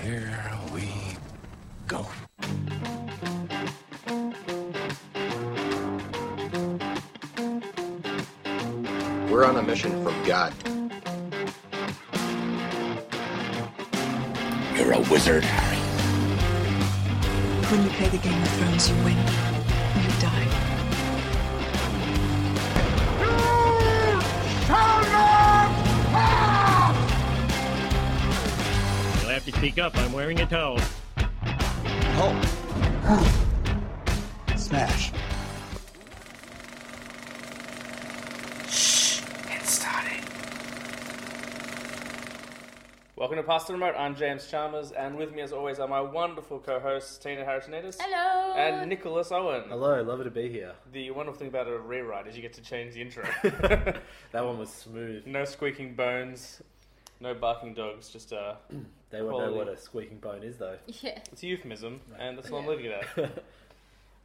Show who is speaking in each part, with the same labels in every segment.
Speaker 1: here we go.
Speaker 2: We're on a mission from God.
Speaker 1: You're a wizard, Harry.
Speaker 3: When you play the Game of Thrones, you win. You die.
Speaker 4: You'll have to speak up. I'm wearing a towel.
Speaker 5: Smash.
Speaker 6: Welcome to Pasta Remote. I'm James Chalmers, and with me, as always, are my wonderful co-hosts Tina Harrisonitis
Speaker 7: Hello.
Speaker 6: and Nicholas Owen.
Speaker 8: Hello, lovely to be here.
Speaker 6: The wonderful thing about a rewrite is you get to change the intro.
Speaker 8: That one was smooth.
Speaker 6: no squeaking bones, no barking dogs. Just uh,
Speaker 8: They won't know
Speaker 6: Quality.
Speaker 8: what a squeaking bone is, though.
Speaker 7: yeah.
Speaker 6: it's a euphemism, and that's what I'm leaving it at.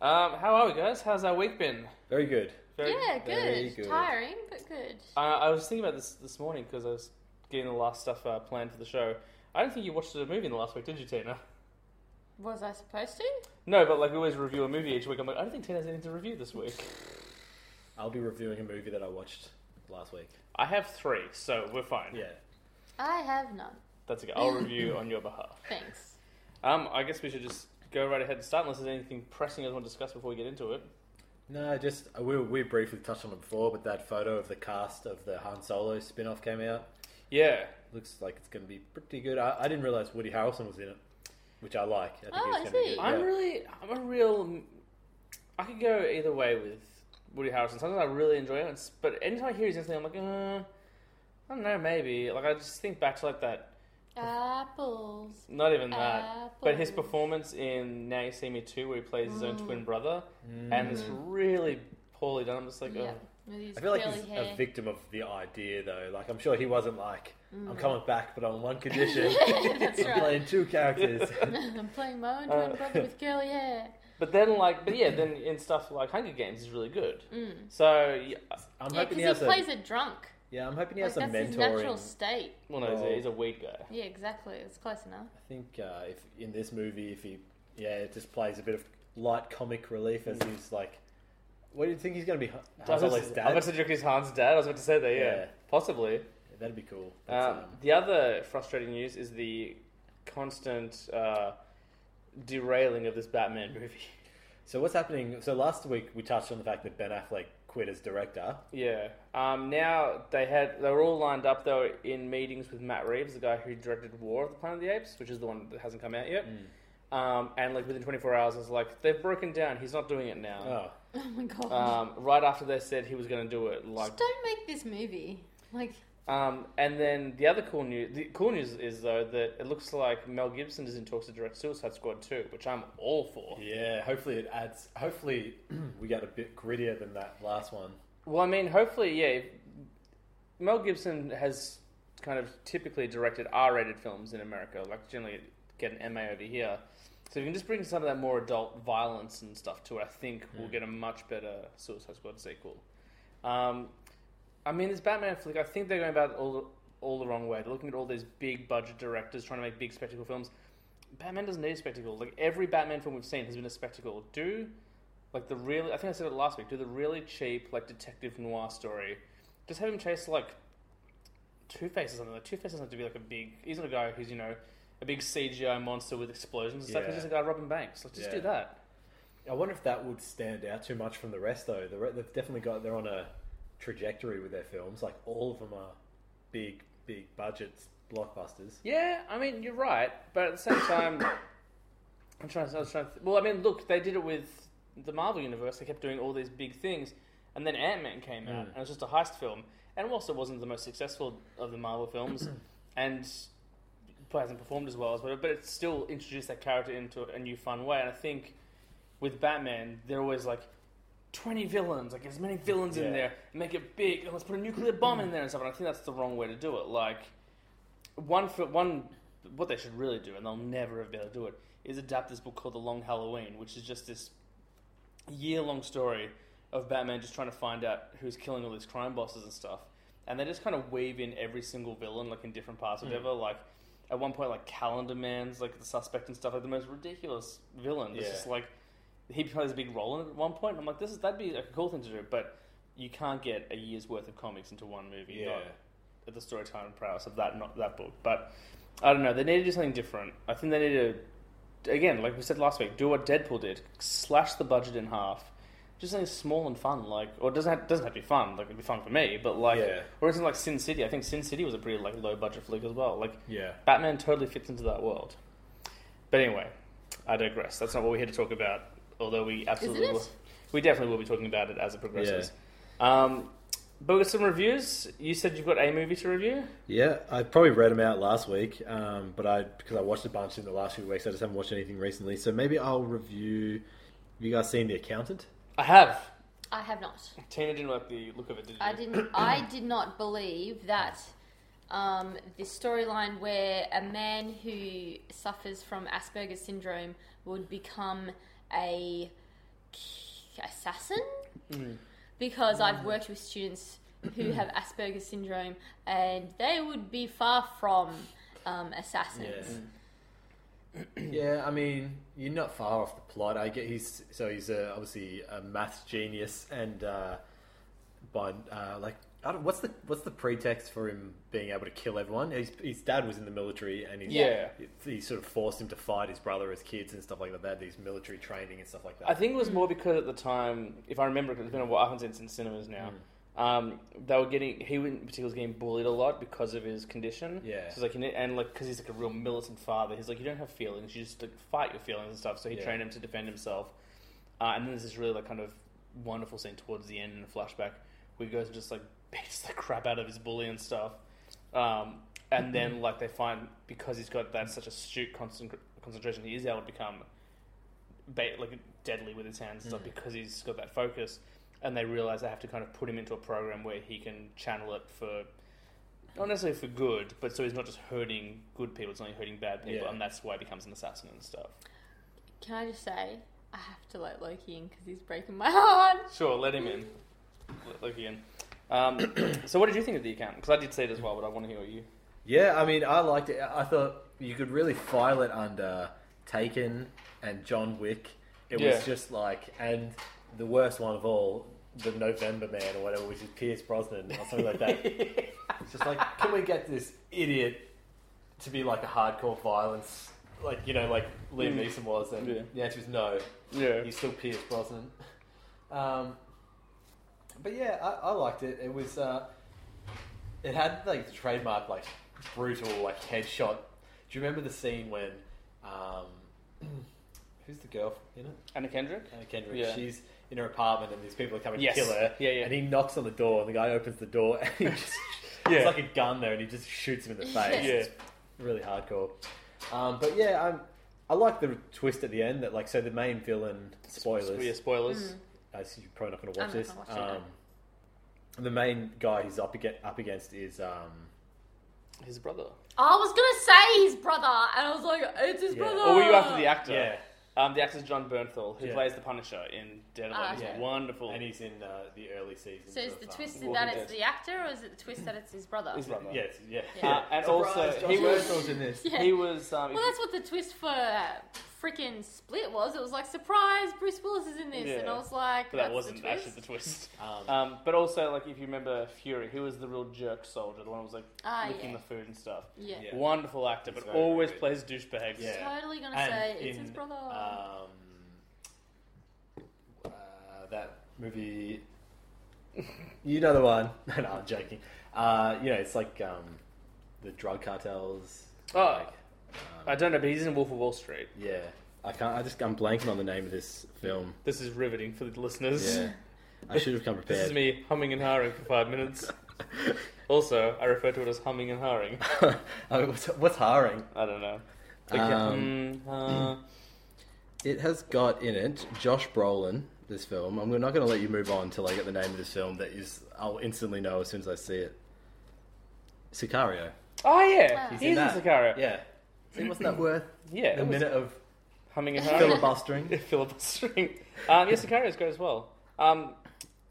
Speaker 6: um, how are we, guys? How's our week been?
Speaker 8: Very good.
Speaker 6: Very-
Speaker 7: Yeah,
Speaker 8: very
Speaker 7: good.
Speaker 8: good.
Speaker 7: Tiring, but good.
Speaker 6: I, I was thinking about this this morning because I was getting the last stuff uh, planned for the show. I don't think you watched a movie in the last week, did you, Tina?
Speaker 7: Was I supposed to?
Speaker 6: No, but like we always review a movie each week. I'm like, I don't think Tina's anything to review this week.
Speaker 8: I'll be reviewing a movie that I watched last week.
Speaker 6: I have three, so we're fine.
Speaker 8: Yeah.
Speaker 7: I have none.
Speaker 6: That's okay. I'll review on your behalf.
Speaker 7: Thanks.
Speaker 6: Um, I guess we should just go right ahead and start unless there's anything pressing you want to discuss before we get into it.
Speaker 8: No, just uh, we, we briefly touched on it before, but that photo of the cast of the Han Solo spin off came out.
Speaker 6: Yeah.
Speaker 8: Looks like it's going to be pretty good. I, I didn't realize Woody Harrelson was in it, which I like. I think
Speaker 7: Oh,
Speaker 8: it's
Speaker 7: I
Speaker 8: gonna be
Speaker 7: see.
Speaker 8: good.
Speaker 6: I'm
Speaker 8: Yeah.
Speaker 6: really, I'm a real. I could go either way with Woody Harrelson. Sometimes I really enjoy it, it's- but anytime I hear his anything, I'm like, uh, I don't know, maybe. Like I just think back to like that.
Speaker 7: Apples.
Speaker 6: Not even that, but his
Speaker 7: Apples.
Speaker 6: performance in Now You See Me Too, where he plays his own twin brother,
Speaker 8: Mm.
Speaker 6: and it's really poorly done. I'm just like,
Speaker 7: Yeah.
Speaker 6: oh.
Speaker 7: With his
Speaker 8: I feel like
Speaker 7: curly
Speaker 8: he's
Speaker 7: hair.
Speaker 8: a victim of the idea, though. Like, I'm sure he wasn't like, I'm coming back, but on one condition.
Speaker 7: Mm. That's
Speaker 8: I'm
Speaker 7: right.
Speaker 8: playing two characters.
Speaker 7: I'm playing my own
Speaker 8: Uh,
Speaker 7: twin brother with curly hair.
Speaker 6: But then, like, but yeah, then in stuff like Hunger Games, he's really good. So, yeah,
Speaker 8: I'm
Speaker 7: Yeah, because
Speaker 8: hoping
Speaker 7: he
Speaker 8: he has a
Speaker 7: plays a drunk.
Speaker 8: Yeah, I'm hoping he
Speaker 7: Like,
Speaker 8: has
Speaker 7: that's
Speaker 8: some
Speaker 7: his
Speaker 8: mentoring.
Speaker 7: natural state.
Speaker 6: well, no, he's a-
Speaker 8: Well-
Speaker 6: he's a weed guy.
Speaker 7: Yeah, exactly. It's close enough.
Speaker 8: I think uh, if in this movie, if he, yeah, it just plays a bit of light comic relief as he's like, what do you think he's going to be? Han- Han
Speaker 6: Mm. I was
Speaker 8: Solo's
Speaker 6: about to- I
Speaker 8: dad?
Speaker 6: was about to joke he's Han's dad. I was about to say that, yeah.
Speaker 8: Yeah.
Speaker 6: Possibly.
Speaker 8: That'd be cool. That's,
Speaker 6: Um,
Speaker 8: um,
Speaker 6: the other frustrating news is the constant uh, derailing of this Batman movie.
Speaker 8: so what's happening? So last week we touched on the fact that Ben Affleck quit as director.
Speaker 6: Yeah. Um, now they had they were all lined up though in meetings with Matt Reeves, the guy who directed War of the Planet of the Apes, which is the one that hasn't come out yet. Um, and like within 24 hours, it's like they've broken down. He's not doing it now.
Speaker 8: Oh,
Speaker 7: Oh my god.
Speaker 8: Uh,
Speaker 6: Um, right after they said he was going to do it, like
Speaker 7: Just don't make this movie. Like,
Speaker 6: Um, and then the other cool news, the cool news is though that it looks like Mel Gibson is in talks to direct Suicide Squad 2, which I'm all for.
Speaker 8: yeah. Hopefully it adds. Hopefully we get a bit grittier than that last one.
Speaker 6: Well, I mean, hopefully, yeah. if- Mel Gibson has kind of typically directed R-rated films in America, like generally get an MA over here. So if you can just bring some of that more adult violence and stuff to it, I think we'll get a much better Suicide Squad sequel. Um, I mean, this Batman flick, I think they're going about it all the, all the wrong way. They're looking at all these big budget directors trying to make big spectacle films. Batman doesn't need a spectacle. Like every Batman film we've seen has been a spectacle. Do like the really, I think I said it last week. Do the really cheap like detective noir story. Just have him chase like Two Face or something. Like Two Face doesn't have to be like a big. He's not a guy who's you know a big CGI monster with explosions and stuff. He's
Speaker 8: Yeah.
Speaker 6: just a guy robbing banks. Like just do
Speaker 8: Yeah.
Speaker 6: that.
Speaker 8: I wonder if that would stand out too much from the rest, though. The re- They've definitely got they're on a trajectory with their films. Like all of them are big, big budget blockbusters.
Speaker 6: Yeah, I mean you're right, but at the same time, I'm trying. I was trying. To, well, I mean, look, they did it with the Marvel universe. They kept doing all these big things, and then Ant Man came out, and it was just a heist film. And whilst it wasn't the most successful of the Marvel films, and hasn't performed as well as whatever, but it still introduced that character into a new fun way. And I think with Batman, they're always like. 20 villains, like as many villains in
Speaker 8: Yeah.
Speaker 6: there, make it big, and let's put a nuclear bomb in there and stuff. And I think that's the wrong way to do it. Like, one for one what they should really do and they'll never have been able to do it is adapt this book called the long halloween which is just this year-long story of batman just trying to find out who's killing all these
Speaker 8: Hmm.
Speaker 6: crime bosses and stuff and they just kind of weave in every single villain like in different parts or whatever like at one point like Calendar Man's like the suspect and stuff, like the most ridiculous villain. It's
Speaker 8: Yeah.
Speaker 6: just like he plays a big role in it at one point. I'm like, this is that'd be a cool thing to do, but you can't get a year's worth of comics into one movie.
Speaker 8: Yeah.
Speaker 6: Not at the storytelling prowess of that not that book. But I don't know. They need to do something different. I think they need to again, like we said last week, do what Deadpool did: slash the budget in half. Just something small and fun, like, or it doesn't have, doesn't have to be fun. Like it'd be fun for me, but like,
Speaker 8: Yeah.
Speaker 6: or isn't like Sin City? I think Sin City was a pretty like low budget flick as well. Like
Speaker 8: Yeah.
Speaker 6: Batman totally fits into that world. But anyway, I digress. That's not what we're here to talk about. Although we absolutely
Speaker 7: it?
Speaker 6: will, we definitely will be talking about it as it progresses. Um, but with some reviews, you said you've got a movie to review.
Speaker 8: Yeah, I probably read them out last week, um, but I because I watched a bunch in the last few weeks, I just haven't watched anything recently. So maybe I'll review. Have you guys seen The Accountant?
Speaker 6: I have.
Speaker 7: I have not.
Speaker 6: Tina didn't like the look of it, did you?
Speaker 7: I didn't. I did not believe that um, the storyline where a man who suffers from Asperger's syndrome would become a k- assassin.
Speaker 8: Mm.
Speaker 7: Because I've worked with students who have Asperger's syndrome, and they would be far from um, assassins.
Speaker 8: yeah, I mean, you're not far off the plot. I get he's so he's a, obviously a math genius, and uh, by uh, like, I don't, what's the what's the pretext for him being able to kill everyone? His, his dad was in the military, and his,
Speaker 6: Yeah.
Speaker 8: he, sort of forced him to fight his brother as kids and stuff like that. They had these military training and stuff like that.
Speaker 6: I think it was more because at the time, if I remember, 'cause it's been a while. I haven't seen it since cinemas now.
Speaker 8: Mm.
Speaker 6: Um, they were getting he in particular was getting bullied a lot because of his condition.
Speaker 8: Yeah.
Speaker 6: So it's like you need- and like because he's like a real militant father, he's like you don't have feelings, you just like, fight your feelings and stuff. So he
Speaker 8: Yeah.
Speaker 6: trained him to defend himself. Uh, and then there's this really like kind of wonderful scene towards the end in a flashback where he goes and just like beats the crap out of his bully and stuff. Um, and then like they find because he's got that such astute concent- concentration, he is able to become ba- like deadly with his hands and stuff because he's got that focus. And they realize they have to kind of put him into a program where he can channel it for not necessarily for good, but so he's not just hurting good people; it's only hurting bad people,
Speaker 8: Yeah.
Speaker 6: and that's why he becomes an assassin and stuff.
Speaker 7: Can I just say, I have to let Loki in because he's breaking my heart.
Speaker 6: Sure, let him in. Let Loki in. Um, so, what did you think of the account? Because I did see it as well, but I want to hear what you.
Speaker 8: Yeah, I mean, I liked it. I thought you could really file it under Taken and John Wick. It
Speaker 6: Yeah.
Speaker 8: was just like, and the worst one of all, the November Man or whatever, which is Pierce Brosnan or something like that. it's just like, can we get this idiot to be like a hardcore violence, like you know, like Liam
Speaker 6: Mm.
Speaker 8: Neeson was? And
Speaker 6: Yeah.
Speaker 8: the answer is no.
Speaker 6: Yeah.
Speaker 8: He's still Pierce Brosnan. Um, but yeah, I, I liked it. It was uh, it had like the trademark like brutal like headshot. Do you remember the scene when um, who's the girl in it?
Speaker 6: Anna Kendrick.
Speaker 8: Anna Kendrick.
Speaker 6: Yeah.
Speaker 8: She's in her apartment and these people are coming
Speaker 6: Yes.
Speaker 8: to kill her.
Speaker 6: Yeah, yeah.
Speaker 8: And he knocks on the door and the guy opens the door and he just
Speaker 6: Yeah.
Speaker 8: it's like a gun there and he just shoots him in the face.
Speaker 6: Yeah.
Speaker 8: Really hardcore. Um, but yeah, I'm, I like the twist at the end that like so the main villain spoilers.
Speaker 6: Oh, Yeah, spoilers.
Speaker 8: I see you're probably not going to watch
Speaker 7: I'm not
Speaker 8: this.
Speaker 7: gonna watch it,
Speaker 8: um, the main guy he's up against, up against is um,
Speaker 6: His brother.
Speaker 7: I was gonna say his brother, and I was like, it's his
Speaker 8: Yeah.
Speaker 7: brother.
Speaker 6: Or were you after the actor?
Speaker 8: yeah,
Speaker 6: Um, the actor's John Bernthal, who
Speaker 8: Yeah.
Speaker 6: plays the Punisher in Daredevil.
Speaker 7: Ah,
Speaker 6: He's
Speaker 8: okay.
Speaker 6: wonderful.
Speaker 8: and he's in uh, the early seasons.
Speaker 7: So is
Speaker 8: of,
Speaker 7: the
Speaker 8: um,
Speaker 7: twist
Speaker 6: Walking
Speaker 7: that
Speaker 6: Dead.
Speaker 7: it's the actor, or is it the twist that it's his brother?
Speaker 6: His brother.
Speaker 8: Yes, yeah,
Speaker 7: Yeah.
Speaker 8: yeah.
Speaker 6: Uh, and also,
Speaker 8: Josh
Speaker 6: he was.
Speaker 8: Brosnan's in this.
Speaker 7: Yeah.
Speaker 6: He was. Um,
Speaker 7: well, that's what the twist for uh, freaking Split was. It was like, surprise, Bruce Willis is in this, and
Speaker 6: Yeah.
Speaker 7: I was like,
Speaker 6: but
Speaker 7: that's
Speaker 6: that wasn't
Speaker 7: the twist.
Speaker 6: actually the twist.
Speaker 8: Um,
Speaker 6: Um, but also, like if you remember Fury, he was the real jerk soldier, the one who was like
Speaker 7: Ah,
Speaker 6: licking
Speaker 7: yeah.
Speaker 6: the food and stuff.
Speaker 7: yeah.
Speaker 8: Yeah.
Speaker 6: Wonderful actor,
Speaker 8: He's
Speaker 6: but
Speaker 8: very, very
Speaker 6: always
Speaker 8: good.
Speaker 6: plays douchebags.
Speaker 8: Yeah.
Speaker 7: Totally gonna
Speaker 8: and
Speaker 7: say it's
Speaker 8: in,
Speaker 7: his brother.
Speaker 8: Um, uh, that movie. you know the one. no, I'm joking. Uh, you know, it's like um, the drug cartels.
Speaker 6: Oh.
Speaker 8: like,
Speaker 6: I don't know, but he's in Wolf of Wall Street.
Speaker 8: Yeah, I can't. I just I'm blanking on the name of this film.
Speaker 6: This is riveting for the listeners.
Speaker 8: Yeah, I should have come
Speaker 6: This
Speaker 8: prepared.
Speaker 6: is me humming and harring for five minutes. also, I refer to it as humming and harring.
Speaker 8: I mean, what's, what's hiring?
Speaker 6: I don't know.
Speaker 8: Um,
Speaker 6: Mm, uh,
Speaker 8: It has got in it Josh Brolin. This film. I'm not going to let you move on till I get the name of this film. That is, I'll instantly know as soon as I see it. Sicario.
Speaker 6: oh yeah,
Speaker 7: He's
Speaker 6: he's,
Speaker 8: in
Speaker 6: in
Speaker 8: that.
Speaker 6: Sicario. Yeah,
Speaker 8: Yeah. See, wasn't that worth
Speaker 6: yeah
Speaker 8: a
Speaker 6: it was
Speaker 8: minute of
Speaker 6: humming and harring.
Speaker 8: filibustering?
Speaker 6: filibustering. Um, yes, Sicario's great as well. Um,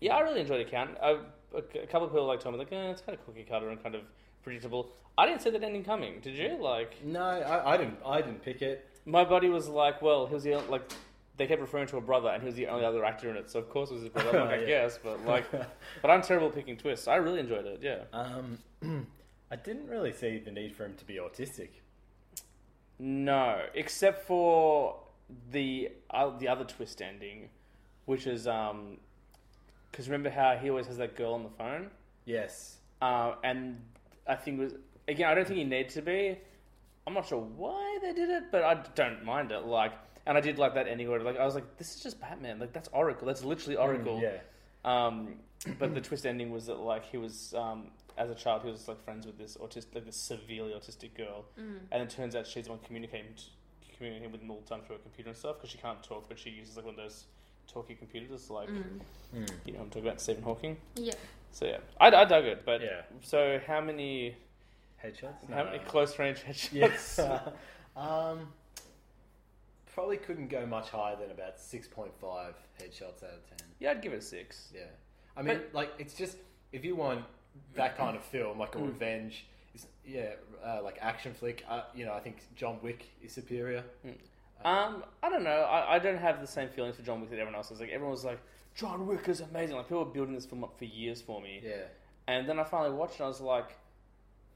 Speaker 6: yeah, I really enjoyed Account. I, a, a couple of people like told me like, eh, it's kind of cookie cutter and kind of predictable. I didn't see that ending coming. Did you? Like,
Speaker 8: No, I, I didn't. I didn't pick it.
Speaker 6: my buddy was like, "Well, he was the only, like." They kept referring to a brother, and he was the only other actor in it. So of course it was his brother. I'm like, I
Speaker 8: Yeah.
Speaker 6: guess, but like, but I'm terrible at picking twists. I really enjoyed it. Yeah.
Speaker 8: Um, I didn't really see the need for him to be autistic.
Speaker 6: No, except for the uh, the other twist ending, which is um, because remember how he always has that girl on the phone,
Speaker 8: Yes.
Speaker 6: uh, and I think it was again I don't think he needed to be. I'm not sure why they did it, but I don't mind it. Like, and I did like that ending where like I was like, this is just Batman. Like that's Oracle. That's literally Oracle.
Speaker 8: Mm, Yeah.
Speaker 6: Um, but the twist ending was that like he was um, as a child he was like friends with this autistic, like this severely autistic girl, and it turns out she's the one communicating communicating with him all the time through her computer and stuff because she can't talk, but she uses like one of those talkie computers, like
Speaker 8: Mm.
Speaker 6: you know I'm talking about Stephen Hawking.
Speaker 7: Yeah.
Speaker 6: So yeah, I, I dug it, but
Speaker 8: Yeah.
Speaker 6: so how many
Speaker 8: Headshots.
Speaker 6: how many close range headshots?
Speaker 8: Yes. um, probably couldn't go much higher than about six point five headshots out of ten.
Speaker 6: yeah, I'd give it a six.
Speaker 8: Yeah, I mean, like it's just if you want that kind of film, like a
Speaker 6: Mm.
Speaker 8: revenge, it's, yeah, uh, like action flick. Uh, you know, I think John Wick is superior.
Speaker 6: Um, I don't know. I, I don't have the same feelings for John Wick that everyone else is. Like everyone was like, John Wick is amazing. Like people were building this film up for years for me.
Speaker 8: Yeah,
Speaker 6: And then I finally watched it and I was like,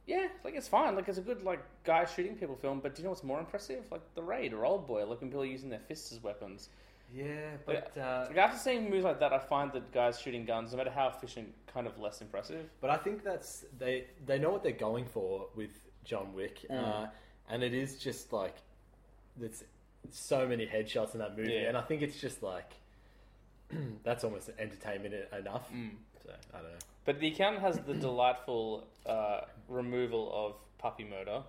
Speaker 6: yeah, like it's fine. Like it's a good like guy shooting people film, but do you know what's more impressive? Like the raid or old boy, like when people are using their fists as weapons.
Speaker 8: yeah, but uh,
Speaker 6: Like after seeing movies like that I find that guys shooting guns, no matter how efficient, kind of less impressive.
Speaker 8: But I think that's they they know what they're going for with John Wick,
Speaker 6: Mm.
Speaker 8: uh, and it is just like there's so many headshots in that movie,
Speaker 6: Yeah.
Speaker 8: and I think it's just like that's almost entertainment e- enough.
Speaker 6: Mm.
Speaker 8: So I don't know.
Speaker 6: But the accountant has the delightful uh, removal of puppy murder.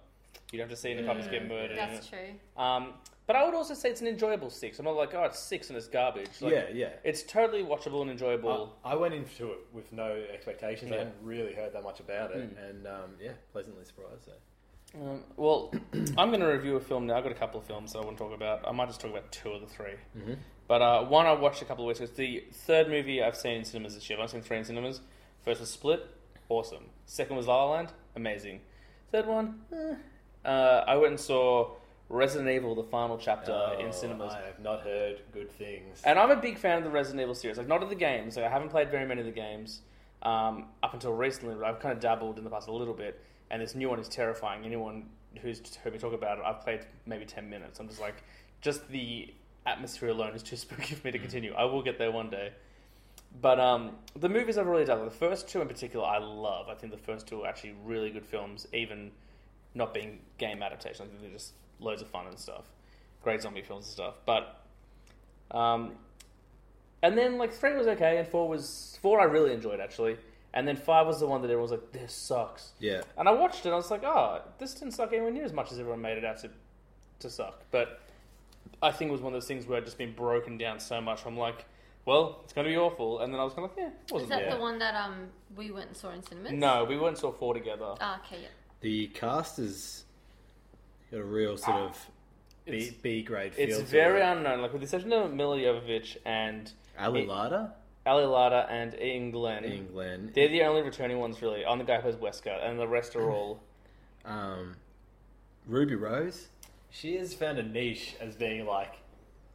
Speaker 6: You don't have to see any puppies get murdered. in
Speaker 7: Mm, That's
Speaker 6: it.
Speaker 7: true.
Speaker 6: Um, but I would also say it's an enjoyable six. I'm not like, oh, it's six and it's garbage. Like,
Speaker 8: Yeah, Uh, yeah.
Speaker 6: It's totally watchable and enjoyable.
Speaker 8: I, I went into it with no expectations. I
Speaker 6: Yeah. Hmm.
Speaker 8: hadn't really heard that much about it, and um, yeah, pleasantly surprised. So.
Speaker 6: Um, well, I'm going to review a film now. I've got a couple of films that I want to talk about. I might just talk about two of the 3 But uh, one I watched a couple of weeks ago. It's the third movie I've seen in cinemas this year. I've seen three in cinemas. First was Split, awesome. Second was La La Land, amazing. Third one, eh. uh, I went and saw Resident Evil: The Final Chapter Uh,
Speaker 8: Oh,
Speaker 6: in cinemas.
Speaker 8: I have not heard good things.
Speaker 6: And I'm a big fan of the Resident Evil series. Like, not of the games. Like, I haven't played very many of the games um, up until recently, but I've kind of dabbled in the past a little bit. And this new one is terrifying. Anyone who's just heard me talk about it, I've played maybe 10 minutes. I'm just like, just the atmosphere alone is too spooky for me to continue. I will get there one day. But um, the movies I've really done, the first two in particular, I love. I think the first two are actually really good films, even not being game adaptations. I think they're just loads of fun and stuff. Great zombie films and stuff. But um, and then like three was okay, and four was four I really enjoyed actually, and then five was the one that everyone was like, "This sucks."
Speaker 8: yeah,
Speaker 6: And I watched it, and I was like, "Oh, this didn't suck anywhere near as much as everyone made it out to to suck." But I think it was one of those things where I'd just been broken down so much. I'm like, "Well, it's going to be awful," and then I was kind of like, "Yeah, it
Speaker 7: Is
Speaker 6: wasn't."
Speaker 7: that
Speaker 8: Yeah.
Speaker 7: the one that um we went and saw in cinemas?
Speaker 6: No, we went and saw four together.
Speaker 7: Ah, okay, yeah.
Speaker 8: the cast is got a real sort of
Speaker 6: It's-
Speaker 8: B, B grade feel.
Speaker 6: It's
Speaker 8: to
Speaker 6: very
Speaker 8: it.
Speaker 6: unknown, like with the exception of Mila Jovovich and
Speaker 8: Ali
Speaker 6: it-
Speaker 8: Lada,
Speaker 6: Ali Lada and Ian Glenn.
Speaker 8: England.
Speaker 6: They're the only returning ones really. I'm the guy who plays Westcott, and the rest are all.
Speaker 8: um, Ruby Rose. She has found a niche as being like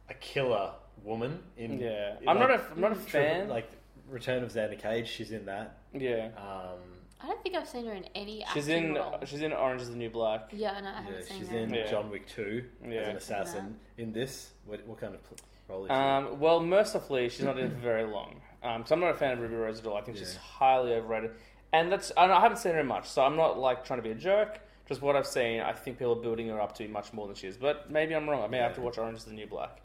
Speaker 8: a killer woman. In
Speaker 6: Yeah,
Speaker 8: in,
Speaker 6: I'm not
Speaker 8: like,
Speaker 6: a I'm not a
Speaker 8: tri-
Speaker 6: fan.
Speaker 8: Like Return of Xander Cage, she's in that.
Speaker 6: yeah,
Speaker 8: Um,
Speaker 7: I don't think I've seen her in any
Speaker 6: she's
Speaker 7: acting
Speaker 6: in
Speaker 7: role.
Speaker 6: she's in Orange Is the New Black.
Speaker 7: Yeah, no, I
Speaker 8: yeah,
Speaker 7: haven't seen
Speaker 8: she's
Speaker 7: her.
Speaker 8: in
Speaker 6: Yeah.
Speaker 8: John Wick Two as
Speaker 6: Yeah.
Speaker 8: an assassin. In this, what, what kind of pl- role is she?
Speaker 6: Um, well, mercifully, she's not in it for very long. Um, so I'm not a fan of Ruby Rose at all. I think she's
Speaker 8: Yeah.
Speaker 6: highly overrated, and that's I, don't- I haven't seen her in much, so I'm not like trying to be a jerk. Just what I've seen, I think people are building her up to be much more than she is. But maybe I'm wrong. I may have to watch Orange Is the New Black.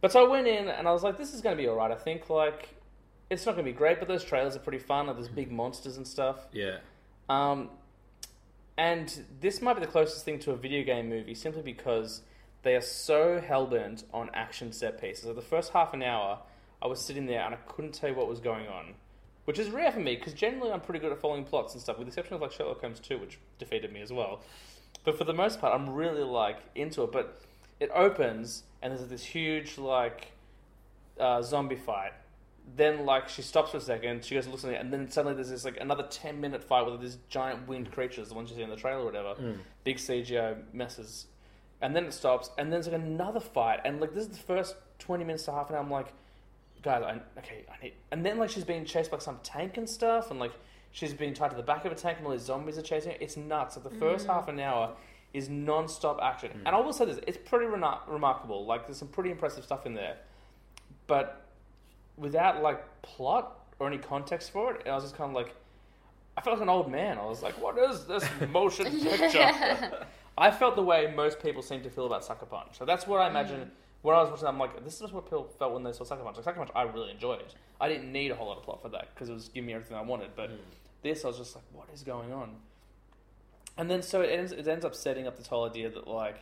Speaker 6: But so I went in and I was like, this is going to be all right. I think like it's not going to be great, but those trailers are pretty fun. Like there's big monsters and stuff.
Speaker 8: yeah,
Speaker 6: Um, and this might be the closest thing to a video game movie simply because they are so hellbent on action set pieces. Like the first half an hour, I was sitting there and I couldn't tell you what was going on, which is rare for me because generally I'm pretty good at following plots and stuff, with the exception of like Sherlock Holmes 2, which defeated me as well. But for the most part, I'm really like into it. But it opens and there's this huge like uh, zombie fight Then like she stops for a second, she goes and looks at it, and then suddenly there's this like another ten minute fight with this giant winged creatures, the one you see in the trailer or whatever. Big CGI messes, and then it stops, and then there's like another fight, and like this is the first twenty minutes to half an hour. I'm like, guys, I, okay, I need. And then like she's being chased by some tank and stuff, and like she's being tied to the back of a tank, and all these zombies are chasing her. It's nuts. Like the first half an hour is non-stop action, and I will say this: it's pretty rena- remarkable. Like there's some pretty impressive stuff in there, but without like plot or any context for it, I was just kind of like, I felt like an old man. I was like, what is this motion picture? I felt the way most people seem to feel about Sucker Punch. So that's what I imagine when I was watching. That, I'm like, this is what people felt when they saw Sucker Punch. Like Sucker Punch, I really enjoyed. I didn't need a whole lot of plot for that because it was giving me everything I wanted. But this, I was just like, what is going on? And then so it ends. It ends up setting up this whole idea that like,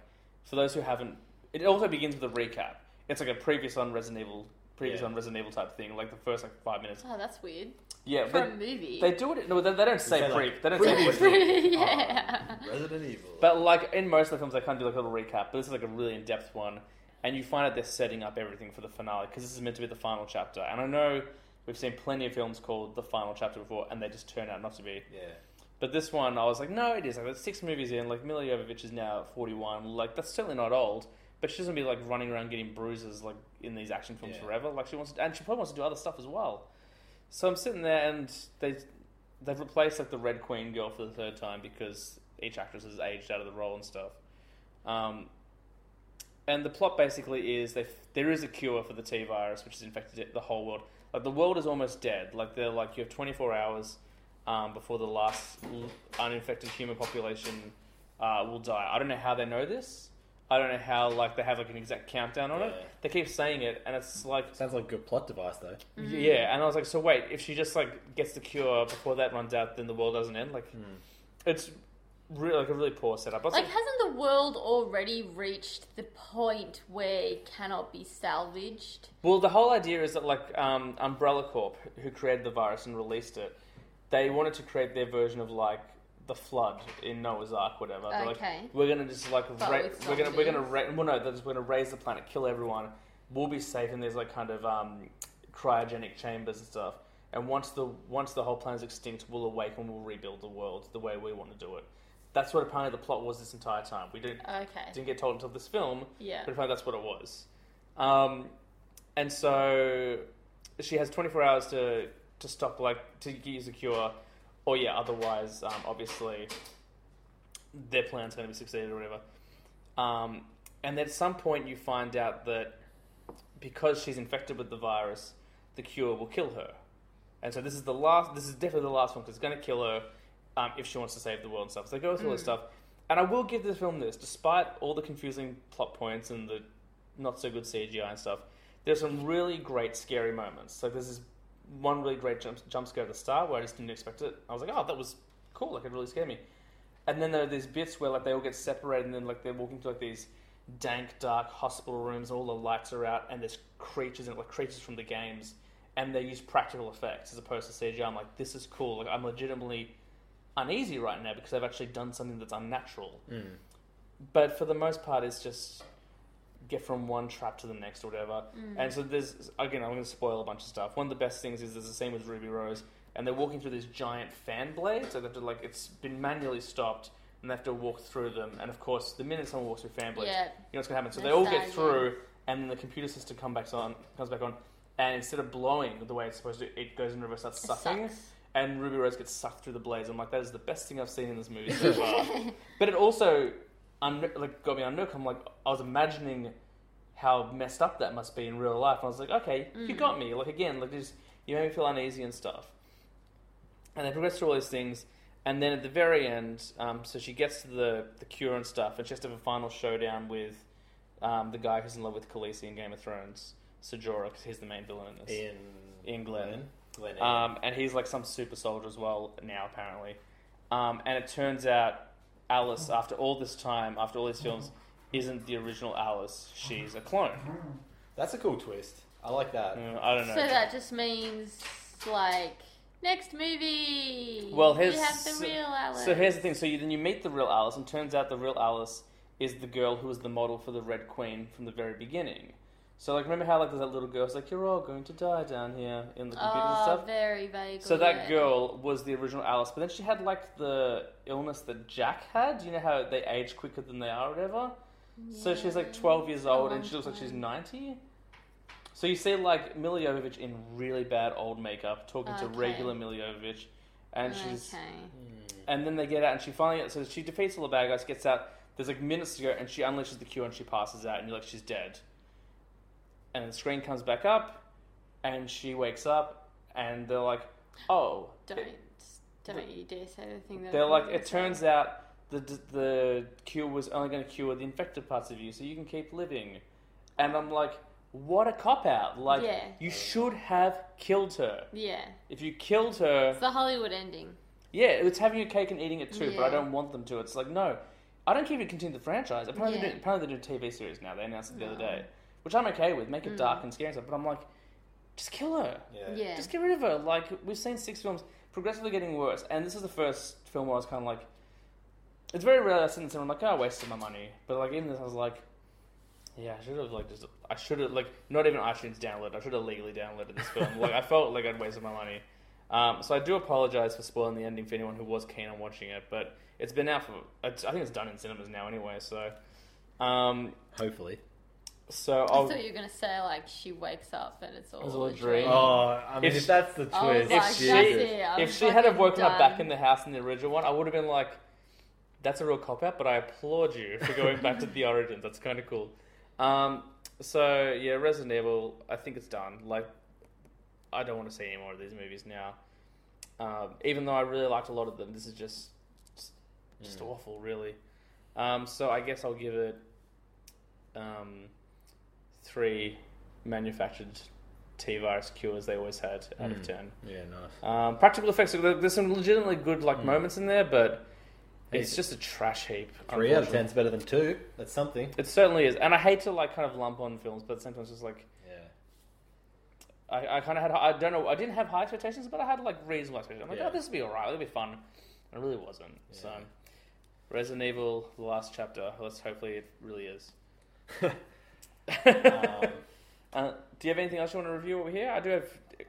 Speaker 6: for those who haven't, it also begins with a recap. It's like a previous on Resident Evil, previous
Speaker 8: Yeah.
Speaker 6: on Resident Evil type thing. Like the first like five minutes.
Speaker 7: Oh, that's weird.
Speaker 6: Yeah,
Speaker 7: For
Speaker 6: but
Speaker 7: a movie.
Speaker 6: they do it. No, they, they don't say
Speaker 8: say,
Speaker 6: pre.
Speaker 8: like,
Speaker 6: they don't say
Speaker 8: previously.
Speaker 6: pre. Oh.
Speaker 7: yeah.
Speaker 8: Resident Evil.
Speaker 6: But like in most of the films, they kind of do like a little recap. But this is like a really in depth one, and you find out they're setting up everything for the finale because this is meant to be the final chapter. And I know we've seen plenty of films called the final chapter before, and they just turn out not to be.
Speaker 8: yeah,
Speaker 6: But this one, I was like, no, it is. Like, that's six movies in. Like, Mila Jovovich is now at 41. Like, that's certainly not old. But she doesn't be like running around getting bruises like in these action films
Speaker 8: Yeah.
Speaker 6: forever. Like, she wants to, and she probably wants to do other stuff as well. So I'm sitting there, and they they've replaced like the Red Queen girl for the third time because each actress has aged out of the role and stuff. Um, and the plot basically is they, there is a cure for the T virus, which has infected the whole world. Like the world is almost dead. Like they're like you have 24 hours um, before the last l- uninfected human population uh, will die. I don't know how they know this. I don't know how like they have like an exact countdown on it.
Speaker 8: Yeah.
Speaker 6: They keep saying it, and it's like
Speaker 8: sounds like a good plot device though.
Speaker 6: yeah, and I was like, so wait, if she just like gets the cure before that runs out, then the world doesn't end. Like, it's really like a really poor setup. I was
Speaker 7: Like, hasn't the world already reached the point where it cannot be salvaged?
Speaker 6: Well, the whole idea is that like um, Umbrella Corp, who created the virus and released it, they wanted to create their version of like the flood in Noah's Ark, whatever. They're
Speaker 7: Okay.
Speaker 6: Like, we're gonna just like
Speaker 7: But
Speaker 6: ra-
Speaker 7: with
Speaker 6: we're gonna we're gonna
Speaker 7: zombies.
Speaker 6: ra- well no, they're just, we're gonna raise the planet, kill everyone. We'll be safe in these like kind of um, cryogenic chambers and stuff. And once the once the whole planet's extinct, we'll awake and we'll rebuild the world the way we want to do it. That's what apparently the plot was this entire time. We didn't
Speaker 7: Okay.
Speaker 6: didn't get told until this film.
Speaker 7: Yeah.
Speaker 6: But apparently that's what it was. Um, and so she has 24 hours to, to stop, like, to use a cure. Or, yeah, otherwise, um, obviously, their plan's going to be succeeded or whatever. Um, and at some point, you find out that because she's infected with the virus, the cure will kill her. And so this is the last. This is definitely the last one because it's going to kill her um, if she wants to save the world and stuff. So they go through all this stuff, and I will give this film this, despite all the confusing plot points and the not so good CGI and stuff. There's some really great scary moments. Like there's this one really great jump, jump scare at the start where I just didn't expect it. I was like, oh, that was cool. Like it really scared me. And then there are these bits where like they all get separated, and then like they're walking to like these dank, dark hospital rooms. All the lights are out, and there's creatures and like creatures from the games, and they use practical effects as opposed to CGI. I'm like, this is cool. Like I'm legitimately uneasy right now because they've actually done something that's unnatural. But for the most part, it's just get from one trap to the next or whatever. And so there's again, I'm going to spoil a bunch of stuff. One of the best things is there's a scene with Ruby Rose, and they're walking through these giant fan blades. So they have to like it's been manually stopped, and they have to walk through them. And of course, the minute someone walks through fan blades,
Speaker 7: Yeah.
Speaker 6: you know what's going to happen. So they
Speaker 7: That's
Speaker 6: all
Speaker 7: that,
Speaker 6: get
Speaker 7: yeah.
Speaker 6: through, and then the computer system comes back on, comes back on, and instead of blowing the way it's supposed to, it goes in reverse, starts sucking.
Speaker 7: sucks.
Speaker 6: And Ruby Rose gets sucked through the blades. I'm like, that is the best thing I've seen in this movie so far. but it also un- like got me unnook. I'm like, I was imagining how messed up that must be in real life. And I was like, okay, you got me. Like again, like just you made me feel uneasy and stuff. And they progress through all these things, and then at the very end, um, so she gets to the the cure and stuff, and she has to have a final showdown with um, the guy who's in love with Khaleesi in Game of Thrones, Sejora, because he's the main villain in this.
Speaker 8: In
Speaker 6: In Glen.
Speaker 8: Glen.
Speaker 6: Um, and he's like some super soldier as well now, apparently. Um, and it turns out Alice,
Speaker 7: Oh.
Speaker 6: after all this time, after all these films, isn't the original Alice. She's a clone.
Speaker 8: That's a cool twist. I like that.
Speaker 6: Uh, I don't know.
Speaker 7: Mm-hmm. So that just means, like, next movie.
Speaker 6: well, here's
Speaker 7: You have the real Alice.
Speaker 6: So here's the thing. So you, then you meet the real Alice, and turns out the real Alice is the girl who was the model for the Red Queen from the very beginning. So like, remember how like there's that little girl? It's like you're all going to die down here in the computer and
Speaker 7: Oh,
Speaker 6: stuff.
Speaker 7: very vaguely.
Speaker 6: So that
Speaker 7: yeah.
Speaker 6: girl was the original Alice, but then she had like the illness that Jack had. You know how they age quicker than they are, or whatever. So she's like 12 years old and
Speaker 7: long
Speaker 6: she looks like she's
Speaker 7: time.
Speaker 6: 90. So you see like Miljovich in really bad old makeup talking to
Speaker 7: Okay.
Speaker 6: regular Miljovich, and she's
Speaker 7: Okay.
Speaker 6: and then they get out and she finally so she defeats all the bad guys, gets out. There's like minutes to go and she unleashes the Q and she passes out and you're like she's dead. And the screen comes back up, and she wakes up and they're like, oh,
Speaker 7: Don't don't you dare say the thing that
Speaker 6: they're like, it turns out the the cure was only going to cure the infected parts of you, so you can keep living. And I'm like, what a cop out! Like,
Speaker 7: Yeah.
Speaker 6: you should have killed her.
Speaker 7: Yeah,
Speaker 6: If you killed her,
Speaker 7: it's the Hollywood ending.
Speaker 6: yeah, it's having your cake and eating it too. But I
Speaker 7: Yeah.
Speaker 6: don't want them to. It's like, no, I don't care if you continue the franchise. Apparently,
Speaker 7: Yeah. Oh.
Speaker 6: they do, apparently they do TV series now. They announced it the other day, which I'm okay with. Make it
Speaker 7: Mm.
Speaker 6: dark and scary and stuff. But I'm like, just kill her.
Speaker 7: Yeah,
Speaker 6: Just get rid of her. Like we've seen six films progressively getting worse, and this is the first film where I was kind of like, it's very rare I sit in the cinema. I'm like, oh, I wasted my money. But like even this, I was like, yeah, I should have like just I should have like not even iTunes download. I should have legally downloaded this film. like I felt like I'd wasted my money. Um, so I do apologize for spoiling the ending for anyone who was keen on watching it, but it's been out for it's, I think it's done in cinemas now anyway. So, um,
Speaker 8: Hopefully.
Speaker 6: so
Speaker 7: I
Speaker 6: I'll,
Speaker 7: thought you were gonna say like she wakes up and it's all,
Speaker 6: was all a
Speaker 7: a
Speaker 6: dream.
Speaker 7: dream.
Speaker 8: Oh, I mean,
Speaker 6: If
Speaker 8: if,
Speaker 6: she-
Speaker 8: that's the
Speaker 7: I was
Speaker 8: twist,
Speaker 7: like,
Speaker 6: if she,
Speaker 7: that's it. I'm
Speaker 6: if she had have
Speaker 7: fucking
Speaker 6: woken up back
Speaker 7: done.
Speaker 6: in the house in the original one, I would have been like, "That's a real cop out," but I applaud you for going back to the origins. That's kind of cool. Um, so yeah, Resident Evil, I think it's done. Like, I don't want to see any more of these movies now. Um, even though I really liked a lot of them, this is just just, just
Speaker 7: Mm.
Speaker 6: awful, really. Um, so I guess I'll give it um, three manufactured T virus cures they always had out
Speaker 7: Mm.
Speaker 6: of ten.
Speaker 8: yeah, nice.
Speaker 6: Um, practical effects. there- There's some legitimately good
Speaker 8: Hmm.
Speaker 6: like moments in there, but it's just a trash heap.
Speaker 8: Three out of
Speaker 6: unfortunately.
Speaker 8: ten's better than two. That's something.
Speaker 6: It certainly is, and I hate to like kind of lump on films, but sometimes just like
Speaker 8: Yeah.
Speaker 6: I, I kind of had I don't know I didn't have high expectations, but I had like reasonable expectations. I'm like,
Speaker 8: Yeah.
Speaker 6: oh, this will be alright. It'll be fun. And it really wasn't. So,
Speaker 8: Yeah.
Speaker 6: Resident Evil: The Last Chapter. Let's hopefully it really is.
Speaker 8: Um,
Speaker 6: uh, do you have anything else you want to review over here? I do have.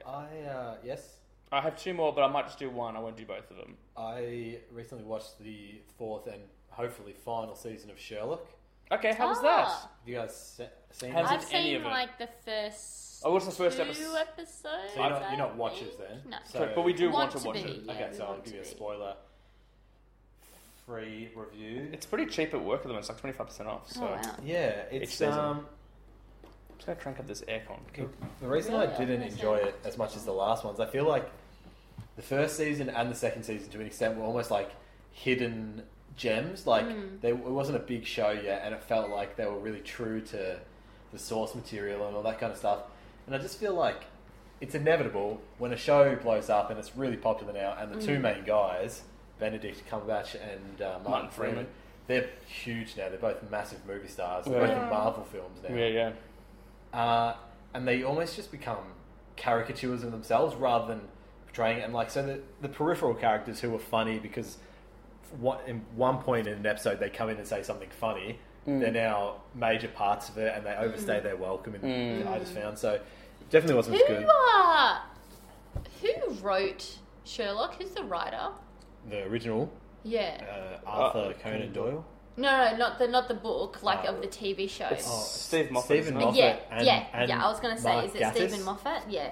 Speaker 8: I uh, yes,
Speaker 6: I have two more, but I might just do one. I won't do both of them.
Speaker 8: I recently watched the fourth and hopefully final season of Sherlock.
Speaker 6: Okay, how was that?
Speaker 7: Ah.
Speaker 8: Have you guys se- seen
Speaker 6: Has
Speaker 8: it?
Speaker 7: I've
Speaker 6: Hasn't any
Speaker 7: seen
Speaker 6: of it.
Speaker 7: like the first.
Speaker 6: I watched the first
Speaker 7: two
Speaker 6: episode.
Speaker 7: episodes.
Speaker 8: So you're not,
Speaker 7: I
Speaker 8: you're not
Speaker 7: think.
Speaker 8: watchers then.
Speaker 7: No.
Speaker 8: So,
Speaker 6: But we do want,
Speaker 7: Want
Speaker 6: to
Speaker 7: to
Speaker 6: watch
Speaker 7: be.
Speaker 6: it.
Speaker 7: Yeah,
Speaker 8: Okay,
Speaker 7: we
Speaker 8: so I'll
Speaker 7: want
Speaker 8: give
Speaker 7: to
Speaker 8: you a
Speaker 7: be.
Speaker 8: spoiler. Free review.
Speaker 6: It's pretty cheap at work at the moment. It's like twenty five percent off. So
Speaker 7: Oh wow.
Speaker 8: yeah,
Speaker 6: Each
Speaker 8: it's
Speaker 6: season.
Speaker 8: um.
Speaker 6: I'm just gonna crank up this aircon.
Speaker 8: The the reason
Speaker 7: Really?
Speaker 8: I
Speaker 7: I
Speaker 8: didn't
Speaker 7: don't
Speaker 8: enjoy
Speaker 7: know.
Speaker 8: it as much as the last ones, I feel like the first season and the second season, to an extent, were almost like hidden gems. Like they, it wasn't a big show yet, and it felt like they were really true to the source material and all that kind of stuff. And I just feel like it's inevitable when a show blows up and it's really popular now, and the two main guys, Benedict Cumberbatch and uh, Martin,
Speaker 6: Martin Freeman.
Speaker 8: Freeman. They're huge now. They're both massive movie stars. They're
Speaker 6: Yeah.
Speaker 8: both in Marvel films now
Speaker 6: Yeah, yeah.
Speaker 8: uh, and they almost just become caricatures of themselves rather than portraying it. And like, so the, the peripheral characters who are funny because one, in one point in an episode they come in and say something funny, they're now major parts of it and they overstay their welcome. And I just found so definitely wasn't as
Speaker 7: Mm.
Speaker 8: good.
Speaker 7: Who uh, who wrote Sherlock? Who's the writer?
Speaker 8: The original
Speaker 7: Yeah.
Speaker 8: uh, Arthur
Speaker 6: Uh,
Speaker 8: Conan Doyle,
Speaker 7: No, no, not the not the book, like
Speaker 8: Oh.
Speaker 7: of the TV show.
Speaker 6: Steve Moffat. isn't
Speaker 8: Stephen
Speaker 6: it?
Speaker 8: Moffat.
Speaker 7: yeah,
Speaker 8: and-
Speaker 7: yeah,
Speaker 8: and
Speaker 7: yeah. I was gonna say,
Speaker 8: Mark
Speaker 7: is it
Speaker 8: Gatiss?
Speaker 7: Stephen Moffat? Yeah.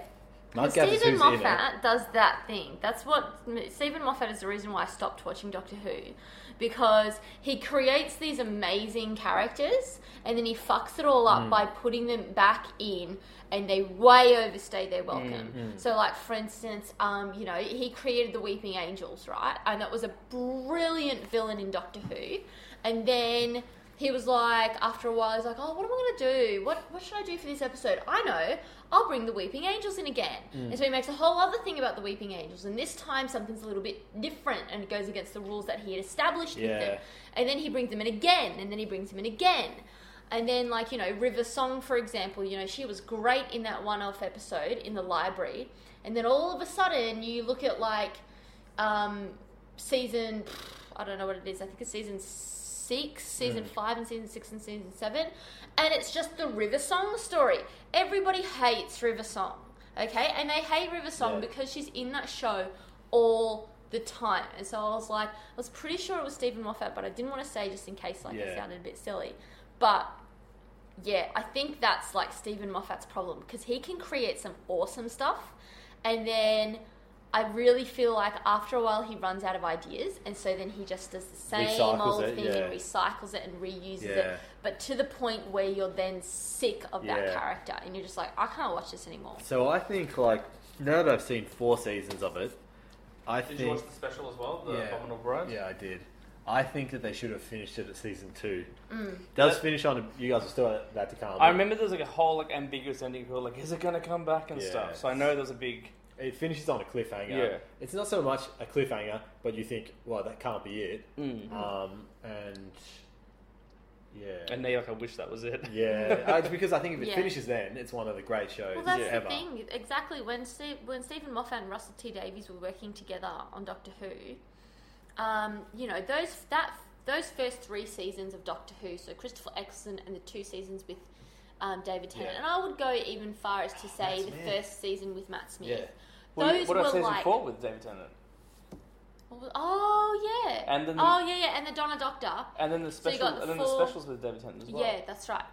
Speaker 8: Mark Gatiss,
Speaker 7: Stephen
Speaker 8: who's in it.
Speaker 7: Moffat does that thing. That's what Stephen Moffat is the reason why I stopped watching Doctor Who, because he creates these amazing characters and then he fucks it all up by putting them back in, and they way overstay their welcome. So, like for instance, um, you know, he created the Weeping Angels, right? And that was a brilliant villain in Doctor Who, and then he was like, after a while, he's like, oh, what am I going to do? What, what should I do for this episode? I know, I'll bring the Weeping Angels in again. And so he makes a whole other thing about the Weeping Angels, and this time something's a little bit different and it goes against the rules that he had established with
Speaker 8: Yeah.
Speaker 7: them. And then he brings them in again, and then he brings them in again. And then, like, you know, River Song, for example, you know, she was great in that one off episode in the library. And then all of a sudden, you look at, like, um, season I don't know what it is. I think it's season six,
Speaker 8: Hmm.
Speaker 7: season five, and season six and season seven, and it's just the River Song story. Everybody hates River Song, okay, and they hate River Song
Speaker 8: Yeah.
Speaker 7: because she's in that show all the time. And so I was like, I was pretty sure it was Stephen Moffat, but I didn't want to say just in case, like it
Speaker 8: Yeah.
Speaker 7: sounded a bit silly, but. Yeah, I think that's like Stephen Moffat's problem because he can create some awesome stuff, and then I really feel like after a while he runs out of ideas, and so then he just does the same
Speaker 8: Recycles
Speaker 7: old
Speaker 8: it,
Speaker 7: thing
Speaker 8: yeah.
Speaker 7: and recycles it and reuses
Speaker 8: Yeah.
Speaker 7: it, but to the point where you're then sick of that
Speaker 8: Yeah.
Speaker 7: character and you're just like, I can't watch this anymore.
Speaker 8: So I think like now that I've seen four seasons of it, I
Speaker 6: Did
Speaker 8: think
Speaker 6: you watch the special as well? The Abominable Bride.
Speaker 8: Yeah, I did. I think that they should have finished it at season two.
Speaker 7: Mm.
Speaker 8: Does finish on? You guys are still at that to come.
Speaker 6: I remember there's like a whole like ambiguous ending. Who were like, is it gonna come back and
Speaker 8: Yeah.
Speaker 6: stuff? So I know there's a big.
Speaker 8: It finishes on a cliffhanger.
Speaker 6: Yeah.
Speaker 8: It's not so much a cliffhanger, but you think, well, that can't be it.
Speaker 6: Mm.
Speaker 8: Um, and yeah,
Speaker 6: And they like, I wish that was it.
Speaker 8: yeah, Uh, it's because I think if it
Speaker 7: Yeah.
Speaker 8: finishes then, it's one of the great shows
Speaker 7: Well, that's
Speaker 8: ever.
Speaker 7: the thing. Exactly. When Steve, when Stephen Moffat and Russell T Davies were working together on Doctor Who, um, you know those that those first three seasons of Doctor Who, so Christopher Eccleston and the two seasons with um, David Tennant,
Speaker 8: Yeah.
Speaker 7: and I would go even far as to say
Speaker 8: Matt
Speaker 7: the
Speaker 8: Smith.
Speaker 7: first season with Matt Smith.
Speaker 8: Yeah.
Speaker 6: Well,
Speaker 7: Those
Speaker 6: what about
Speaker 7: were
Speaker 6: season
Speaker 7: like-
Speaker 6: four with David Tennant?
Speaker 7: What was- Oh yeah.
Speaker 6: And then-
Speaker 7: oh yeah, yeah, and the Donna Doctor.
Speaker 6: And then the
Speaker 7: So you
Speaker 6: special.
Speaker 7: got the
Speaker 6: and then the
Speaker 7: four-
Speaker 6: specials with David Tennant as well.
Speaker 7: Yeah, that's right.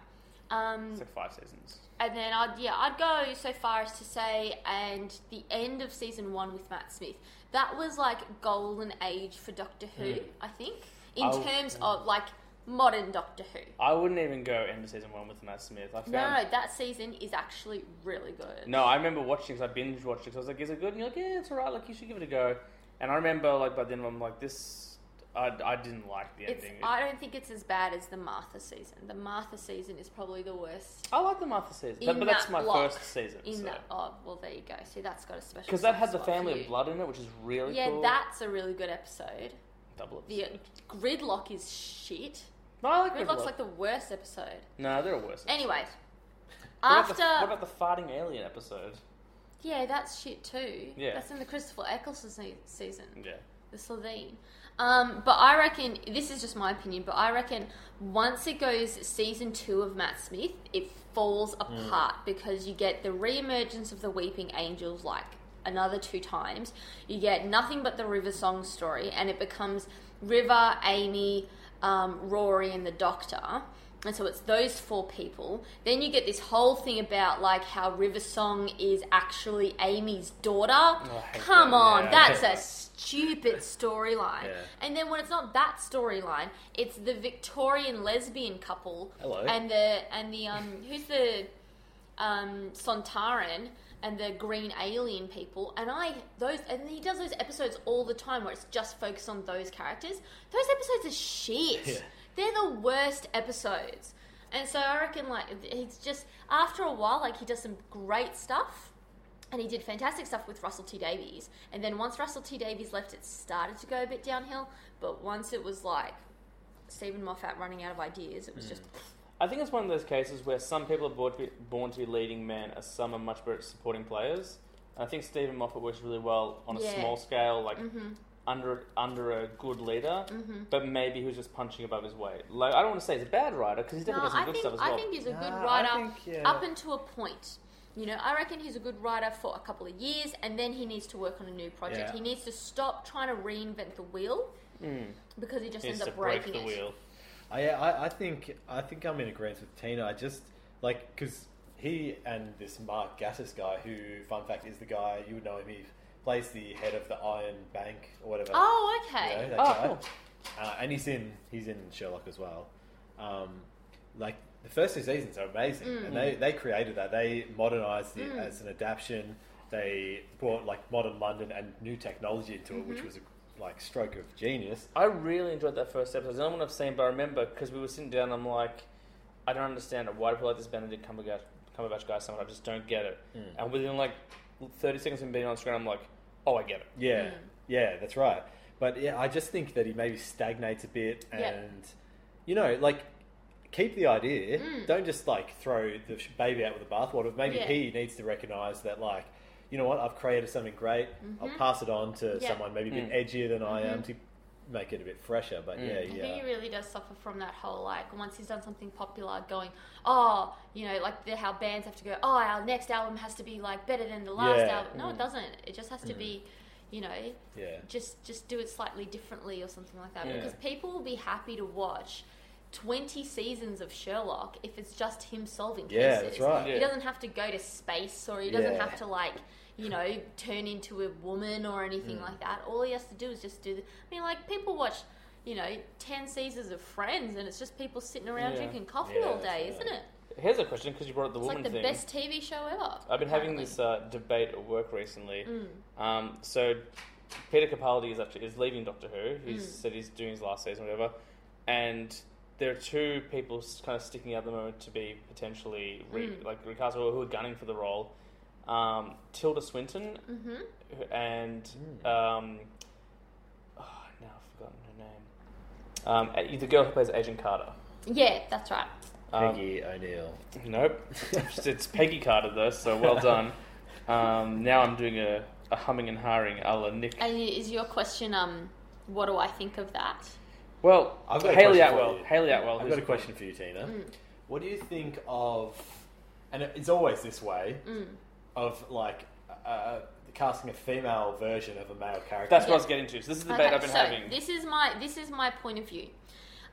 Speaker 7: Um,
Speaker 6: It's like five seasons.
Speaker 7: And then I'd yeah, I'd go so far as to say and the end of season one with Matt Smith. That was like golden age for Doctor Who,
Speaker 6: Hmm.
Speaker 7: I think. In
Speaker 6: I'll-
Speaker 7: terms of like modern Doctor Who.
Speaker 6: I wouldn't even go end of season one with Matt Smith. I found.
Speaker 7: No, no, that season is actually really good.
Speaker 6: No, I remember watching because I binge watched it. 'cause I was like, "Is it good?" And you're like, "Yeah, it's alright. Like you should give it a go." And I remember, like by then, I'm like, "This, I, I didn't like the
Speaker 7: It's,
Speaker 6: ending."
Speaker 7: I don't think it's as bad as the Martha season. The Martha season is probably the worst
Speaker 6: I like the Martha season, but,
Speaker 7: in
Speaker 6: but that's
Speaker 7: that
Speaker 6: my
Speaker 7: block,
Speaker 6: first season.
Speaker 7: in that. Oh well, there you go. See, that's got a special
Speaker 6: Because that
Speaker 7: soft
Speaker 6: had the
Speaker 7: spot for
Speaker 6: family
Speaker 7: you.
Speaker 6: of blood in it, which is really
Speaker 7: Yeah,
Speaker 6: cool.
Speaker 7: that's a really good episode.
Speaker 6: double.
Speaker 7: The
Speaker 6: episode.
Speaker 7: gridlock is shit.
Speaker 6: no, I like
Speaker 7: Gridlock's
Speaker 6: Gridlock.
Speaker 7: like the worst episode.
Speaker 6: no, they're worse.
Speaker 7: Anyway,
Speaker 6: What about the-
Speaker 7: after
Speaker 6: what about the farting alien episode?
Speaker 7: yeah, that's shit too.
Speaker 6: Yeah.
Speaker 7: that's in the Christopher Eccleston se- season,
Speaker 6: Yeah,
Speaker 7: the Slovene. Um, but I reckon this is just my opinion. But I reckon once it goes season two of Matt Smith, it falls
Speaker 6: Mm.
Speaker 7: apart because you get the re-emergence of the Weeping Angels like another two times. You get nothing but the River Song story, and it becomes River, Amy, um, Rory, and the Doctor. And so it's those four people. Then you get this whole thing about like how River Song is actually Amy's daughter.
Speaker 6: Oh, hate
Speaker 7: Come
Speaker 6: that.
Speaker 7: on,
Speaker 6: Yeah, I hate
Speaker 7: that's a stupid storyline.
Speaker 8: Yeah.
Speaker 7: And then when it's not that storyline, it's the Victorian lesbian couple
Speaker 8: Hello.
Speaker 7: and the and the um who's the um Sontaran and the green alien people and I those and he does those episodes all the time where it's just focused on those characters. Those episodes are shit.
Speaker 8: Yeah.
Speaker 7: They're the worst episodes. And so I reckon like he's just after a while like he does some great stuff and he did fantastic stuff with Russell T Davies. And then once Russell T Davies left, it started to go a bit downhill. But once it was like Stephen Moffat running out of ideas, it was
Speaker 8: Mm.
Speaker 7: just
Speaker 6: I think it's one of those cases where some people are born to be, born to be leading men, as some are much better at supporting players. And I think Stephen Moffat works really well on a
Speaker 7: Yeah. Mm-hmm.
Speaker 6: small scale, like under under a good leader, but maybe who's just punching above his weight. Like I don't want to say he's a bad writer because he's
Speaker 7: no.
Speaker 6: definitely does some
Speaker 7: I
Speaker 6: good
Speaker 7: think
Speaker 6: stuff as
Speaker 7: I
Speaker 6: well.
Speaker 7: think he's a good
Speaker 8: Nah, I
Speaker 7: writer
Speaker 8: think, yeah.
Speaker 7: up until a point. You know, I reckon he's a good writer for a couple of years, and then he needs to work on a new project.
Speaker 8: Yeah.
Speaker 7: He needs to stop trying to reinvent the wheel because he just
Speaker 6: Mm. He
Speaker 7: ends
Speaker 6: needs to
Speaker 7: up
Speaker 6: break
Speaker 7: breaking
Speaker 6: the
Speaker 7: it.
Speaker 6: wheel.
Speaker 8: I, I, I think I think I'm in agreement with Tina. I just like because he and this Mark Gattis guy, who fun fact is the guy you would know him. He plays the head of the Iron Bank or whatever.
Speaker 7: Oh,
Speaker 8: You
Speaker 7: okay.
Speaker 8: know, that
Speaker 6: Oh,
Speaker 8: guy.
Speaker 6: cool.
Speaker 8: Uh, and he's in he's in Sherlock as well. Um, like the first two seasons are amazing, and they they created that. They modernized it as an adaptation. They brought like modern London and new technology into it, which was a like stroke of genius.
Speaker 6: I really enjoyed that first episode. It's the only one I've seen, but I remember because we were sitting down. I'm like, I don't understand it. Why do people like this Benedict Cumberbatch, Cumberbatch guy so much? I just don't get it. And within like 30 seconds of him being on screen, I'm like, oh, I get it.
Speaker 8: Yeah,
Speaker 7: Mm.
Speaker 8: yeah, that's right. But yeah, I just think that he maybe stagnates a bit, and
Speaker 7: Yeah.
Speaker 8: you know, like keep the idea. Don't just like throw the sh- baby out with the bathwater. Maybe
Speaker 7: Mm. Yeah.
Speaker 8: he needs to recognize that, like, you know what, I've created something great. I'll pass it on to
Speaker 7: Mm-hmm. Yeah. Mm-hmm.
Speaker 8: someone maybe a bit edgier than I am to make it a bit fresher. But
Speaker 7: I
Speaker 8: yeah,
Speaker 7: think he
Speaker 8: yeah,
Speaker 7: really does suffer from that whole like once he's done something popular, going oh you know like the, how bands have to go oh our next album has to be like better than the last
Speaker 8: Yeah.
Speaker 7: album.
Speaker 6: Mm.
Speaker 7: No, it doesn't. It just has to be, you know,
Speaker 8: yeah.
Speaker 7: just just do it slightly differently or something like that
Speaker 6: Yeah.
Speaker 7: because people will be happy to watch 20 seasons of Sherlock if it's just him solving cases.
Speaker 8: Yeah, that's right.
Speaker 6: Yeah.
Speaker 7: He doesn't have to go to space or he doesn't
Speaker 8: Yeah.
Speaker 7: have to like you know turn into a woman or anything
Speaker 6: Mm.
Speaker 7: like that. All he has to do is just do the I mean like people watch you know 10 seasons of Friends and it's just people sitting around
Speaker 6: Yeah.
Speaker 7: drinking coffee
Speaker 8: Yeah,
Speaker 7: all
Speaker 8: that's
Speaker 7: day,
Speaker 8: right.
Speaker 7: isn't it?
Speaker 6: Here's a question because you brought up the
Speaker 7: It's
Speaker 6: woman
Speaker 7: like the
Speaker 6: thing.
Speaker 7: best TV show ever.
Speaker 6: I've been having
Speaker 7: apparently. Mm.
Speaker 6: this uh, debate at work recently. Um, so Peter Capaldi is actually is leaving Doctor Who.
Speaker 7: Mm.
Speaker 6: He's said he's doing his last season, or whatever. And there are two people s- kind of sticking out at the moment to be potentially re-
Speaker 7: Mm.
Speaker 6: like recast or who are gunning for the role. Um, Tilda Swinton
Speaker 7: Mm-hmm.
Speaker 6: who- and um, oh, now I've forgotten her name. Um, a- the girl who plays Agent Carter.
Speaker 7: Yeah, that's right.
Speaker 6: Um,
Speaker 8: Peggy O'Neill.
Speaker 6: Nope. it's Peggy Carter though, so well done. Um, now I'm doing a, a humming and harring a la Nick.
Speaker 7: And is your question um what do I think of that?
Speaker 6: Well,
Speaker 8: I've got a
Speaker 6: Haley
Speaker 8: question for
Speaker 6: Atwell.
Speaker 8: you.
Speaker 6: Haley Atwell.
Speaker 8: I've
Speaker 6: who's-
Speaker 8: got a question for you, Tina.
Speaker 6: Mm.
Speaker 8: What do you think of, and it's always this way,
Speaker 6: Mm.
Speaker 8: of like uh, casting a female version of a male character?
Speaker 6: That's what I was getting to. So this is the debate I've been
Speaker 7: so
Speaker 6: having.
Speaker 7: This is my this is my point of view.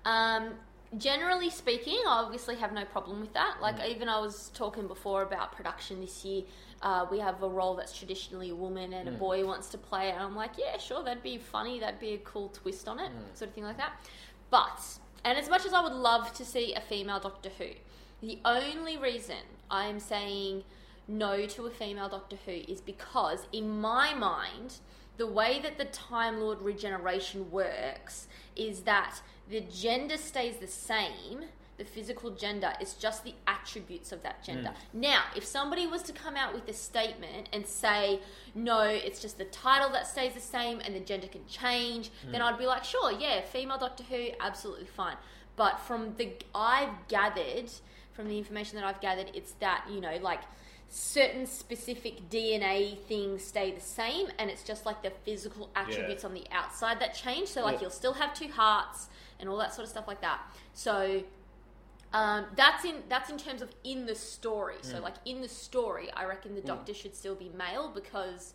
Speaker 7: Um, generally speaking, I obviously have no problem with that. Like
Speaker 6: Mm.
Speaker 7: even I was talking before about production this year. Uh, we have a role that's traditionally a woman and a
Speaker 6: Mm.
Speaker 7: boy wants to play it. And I'm like, yeah, sure, that'd be funny. That'd be a cool twist on it,
Speaker 6: Mm.
Speaker 7: sort of thing like that. But and as much as I would love to see a female Doctor Who, the only reason I'm saying no to a female Doctor Who is because, in my mind, the way that the Time Lord regeneration works is that the gender stays the same. The physical gender It's just the attributes of that gender. Now, if somebody was to come out with a statement and say, no, it's just the title that stays the same and the gender can change, then I'd be like, sure, yeah, female Doctor Who, absolutely fine. But from the I've gathered, from the information that I've gathered, it's that you know, like certain specific DNA things stay the same, and it's just like the physical attributes on the outside that change. So like
Speaker 6: Yeah.
Speaker 7: you'll still have two hearts and all that sort of stuff like that. So um, that's in that's in terms of in the story. So like in the story, I reckon the Doctor should still be male because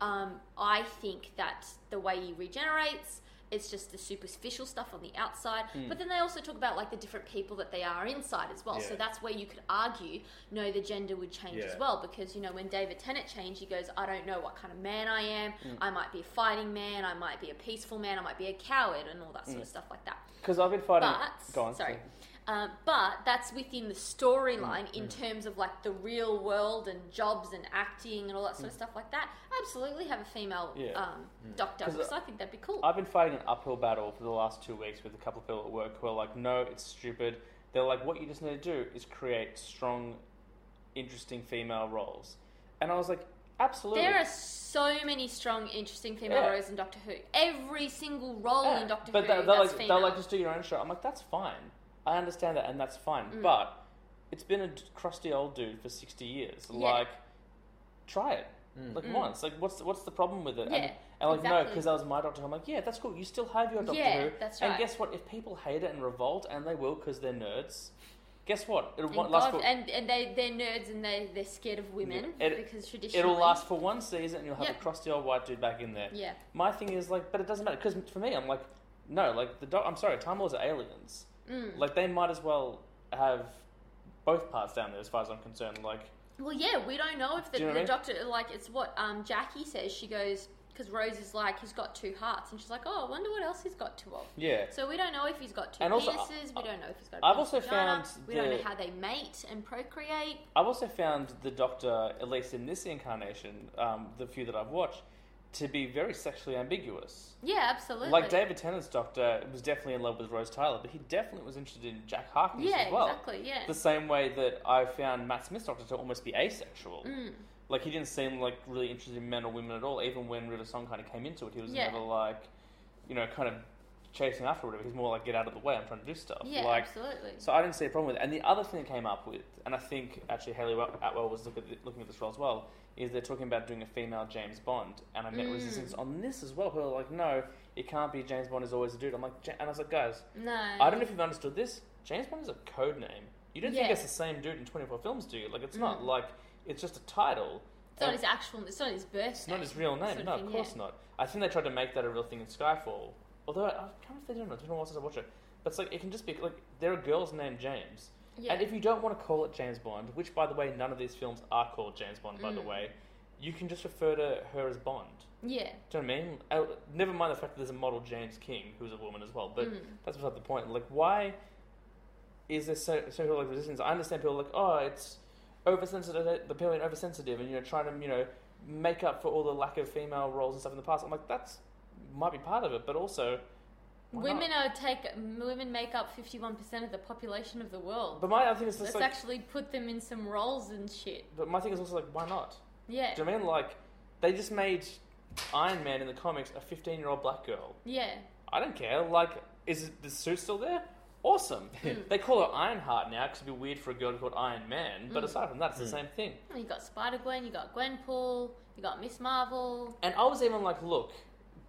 Speaker 7: um, I think that the way he regenerates, it's just the superficial stuff on the outside. But then they also talk about like the different people that they are inside as well. So
Speaker 8: Yeah.
Speaker 7: that's where you could argue, no, the gender would change as
Speaker 8: Yeah.
Speaker 7: well because you know when David Tennant changed, he goes, I don't know what kind of man I am.
Speaker 6: Mm.
Speaker 7: I might be a fighting man. I might be a peaceful man. I might be a coward, and all that sort of stuff like that.
Speaker 6: Because I've been fighting.
Speaker 7: But
Speaker 6: Mm. Go on.
Speaker 7: sorry, um, but that's within the storyline
Speaker 6: Mm,
Speaker 7: in terms of like the real world and jobs and acting and all that sort of stuff like that. Absolutely, have a female
Speaker 6: Mm. Yeah. Mm.
Speaker 7: um, doctor
Speaker 6: 'Cause
Speaker 7: because
Speaker 6: I-
Speaker 7: I think that'd be cool.
Speaker 6: I've been fighting an uphill battle for the last two weeks with a couple of people at work who are like, no, it's stupid. They're like, what you just need to do is create strong, interesting female roles. And I was like, absolutely.
Speaker 7: there are so many strong, interesting female
Speaker 6: Yeah.
Speaker 7: roles in Doctor Who. Every single role
Speaker 6: Yeah,
Speaker 7: in Doctor
Speaker 6: but
Speaker 7: Who
Speaker 6: they're, they're
Speaker 7: that's
Speaker 6: like,
Speaker 7: female.
Speaker 6: they're like, just do your own show. I'm like, that's fine. I understand that, and that's fine.
Speaker 7: Mm.
Speaker 6: But it's been a d- crusty old dude for 60 years.
Speaker 7: Yeah. Mm.
Speaker 6: Like, try it. Like once, like what's what's the problem with it?
Speaker 7: Yeah,
Speaker 6: and, and like no,
Speaker 7: exactly.
Speaker 6: because that was my doctor. I'm like, yeah, that's cool. You still have your doctor
Speaker 7: Yeah,
Speaker 6: who.
Speaker 7: that's
Speaker 6: And
Speaker 7: right.
Speaker 6: guess what? If people hate it and revolt, and they will, because they're nerds. Guess what? It'll
Speaker 7: And
Speaker 6: wa- last
Speaker 7: God-
Speaker 6: for
Speaker 7: and, and they they're nerds and they they're scared of women
Speaker 6: Yeah, it-
Speaker 7: because traditionally
Speaker 6: it'll last for one season, and you'll have
Speaker 7: Yeah.
Speaker 6: a crusty old white dude back in there.
Speaker 7: Yeah.
Speaker 6: My thing is like, but it doesn't matter because for me, I'm like, no, like the doc- I'm sorry, Time Lords are aliens.
Speaker 7: Mm.
Speaker 6: Like they might as well have both parts down there, as far as I'm concerned. Like,
Speaker 7: Well, yeah, we don't know if the,
Speaker 6: Do you know
Speaker 7: the
Speaker 6: what I
Speaker 7: doctor, like, it's what um, Jackie says. She goes, because Rose is like, he's got two hearts. And she's like, oh, I wonder what else he's got two of.
Speaker 6: yeah,
Speaker 7: So we don't know if he's got two
Speaker 6: And also, I-
Speaker 7: penises. We don't know if he's got a
Speaker 6: I've
Speaker 7: penis
Speaker 6: also
Speaker 7: vagina.
Speaker 6: found
Speaker 7: We don't know
Speaker 6: the-
Speaker 7: how they mate and procreate.
Speaker 6: I've also found the Doctor, at least in this incarnation, um, the few that I've watched, to be very sexually ambiguous.
Speaker 7: Yeah, absolutely.
Speaker 6: Like David Tennant's Doctor was definitely in love with Rose Tyler, but he definitely was interested in Jack Harkness
Speaker 7: Yeah,
Speaker 6: as well.
Speaker 7: exactly, yeah.
Speaker 6: The same way that I found Matt Smith's Doctor to almost be asexual.
Speaker 7: Mm.
Speaker 6: Like he didn't seem like really interested in men or women at all. Even when River Song kind of came into it, he was
Speaker 7: Yeah.
Speaker 6: never like, you know, kind of chasing after whatever. He's more like, get out of the way, I'm trying to do stuff.
Speaker 7: Yeah,
Speaker 6: like,
Speaker 7: absolutely.
Speaker 6: so I didn't see a problem with it. And the other thing that came up with, and I think actually Haley Atwell was look at the, looking at this role as
Speaker 7: Mm.
Speaker 6: well, is they're talking about doing a female James Bond. And I met resistance on this as well. People are like, no, it can't be James Bond is always a dude. I'm like, "Ja-" and I was like, guys,
Speaker 7: No.
Speaker 6: I don't know if you've understood this. James Bond is a code name. You don't think
Speaker 7: Yeah. Mm.
Speaker 6: it's the same dude in 24 films, do you? Like, it's not like it's just a title.
Speaker 7: It's not
Speaker 6: And
Speaker 7: his actual. It's not his birth.
Speaker 6: it's not his real name.
Speaker 7: sort of
Speaker 6: no, of
Speaker 7: thing,
Speaker 6: course
Speaker 7: yeah.
Speaker 6: not. I think they tried to make that a real thing in Skyfall. Although I I can't remember if they did or not. It's been a while since I watched it. But it's like it can just be like there are girls named James,
Speaker 7: Yeah.
Speaker 6: and if you don't want to call it James Bond, which by the way none of these films are called James Bond, by the
Speaker 7: Mm.
Speaker 6: way, you can just refer to her as Bond.
Speaker 7: yeah.
Speaker 6: Do you know what I mean? Uh, never mind the fact that there's a model James King who's a woman as well, but
Speaker 7: Mm.
Speaker 6: that's beside the point. Like, why is there so, so people like resistance? I understand people are like, oh, it's oversensitive, the people are oversensitive, and you know, trying to you know make up for all the lack of female roles and stuff in the past. I'm like, that's might be part of it, but also why
Speaker 7: Women
Speaker 6: not?
Speaker 7: are take. Women make up fifty-one percent of the population of the world.
Speaker 6: But my I think it's
Speaker 7: Let's
Speaker 6: just like,
Speaker 7: actually put them in some roles and shit.
Speaker 6: but my thing is also like, why not?
Speaker 7: Yeah.
Speaker 6: Do you know what I mean? Like, they just made Iron Man in the comics a 15 year old black girl.
Speaker 7: Yeah.
Speaker 6: I don't care. Like, is the suit still there? Awesome. they call her Ironheart now because it'd be weird for a girl to call Iron Man. But aside from that, it's the same thing.
Speaker 7: And You got Spider Gwen. You got Gwenpool. You got Miss Marvel.
Speaker 6: And I was even like, look,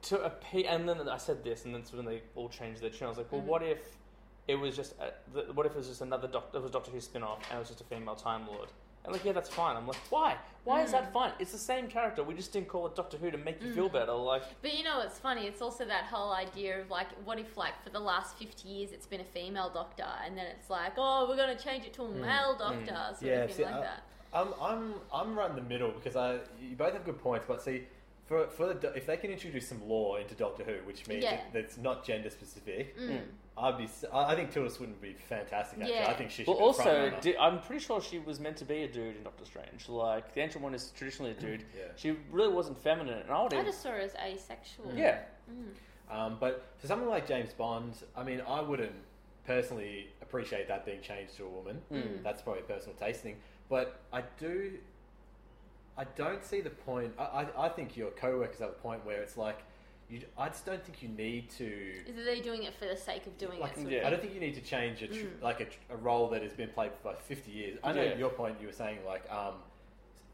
Speaker 6: to appeal. And then I said this, and that's when they all changed their tune. I was like, well, what if it was just a, the, what if it was just another Doctor? It was a Doctor Who spin off, and it was just a female Time Lord. And like, yeah, that's fine. I'm like, why? Why is that fine? It's the same character. We just didn't call it Doctor Who to make you feel better. Like,
Speaker 7: But you know what's funny? It's also that whole idea of like, what if like for the last fifty years it's been a female doctor, and then it's like, oh, we're gonna change it to a male doctor, sort
Speaker 8: Yeah,
Speaker 7: of thing
Speaker 8: see,
Speaker 7: like
Speaker 8: I-
Speaker 7: that.
Speaker 8: I'm I'm I'm right in the middle because I you both have good points, but see, for for the do- if they can introduce some law into Doctor Who, which means
Speaker 7: Yeah.
Speaker 8: that, that it's not gender specific,
Speaker 6: Mm.
Speaker 7: Mm.
Speaker 8: I'd be s- I I think Tilda Swinton would be fantastic. Actually,
Speaker 7: Yeah.
Speaker 8: I think she should
Speaker 6: Well,
Speaker 8: be the front
Speaker 6: also,
Speaker 8: runner.
Speaker 6: di- I'm pretty sure she was meant to be a dude in Doctor Strange. Like the ancient one is traditionally a dude.
Speaker 8: Yeah.
Speaker 6: She really wasn't feminine, and I would.
Speaker 7: I
Speaker 6: even-
Speaker 7: just saw her as asexual.
Speaker 6: Mm. yeah,
Speaker 8: Um, but for someone like James Bond, I mean, I wouldn't personally appreciate that being changed to a woman. That's probably a personal taste thing. But I do, I don't see the point. I, I, I think your co-workers have a point where it's like, you, I just don't think you need to.
Speaker 7: Is that they're doing it for the sake of doing
Speaker 8: Like,
Speaker 7: it? Sort
Speaker 6: yeah.
Speaker 8: I don't think you need to change a tr-
Speaker 7: Mm.
Speaker 8: like a, tr- a role that has been played for fifty years. I know
Speaker 6: Yeah.
Speaker 8: your point. You were saying like, um,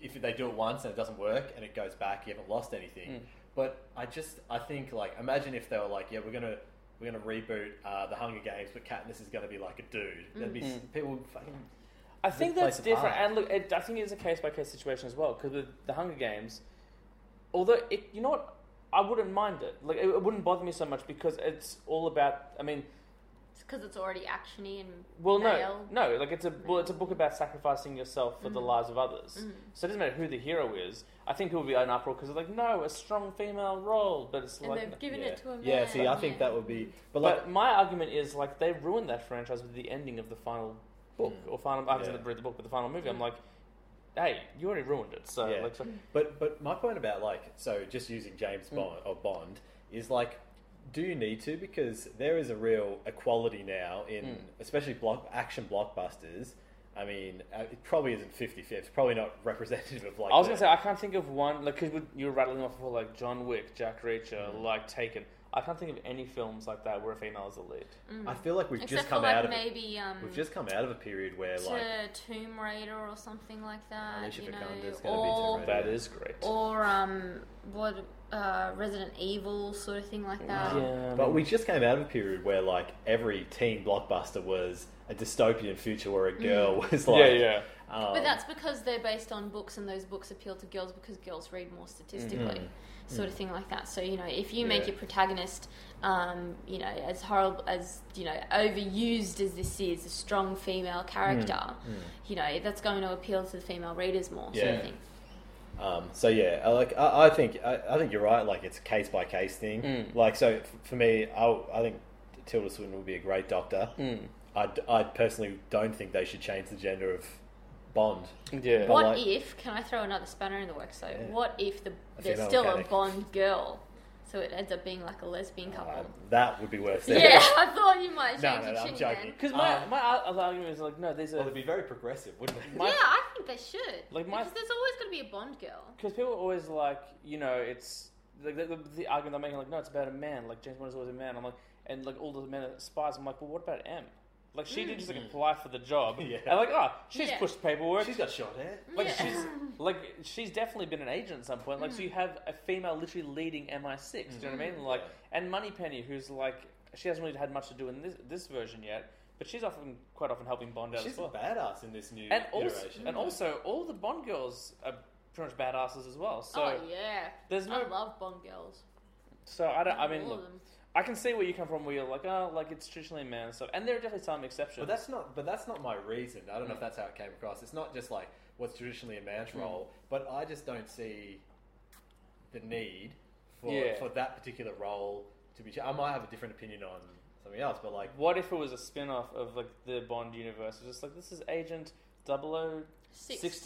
Speaker 8: if they do it once and it doesn't work and it goes back, you haven't lost anything. But I just I think like imagine if they were like, yeah, we're gonna we're gonna reboot uh, the Hunger Games, but Katniss is gonna be like a dude. There'd be s- people would fucking
Speaker 6: I think
Speaker 8: place
Speaker 6: that's
Speaker 8: of
Speaker 6: different.
Speaker 8: art.
Speaker 6: And look, it, I think it's a case by case situation as well. Because with the Hunger Games, although it, you know what, I wouldn't mind it. Like it, it wouldn't bother me so much because it's all about. I mean,
Speaker 7: because it's already actiony and
Speaker 6: Well,
Speaker 7: male. Mm.
Speaker 6: no, no. Like it's a well, it's a book about sacrificing yourself for the lives of others. So it doesn't matter who the hero is. I think people will be in uproar because like, no, a strong female role, but it's
Speaker 7: and
Speaker 6: like
Speaker 7: they've given
Speaker 8: yeah.
Speaker 7: it to a man.
Speaker 8: yeah. See, I think
Speaker 7: yeah.
Speaker 8: that would be, but like.
Speaker 6: But my argument is like they ruined that franchise with the ending of the final book or final. I haven't
Speaker 8: Hmm. Yeah. Hmm.
Speaker 6: read the book, but the final movie. I'm like, hey, you already ruined it. So
Speaker 8: Yeah. Hmm.
Speaker 6: like, Hmm. so-
Speaker 8: But but my point about like so just using James Bond or Bond is like do you need to because there is a real equality now in
Speaker 6: Hmm.
Speaker 8: especially block action blockbusters. I mean, uh, it probably isn't 50 50. It's probably not representative of like
Speaker 6: I was
Speaker 8: the-
Speaker 6: gonna say I can't think of one. Like cause you were rattling off before, like John Wick, Jack Reacher,
Speaker 8: Hmm.
Speaker 6: like Taken. I can't think of any films like that where a female is the lead.
Speaker 8: I feel like we've
Speaker 7: Except
Speaker 8: just
Speaker 7: for
Speaker 8: come
Speaker 7: like
Speaker 8: out of it.
Speaker 7: maybe um,
Speaker 8: We've just come out of a period where
Speaker 7: to
Speaker 8: like
Speaker 7: Tomb Raider or something like that.
Speaker 8: Alicia
Speaker 7: you know,
Speaker 8: Vikander's gonna be Tomb
Speaker 7: or
Speaker 8: Raider.
Speaker 6: That is great.
Speaker 7: or um, what uh, Resident Evil sort of thing like that.
Speaker 6: yeah,
Speaker 8: But we just came out of a period where like every teen blockbuster was a dystopian future where a
Speaker 7: Hmm.
Speaker 8: girl was like
Speaker 6: yeah, yeah.
Speaker 8: Oh.
Speaker 7: But that's because they're based on books, and those books appeal to girls because girls read more statistically, sort of thing like that. So you know, if you make
Speaker 8: Mm-hmm. Mm. Yeah.
Speaker 7: your protagonist, um, you know, as horrible as you know, overused as this is, a strong female character,
Speaker 8: Mm.
Speaker 7: you know, that's going to appeal to the female readers more, sort
Speaker 8: Yeah.
Speaker 7: of thing.
Speaker 8: Um, so yeah, I, like I, I think I, I think you're right. Like it's a case by case thing. Like so f- for me, I, I think Tilda Swinton would be a great doctor. I I personally don't think they should change the gender of Bond.
Speaker 6: Yeah.
Speaker 8: But
Speaker 7: What
Speaker 8: like-
Speaker 7: if? Can I throw another spanner in the works though? What if the, there's
Speaker 8: female
Speaker 7: still
Speaker 8: mechanic.
Speaker 7: a Bond girl, so it ends up being like a lesbian couple?
Speaker 8: Uh, that would be worth. it.
Speaker 7: yeah, I thought you might change
Speaker 8: No, no,
Speaker 7: your
Speaker 8: no, I'm
Speaker 7: tune
Speaker 8: joking.
Speaker 7: then.
Speaker 6: Because my,
Speaker 8: Um,
Speaker 6: my other argument is like, no, there's
Speaker 8: Well,
Speaker 6: a
Speaker 8: it'd be very progressive, wouldn't it?
Speaker 6: My-
Speaker 7: yeah, I think they should.
Speaker 6: Like my-
Speaker 7: because there's always going to be a Bond girl.
Speaker 6: because people are always like, you know, it's like the, the, the argument they're making, like, no, it's about a man. Like James Bond is always a man. I'm like, and like all the men are spies. I'm like, well, what about M? Like she did just like apply for the job,
Speaker 8: Mm. Yeah.
Speaker 6: and like oh, she's
Speaker 7: Yeah.
Speaker 6: pushed paperwork.
Speaker 8: She's got short hair.
Speaker 6: like
Speaker 7: Yeah. Mm.
Speaker 6: she's like she's definitely been an agent at some point. Like so you have a female literally leading MI6. Do you know
Speaker 8: Mm-hmm.
Speaker 6: what I mean? Like and Moneypenny, who's like she hasn't really had much to do in this this version yet, but she's often quite often helping Bond out
Speaker 8: She's
Speaker 6: as
Speaker 8: a
Speaker 6: well.
Speaker 8: badass in this new
Speaker 6: and also
Speaker 8: iteration.
Speaker 6: and also all the Bond girls are pretty much badasses as well. So
Speaker 7: oh yeah.
Speaker 6: there's no-
Speaker 7: I love Bond girls.
Speaker 6: so I don't. I
Speaker 7: All
Speaker 6: mean,
Speaker 7: of
Speaker 6: look,
Speaker 7: them.
Speaker 6: I can see where you come from. Where you're like, oh, like it's traditionally man and stuff, and there are definitely some exceptions.
Speaker 8: But that's not. But that's not my reason. I don't
Speaker 6: Mm.
Speaker 8: know if that's how it came across. It's not just like what's traditionally a man's role, but I just don't see the need for
Speaker 6: Yeah.
Speaker 8: for that particular role to be. ch- I might have a different opinion on something else, but like
Speaker 6: What if it was a spin off of like the Bond universe? It's just like this is Agent 0069
Speaker 7: Six.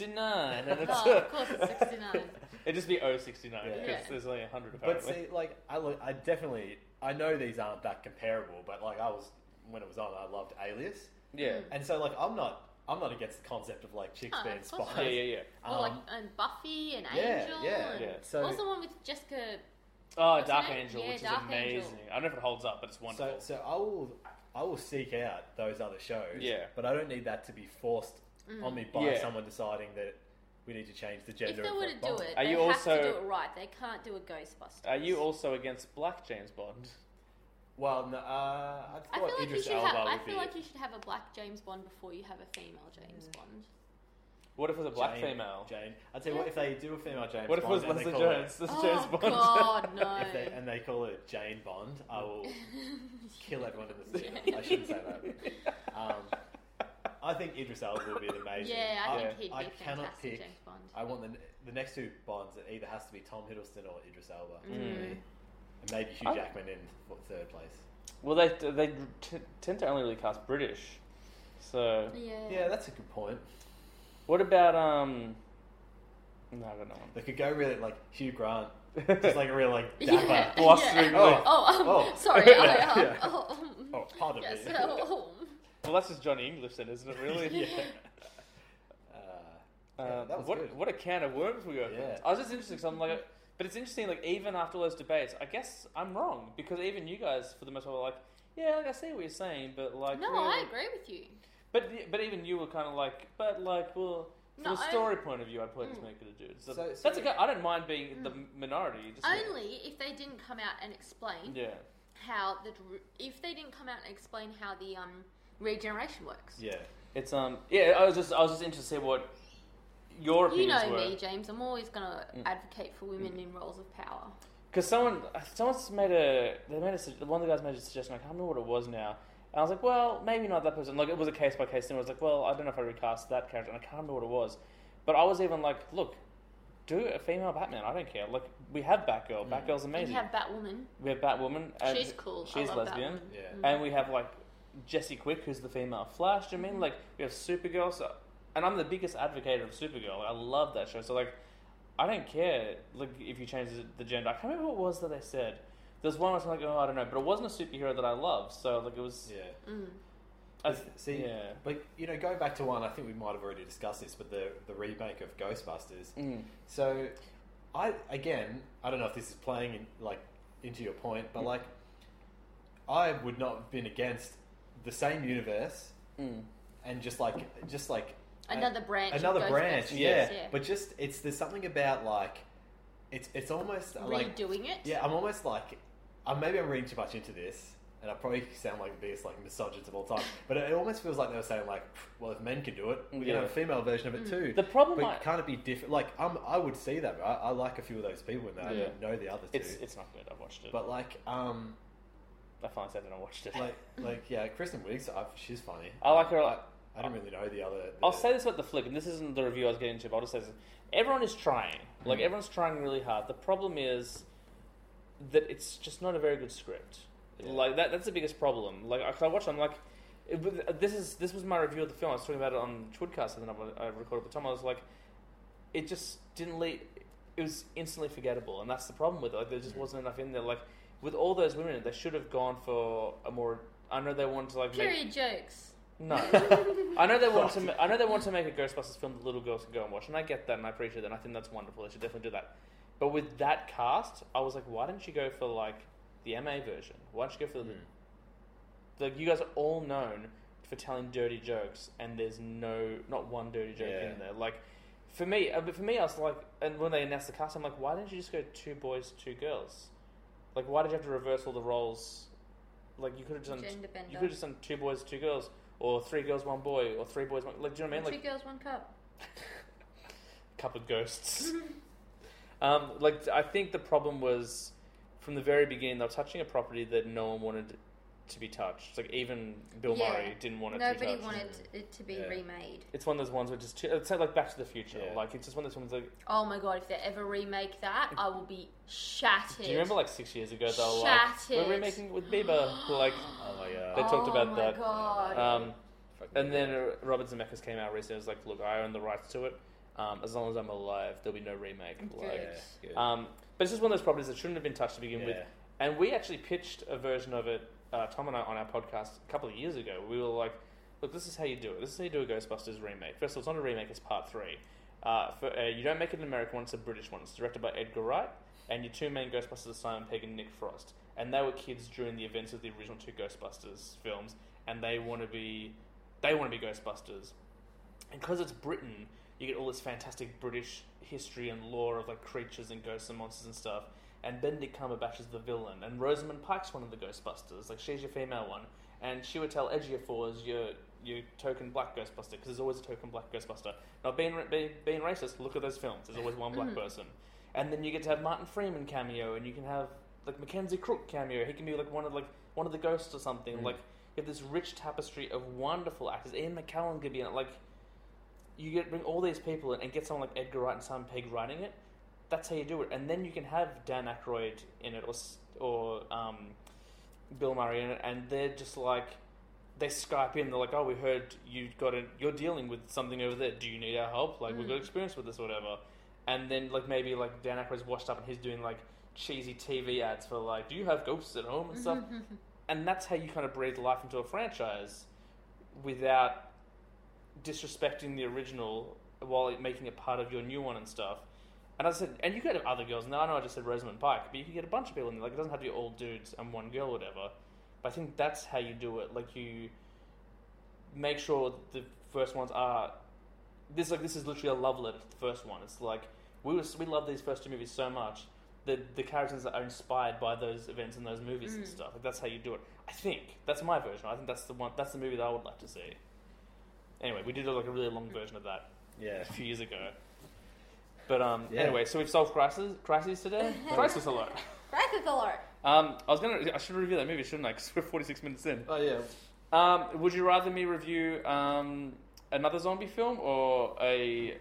Speaker 6: and it's
Speaker 7: Oh, of course, it's 69.
Speaker 6: it'd just be 069
Speaker 8: Yeah.
Speaker 6: because
Speaker 7: Yeah.
Speaker 6: there's only 100
Speaker 8: But
Speaker 6: apparently.
Speaker 8: see, like I, look, I definitely, I know these aren't that comparable, but like I was when it was on, I loved Alias,
Speaker 6: yeah.
Speaker 8: and so like I'm not, I'm not against the concept of like chicks
Speaker 7: Oh,
Speaker 8: being
Speaker 7: of course
Speaker 8: spies.
Speaker 6: yeah, yeah, yeah.
Speaker 7: Or Oh, like
Speaker 8: Um,
Speaker 7: and Buffy and
Speaker 8: yeah,
Speaker 7: Angel.
Speaker 8: yeah,
Speaker 7: and
Speaker 6: yeah.
Speaker 8: So-
Speaker 7: what was the one with Jessica?
Speaker 6: Oh,
Speaker 7: What's
Speaker 6: Dark
Speaker 7: that?
Speaker 6: Angel,
Speaker 7: Yeah,
Speaker 6: which
Speaker 7: Dark
Speaker 6: is amazing.
Speaker 7: Angel.
Speaker 6: I don't know if it holds up, but it's
Speaker 8: So,
Speaker 6: wonderful.
Speaker 8: so I will, I will seek out those other shows.
Speaker 6: Yeah.
Speaker 8: But I don't need that to be forced on me by
Speaker 6: Yeah.
Speaker 8: someone deciding that we need to change the
Speaker 7: Mm. If
Speaker 8: gender.
Speaker 7: they
Speaker 8: of
Speaker 7: were
Speaker 8: the
Speaker 7: to do
Speaker 8: Bond.
Speaker 7: it,
Speaker 6: Are
Speaker 7: they
Speaker 6: you
Speaker 7: have
Speaker 6: also-
Speaker 7: to do it right. They can't do a Ghostbuster.
Speaker 6: Are you also against Black James Bond?
Speaker 8: Well, no, uh, I
Speaker 7: I
Speaker 8: thought
Speaker 7: feel like you
Speaker 8: Idris
Speaker 7: should
Speaker 8: Elba
Speaker 7: have. I
Speaker 8: would be.
Speaker 7: feel like you should have a black James Bond before you have a female James
Speaker 6: Mm.
Speaker 7: Bond.
Speaker 6: What if it was a black
Speaker 8: Jane-
Speaker 6: female?
Speaker 8: Jane, I'd say what if they do a female James?
Speaker 6: What if it was
Speaker 8: Bond and they
Speaker 6: Leslie
Speaker 8: call it-
Speaker 6: Jones? This is
Speaker 7: oh
Speaker 6: James Bond.
Speaker 7: God,
Speaker 8: If they,
Speaker 7: no!
Speaker 8: and they call it Jane Bond, I will kill everyone in the theater. I shouldn't say that. Um, I think Idris Elba will be an amazing.
Speaker 7: yeah, I think he'd be
Speaker 8: I cannot
Speaker 7: fantastic
Speaker 8: pick.
Speaker 7: James Bond.
Speaker 8: I want the the next two Bonds. It either has to be Tom Hiddleston or Idris Elba, and maybe Hugh
Speaker 6: I-
Speaker 8: Jackman in for third place.
Speaker 6: Well, they they t- tend to only really cast British. So
Speaker 7: Yeah.
Speaker 8: Yeah, that's a good point.
Speaker 6: what about um? No, I don't know.
Speaker 8: They could go really like Hugh Grant, just like a real like dapper.
Speaker 7: Yeah,
Speaker 6: blustering
Speaker 7: yeah.
Speaker 8: look.
Speaker 7: Oh, um,
Speaker 8: Oh.
Speaker 7: sorry. I, um,
Speaker 8: Yeah.
Speaker 7: oh, um,
Speaker 8: Oh, pardon
Speaker 7: yes.
Speaker 8: me.
Speaker 7: oh, um,
Speaker 6: Well, that's just Johnny English, then, isn't it? Really?
Speaker 8: yeah. Uh, yeah,
Speaker 6: Um,
Speaker 8: that was
Speaker 6: what
Speaker 8: good.
Speaker 6: what a can of worms we opened.
Speaker 8: Yeah.
Speaker 6: I was just interested. Cause I'm like, but it's interesting. Like even after all those debates, I guess I'm wrong because even you guys, for the most part, were like, yeah, like I see what you're saying, but like,
Speaker 7: No,
Speaker 6: really-
Speaker 7: I agree with you.
Speaker 6: But the- but even you were kind of like, but like, well. From
Speaker 7: No,
Speaker 6: a
Speaker 7: I-
Speaker 6: story point of view, I'd play this make it a dude. So,
Speaker 8: So-
Speaker 6: that's
Speaker 8: so-
Speaker 6: okay. I don't mind being the minority. Just
Speaker 7: Only if they didn't come out and explain
Speaker 6: yeah.
Speaker 7: how the dr- if they didn't come out and explain how the um regeneration works.
Speaker 8: yeah.
Speaker 6: It's um yeah, I was just I was just interested to see what your
Speaker 7: You
Speaker 6: opinions
Speaker 7: know
Speaker 6: were.
Speaker 7: me, James. I'm always going to
Speaker 6: Mm.
Speaker 7: advocate for women in roles of power.
Speaker 6: Because someone, someone's made a, they made a, sug- one of the guys made a suggestion. I can't remember what it was now. And I was like, well, maybe not that person. Like it was a case by case thing. I was like, well, I don't know if I recast that character, and I can't remember what it was. But I was even like, look, do a female Batman. I don't care. Like we have Batgirl. Batgirl's
Speaker 7: You
Speaker 6: amazing.
Speaker 7: Mm. have Batwoman.
Speaker 6: we have Batwoman. And
Speaker 7: She's cool.
Speaker 6: She's
Speaker 7: I love
Speaker 6: lesbian.
Speaker 7: Batwoman.
Speaker 8: Yeah.
Speaker 6: And we have like Jesse Quick, who's the female Flash. Do you
Speaker 8: Mm-hmm.
Speaker 6: mean like we have Supergirl? So, and I'm the biggest advocate of Supergirl. I love that show. So like, I don't care like if you change the- the gender. I can't remember what it was that they said. There's one I was like, oh, I don't know, but it wasn't a superhero that I loved. So like, it was.
Speaker 8: Yeah.
Speaker 6: I
Speaker 8: But
Speaker 6: th-
Speaker 8: See,
Speaker 6: yeah.
Speaker 8: but you know, going back to one, I think we might have already discussed this, but the the remake of Ghostbusters.
Speaker 6: Mm.
Speaker 8: So, I again, I don't know if this is playing in, like into your point,
Speaker 6: Mm.
Speaker 8: but like, I would not have been against the same universe
Speaker 6: Mm.
Speaker 8: and just like just like a-
Speaker 7: Another branch of
Speaker 8: another branch,
Speaker 7: Ghostbusters,
Speaker 8: yeah.
Speaker 7: yeah.
Speaker 8: But just it's there's something about like it's it's almost like
Speaker 7: Redoing it.
Speaker 8: yeah, I'm almost like, uh, maybe I'm reading too much into this, and I probably sound like the biggest like misogynist of all time. But it almost feels like they were saying like, well, if men can do it, we can
Speaker 6: Yeah. Mm.
Speaker 8: have a female version of it too.
Speaker 6: The problem
Speaker 8: but
Speaker 6: I-
Speaker 8: can't it be different? Like, I'm, I would see that. Right? I like a few of those people in that. I
Speaker 6: Yeah.
Speaker 8: don't know the other two,
Speaker 6: It's it's not good. I've watched it.
Speaker 8: but like, um,
Speaker 6: I finally sat down and watched it.
Speaker 8: like, like, yeah, Kristen Wiig, I, she's funny.
Speaker 6: I like her a lot.
Speaker 8: I don't really know the other.
Speaker 6: I'll
Speaker 8: the-
Speaker 6: say this about the flick, and this isn't the review I was getting into, but I'll just say this. Everyone is trying. Like, everyone's trying really hard. The problem is that it's just not a very good script. Like, that, that's the biggest problem. Like, I, 'cause I watched it, I'm like, it, was- this is this was my review of the film. I was talking about it on Twidcast, and then I, I recorded with Tom. I was like, it just didn't lead. It was instantly forgettable, and that's the problem with it. Like, there just wasn't enough in there. Like, with all those women, in it, they should have gone for a more. I know they wanted to like make
Speaker 7: Period jokes.
Speaker 6: no, I know they want to. ma- I know they want to make a Ghostbusters film that little girls can go and watch, and I get that, and I appreciate that. and I think that's wonderful. They should definitely do that. But with that cast, I was like, why didn't you go for like the MA version? Why didn't you go for the like? You guys are all known for for telling dirty jokes, and there's no not one dirty joke
Speaker 8: Yeah.
Speaker 6: in there. Like for me, uh, but for me, I was like, and when they announced the cast, I'm like, why didn't you just go two boys, two girls? Like, why did you have to reverse all the roles? Like you could have done,
Speaker 7: Gender
Speaker 6: you
Speaker 7: bender.
Speaker 6: could have just done two boys, two girls, or three girls, one boy, or three boys, one. Like, do you know what I mean?
Speaker 7: Two
Speaker 6: Like,
Speaker 7: girls, one cup.
Speaker 6: cup of ghosts. um, like I think the problem was from the very beginning they were touching a property that no one wanted to be touched. Like even Bill
Speaker 7: Yeah.
Speaker 6: Murray didn't want it to be
Speaker 7: Nobody
Speaker 6: touched.
Speaker 7: wanted it to be
Speaker 8: Yeah.
Speaker 7: remade.
Speaker 6: It's one of those ones where just too, it's like Back to the Future.
Speaker 8: Yeah.
Speaker 6: Like it's just one of those ones like.
Speaker 7: Oh my god, if they ever remake that, I will be shattered.
Speaker 6: Do you remember like six years ago they were like
Speaker 7: Shattered.
Speaker 6: we're remaking it with Bieber like
Speaker 8: Oh my god.
Speaker 6: they talked
Speaker 7: oh
Speaker 6: about
Speaker 7: my
Speaker 6: that.
Speaker 7: God.
Speaker 6: Um,
Speaker 8: Fucking
Speaker 6: and then uh, Robert Zemeckis came out recently. and was like, look, I own the rights to it. Um, as long as I'm alive, there'll be no remake. Like,
Speaker 8: yeah, good.
Speaker 6: Um, but it's just one of those properties that shouldn't have been touched to begin with.
Speaker 8: Yeah.
Speaker 6: And we actually pitched a version of it, uh, Tom and I, on our podcast a couple of years ago. We were like, look, this is how you do it. This is how you do a Ghostbusters remake. First of all, it's not a remake, it's part three. Uh, for, uh, you don't make it an American one, it's a British one. It's directed by Edgar Wright, and your two main Ghostbusters are Simon Pegg and Nick Frost. And they were kids during the events of the original two Ghostbusters films, and they want to be, they want to be Ghostbusters. And because it's Britain, you get all this fantastic British history and lore of like creatures and ghosts and monsters and stuff. And Benedict Cumberbatch is the villain, and Rosamund Pike's one of the Ghostbusters. Like she's your female one, and she would tell Edgeophore is your your token black Ghostbuster because there's always a token black Ghostbuster. Now being ra- being, being racist, look at those films. There's always one black person, and then you get to have Martin Freeman cameo, and you can have like Mackenzie Crook cameo. He can be like one of like one of the ghosts or something. Like you have this rich tapestry of wonderful actors. Ian McKellen could be in it. Like you get bring all these people in and get someone like Edgar Wright and Simon Pegg writing it. That's how you do it, and then you can have Dan Aykroyd in it or s- or um, Bill Murray in it, and they're just like they Skype in. They're like, "Oh, we heard you got it. You're dealing with something over there. Do you need our help? Like, we've got experience with this, or whatever." And then like maybe like Dan Aykroyd's washed up and he's doing like cheesy TV ads for like, "Do you have ghosts at home and stuff?" and that's how you kind of breathe life into a franchise without disrespecting the original while it- making it part of your new one and stuff. And I said, and you could have other girls. Now I know I just said Rosamund Pike, but you could get a bunch of people in there. Like it doesn't have to be all dudes and one girl, or whatever. But I think that's how you do it. Like you make sure the first ones are this. Like this is literally a love letter to the first one. It's like we was, we love these first two movies so much that the characters are inspired by those events in those movies and stuff. Like that's how you do it. I think that's my version. I think that's the one. That's the movie that I would like to see. Anyway, we did like a really long version of that
Speaker 8: yeah.
Speaker 6: a few years ago. But um,
Speaker 8: Yeah.
Speaker 6: anyway, so we've solved crisis crises today. crisis alert.
Speaker 7: Crisis alert!
Speaker 6: Um, I was gonna. I should review that movie, shouldn't I? Because we're forty six minutes in.
Speaker 8: Oh yeah.
Speaker 6: Um, would you rather me review um, another zombie film or a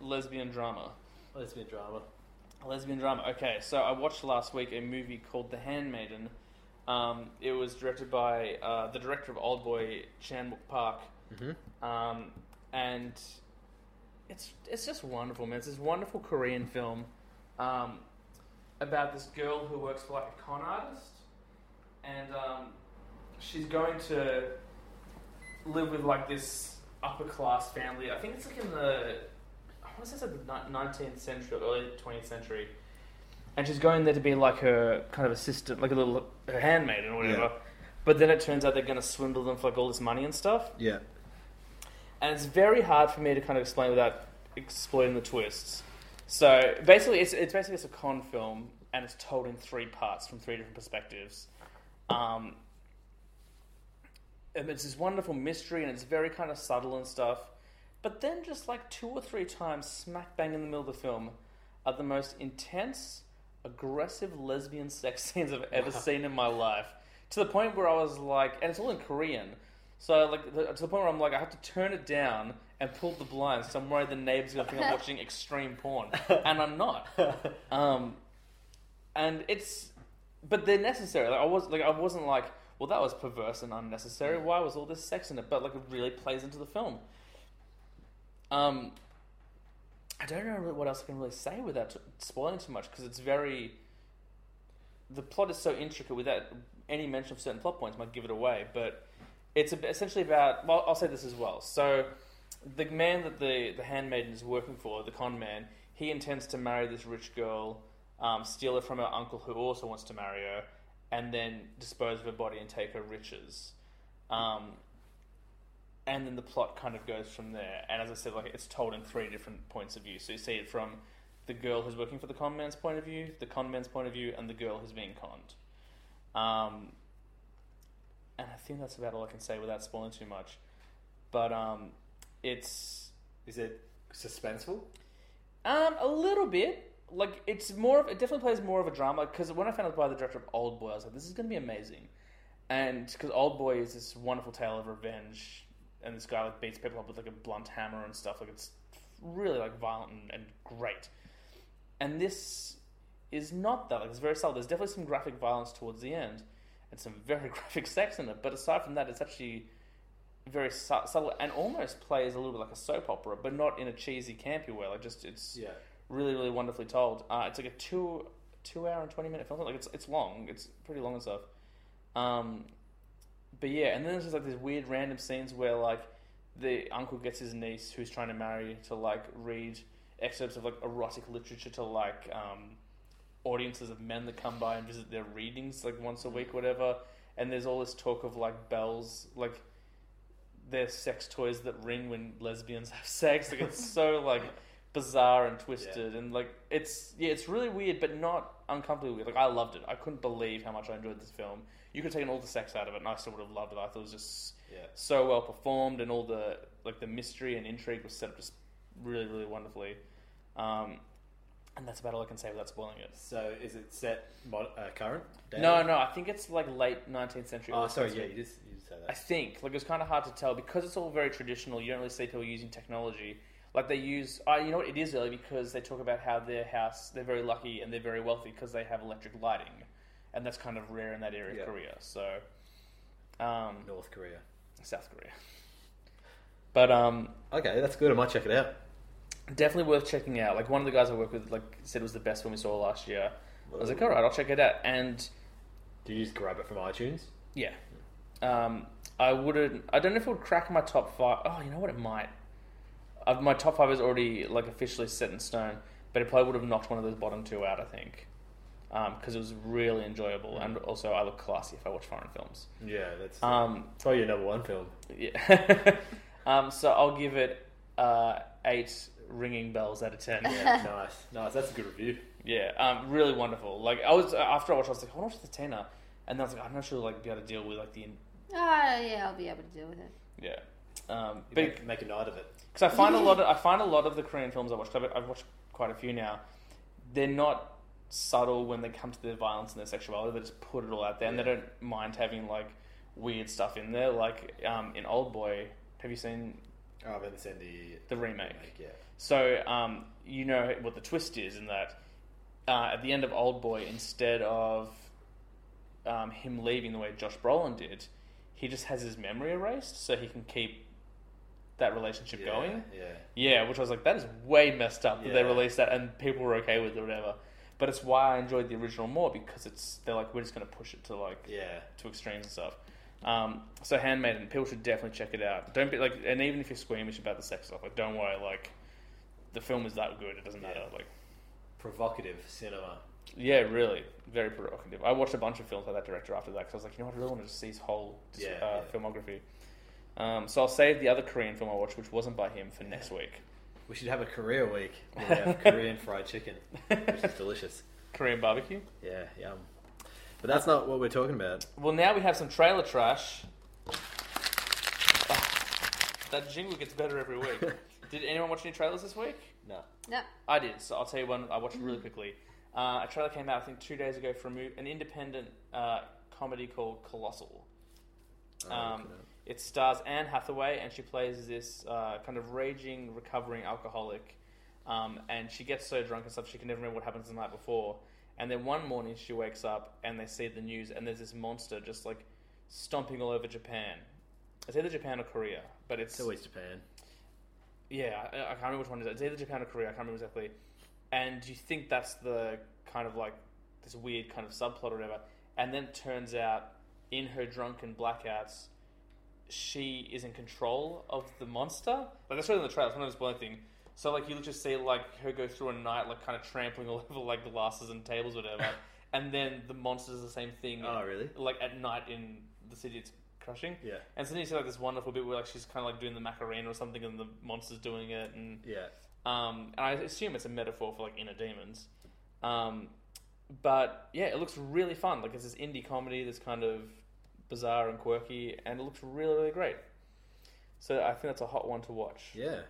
Speaker 6: lesbian drama?
Speaker 8: Lesbian drama.
Speaker 6: A lesbian drama. Okay, so I watched last week a movie called The Handmaiden. Um, it was directed by uh, the director of Old Boy, Chan Wook Park, um, and it's it's just wonderful, man. It's this wonderful Korean film um, about this girl who works for like a con artist, and um, she's going to live with like this upper class family. I think it's like in the I want to say it's like the nineteenth century, or early twentieth century, and she's going there to be like her kind of assistant, like a little her handmaiden or whatever. But then it turns out they're going to swindle them for like all this money and stuff
Speaker 8: Yeah.
Speaker 6: and it's very hard for me to kind of explain without exploiting the twists. So basically, it's, it's basically it's a con film, and it's told in three parts from three different perspectives. Um, and it's this wonderful mystery, and it's very kind of subtle and stuff. But then, just like two or three times, smack bang in the middle of the film, are the most intense, aggressive lesbian sex scenes I've ever seen in my life. To the point where I was like, and it's all in Korean. So like the, to the point where I'm like, I have to turn it down and pull the blinds. So I'm worried the neighbors gonna think I'm watching extreme porn, and I'm not. Um, and it's, but they're necessary. Like I was like I wasn't like, well, that was perverse and unnecessary. Why was all this sex in it? But like it really plays into the film. Um, I don't know what else I can really say without t- spoiling too much because it's very. The plot is so intricate without any mention of certain plot points might give it away, but it's a, essentially about. Well, I'll say this as well. So, the man that the the handmaiden is working for, the con man, he intends to marry this rich girl, um, steal her from her uncle who also wants to marry her, and then dispose of her body and take her riches. Um, and then the plot kind of goes from there. And as I said, like it's told in three different points of view. So you see it from the girl who's working for the con man's point of view, the con man's point of view, and the girl who's being conned. Um, and I think that's about all I can say without spoiling too much. But um, it's
Speaker 8: Is it suspenseful?
Speaker 6: um, a little bit like it's more of it definitely plays more of a drama because when I found out by the director of Old Boy, I was like, this is going to be amazing, and because Old Boy is this wonderful tale of revenge, and this guy like beats people up with like a blunt hammer and stuff. Like it's really like violent and, and great, and this is not that. Like it's very subtle. There's definitely some graphic violence towards the end, and some very graphic sex in it. But aside from that, it's actually very su- subtle and almost plays a little bit like a soap opera, but not in a cheesy, campy way. Like just it's
Speaker 8: Yeah.
Speaker 6: really really wonderfully told. Uh, it's like a two two hour and twenty minute film. Like it's it's long. It's pretty long and stuff. Um, but yeah, and then there's just like these weird random scenes where like the uncle gets his niece who's trying to marry to like read excerpts of like erotic literature to like um, audiences of men that come by and visit their readings like once a week, whatever. And there's all this talk of like bells, like their sex toys that ring when lesbians have sex. Like it's so like bizarre and twisted and like it's yeah, it's really weird but not uncomfortably weird. Like I loved it. I couldn't believe how much I enjoyed this film. You could have taken all the sex out of it and I still would have loved it. I thought it was just
Speaker 8: Yeah.
Speaker 6: so well performed and all the like the mystery and intrigue was set up just really, really wonderfully. Um, and that's about all I can say without spoiling it.
Speaker 8: So is it set mod- uh, current? day?
Speaker 6: No, no, I think it's like late 19th century.
Speaker 8: Oh,
Speaker 6: early
Speaker 8: sorry.
Speaker 6: 20th
Speaker 8: Yeah, you just you just said
Speaker 6: I
Speaker 8: that.
Speaker 6: think like it's kind of hard to tell because it's all very traditional. You don't really see people using technology. Like they use, uh, you know what? It is early because they talk about how their house they're very lucky and they're very wealthy because they have electric lighting, and that's kind of rare in that area
Speaker 8: Yeah.
Speaker 6: of Korea. So, um,
Speaker 8: North Korea.
Speaker 6: South Korea. But um,
Speaker 8: Okay, that's good. I might check it out.
Speaker 6: definitely worth checking out. Like one of the guys I work with, like said it was the best film we saw last year. I was like, all right, I'll check it out. And
Speaker 8: Do you just grab it from iTunes?
Speaker 6: Yeah. Um, I wouldn't. I don't know if it would crack my top five. Oh, you know what? It might. I've, my top five is already like officially set in stone, but it probably would have knocked one of those bottom two out. I think because it was really enjoyable, and also I look classy if I watch foreign films.
Speaker 8: Yeah, that's
Speaker 6: Um,
Speaker 8: probably your number one film.
Speaker 6: yeah. um, so I'll give it uh, eight ringing bells out of ten.
Speaker 8: Yeah, nice, nice. That's a good review.
Speaker 6: Yeah, um, really wonderful. Like I was uh, after I watched, I was like, I want to watch the tenor, and then I was like, I'm not sure like be able to deal with like the in-
Speaker 7: Ah, yeah, I'll be able to deal with it.
Speaker 6: yeah. Um,
Speaker 8: You
Speaker 6: but
Speaker 8: make, make a night of it.
Speaker 6: Because I find a lot of I find a lot of the Korean films I watch. 'cause I've, I've watched quite a few now. They're not subtle when they come to their violence and their sexuality. They just put it all out there, and they don't mind having like weird stuff in there. Like um, in Old Boy, have you seen
Speaker 8: Oh, then Sandy.
Speaker 6: the remake?
Speaker 8: Like, yeah.
Speaker 6: So um, you know what the twist is in that. Uh, at the end of Old Boy, instead of um, him leaving the way Josh Brolin did, he just has his memory erased so he can keep that relationship
Speaker 8: yeah,
Speaker 6: going.
Speaker 8: Yeah.
Speaker 6: Yeah, which I was like, that is way messed up that they
Speaker 8: Yeah.
Speaker 6: released that and people were okay with it or whatever. But it's why I enjoyed the original more because it's they're like we're just gonna push it to like
Speaker 8: Yeah.
Speaker 6: to extremes and stuff. Um, so Handmaiden, people should definitely check it out. Don't be like, and even if you're squeamish about the sex stuff, like don't worry, like the film is that good, it doesn't matter. Like,
Speaker 8: Provocative cinema.
Speaker 6: yeah, really, very provocative. I watched a bunch of films by that director after that because I was like, you know what, I really want to see his whole uh,
Speaker 8: Yeah, yeah.
Speaker 6: filmography. Um, so I'll save the other Korean film I watched, which wasn't by him, for next week.
Speaker 8: We should have a Korea week. where We have Korean fried chicken, which is delicious.
Speaker 6: Korean barbecue.
Speaker 8: Yeah, yum. But that's not what we're talking about.
Speaker 6: Well, now we have some trailer trash. Ah, that jingle gets better every week. did anyone watch any trailers this week?
Speaker 8: No.
Speaker 7: No.
Speaker 6: I did, so I'll tell you one I watched really quickly. Uh, a trailer came out, I think, two days ago for a mo- an independent uh, comedy called Colossal. Um, it stars Anne Hathaway, and she plays this uh, kind of raging, recovering alcoholic. Um, and she gets so drunk and stuff, she can never remember what happens the night before. And then one morning, she wakes up and they see the news, and there's this monster just like stomping all over Japan. It's either Japan or Korea, but it's
Speaker 8: It's always Japan.
Speaker 6: yeah, I, I can't remember which one it is. It's either Japan or Korea. I can't remember exactly. And you think that's the kind of like this weird kind of subplot or whatever, and then it turns out in her drunken blackouts, she is in control of the monster. Like that's really in the trailer. It's not a spoiler thing. So like you just see like her go through a night like kind of trampling all over like glasses and tables or whatever, and then the monster does the same thing
Speaker 8: Oh, really?
Speaker 6: like at night in the city. It's crushing.
Speaker 8: Yeah.
Speaker 6: And so then you see like this wonderful bit where like she's kind of like doing the Macarena or something, and the monster's doing it, and
Speaker 8: Yeah.
Speaker 6: um, and I assume it's a metaphor for like inner demons. Um, but yeah, it looks really fun. Like it's this indie comedy that's kind of bizarre and quirky, and it looks really really great. So I think that's a hot one to watch.
Speaker 8: Yeah.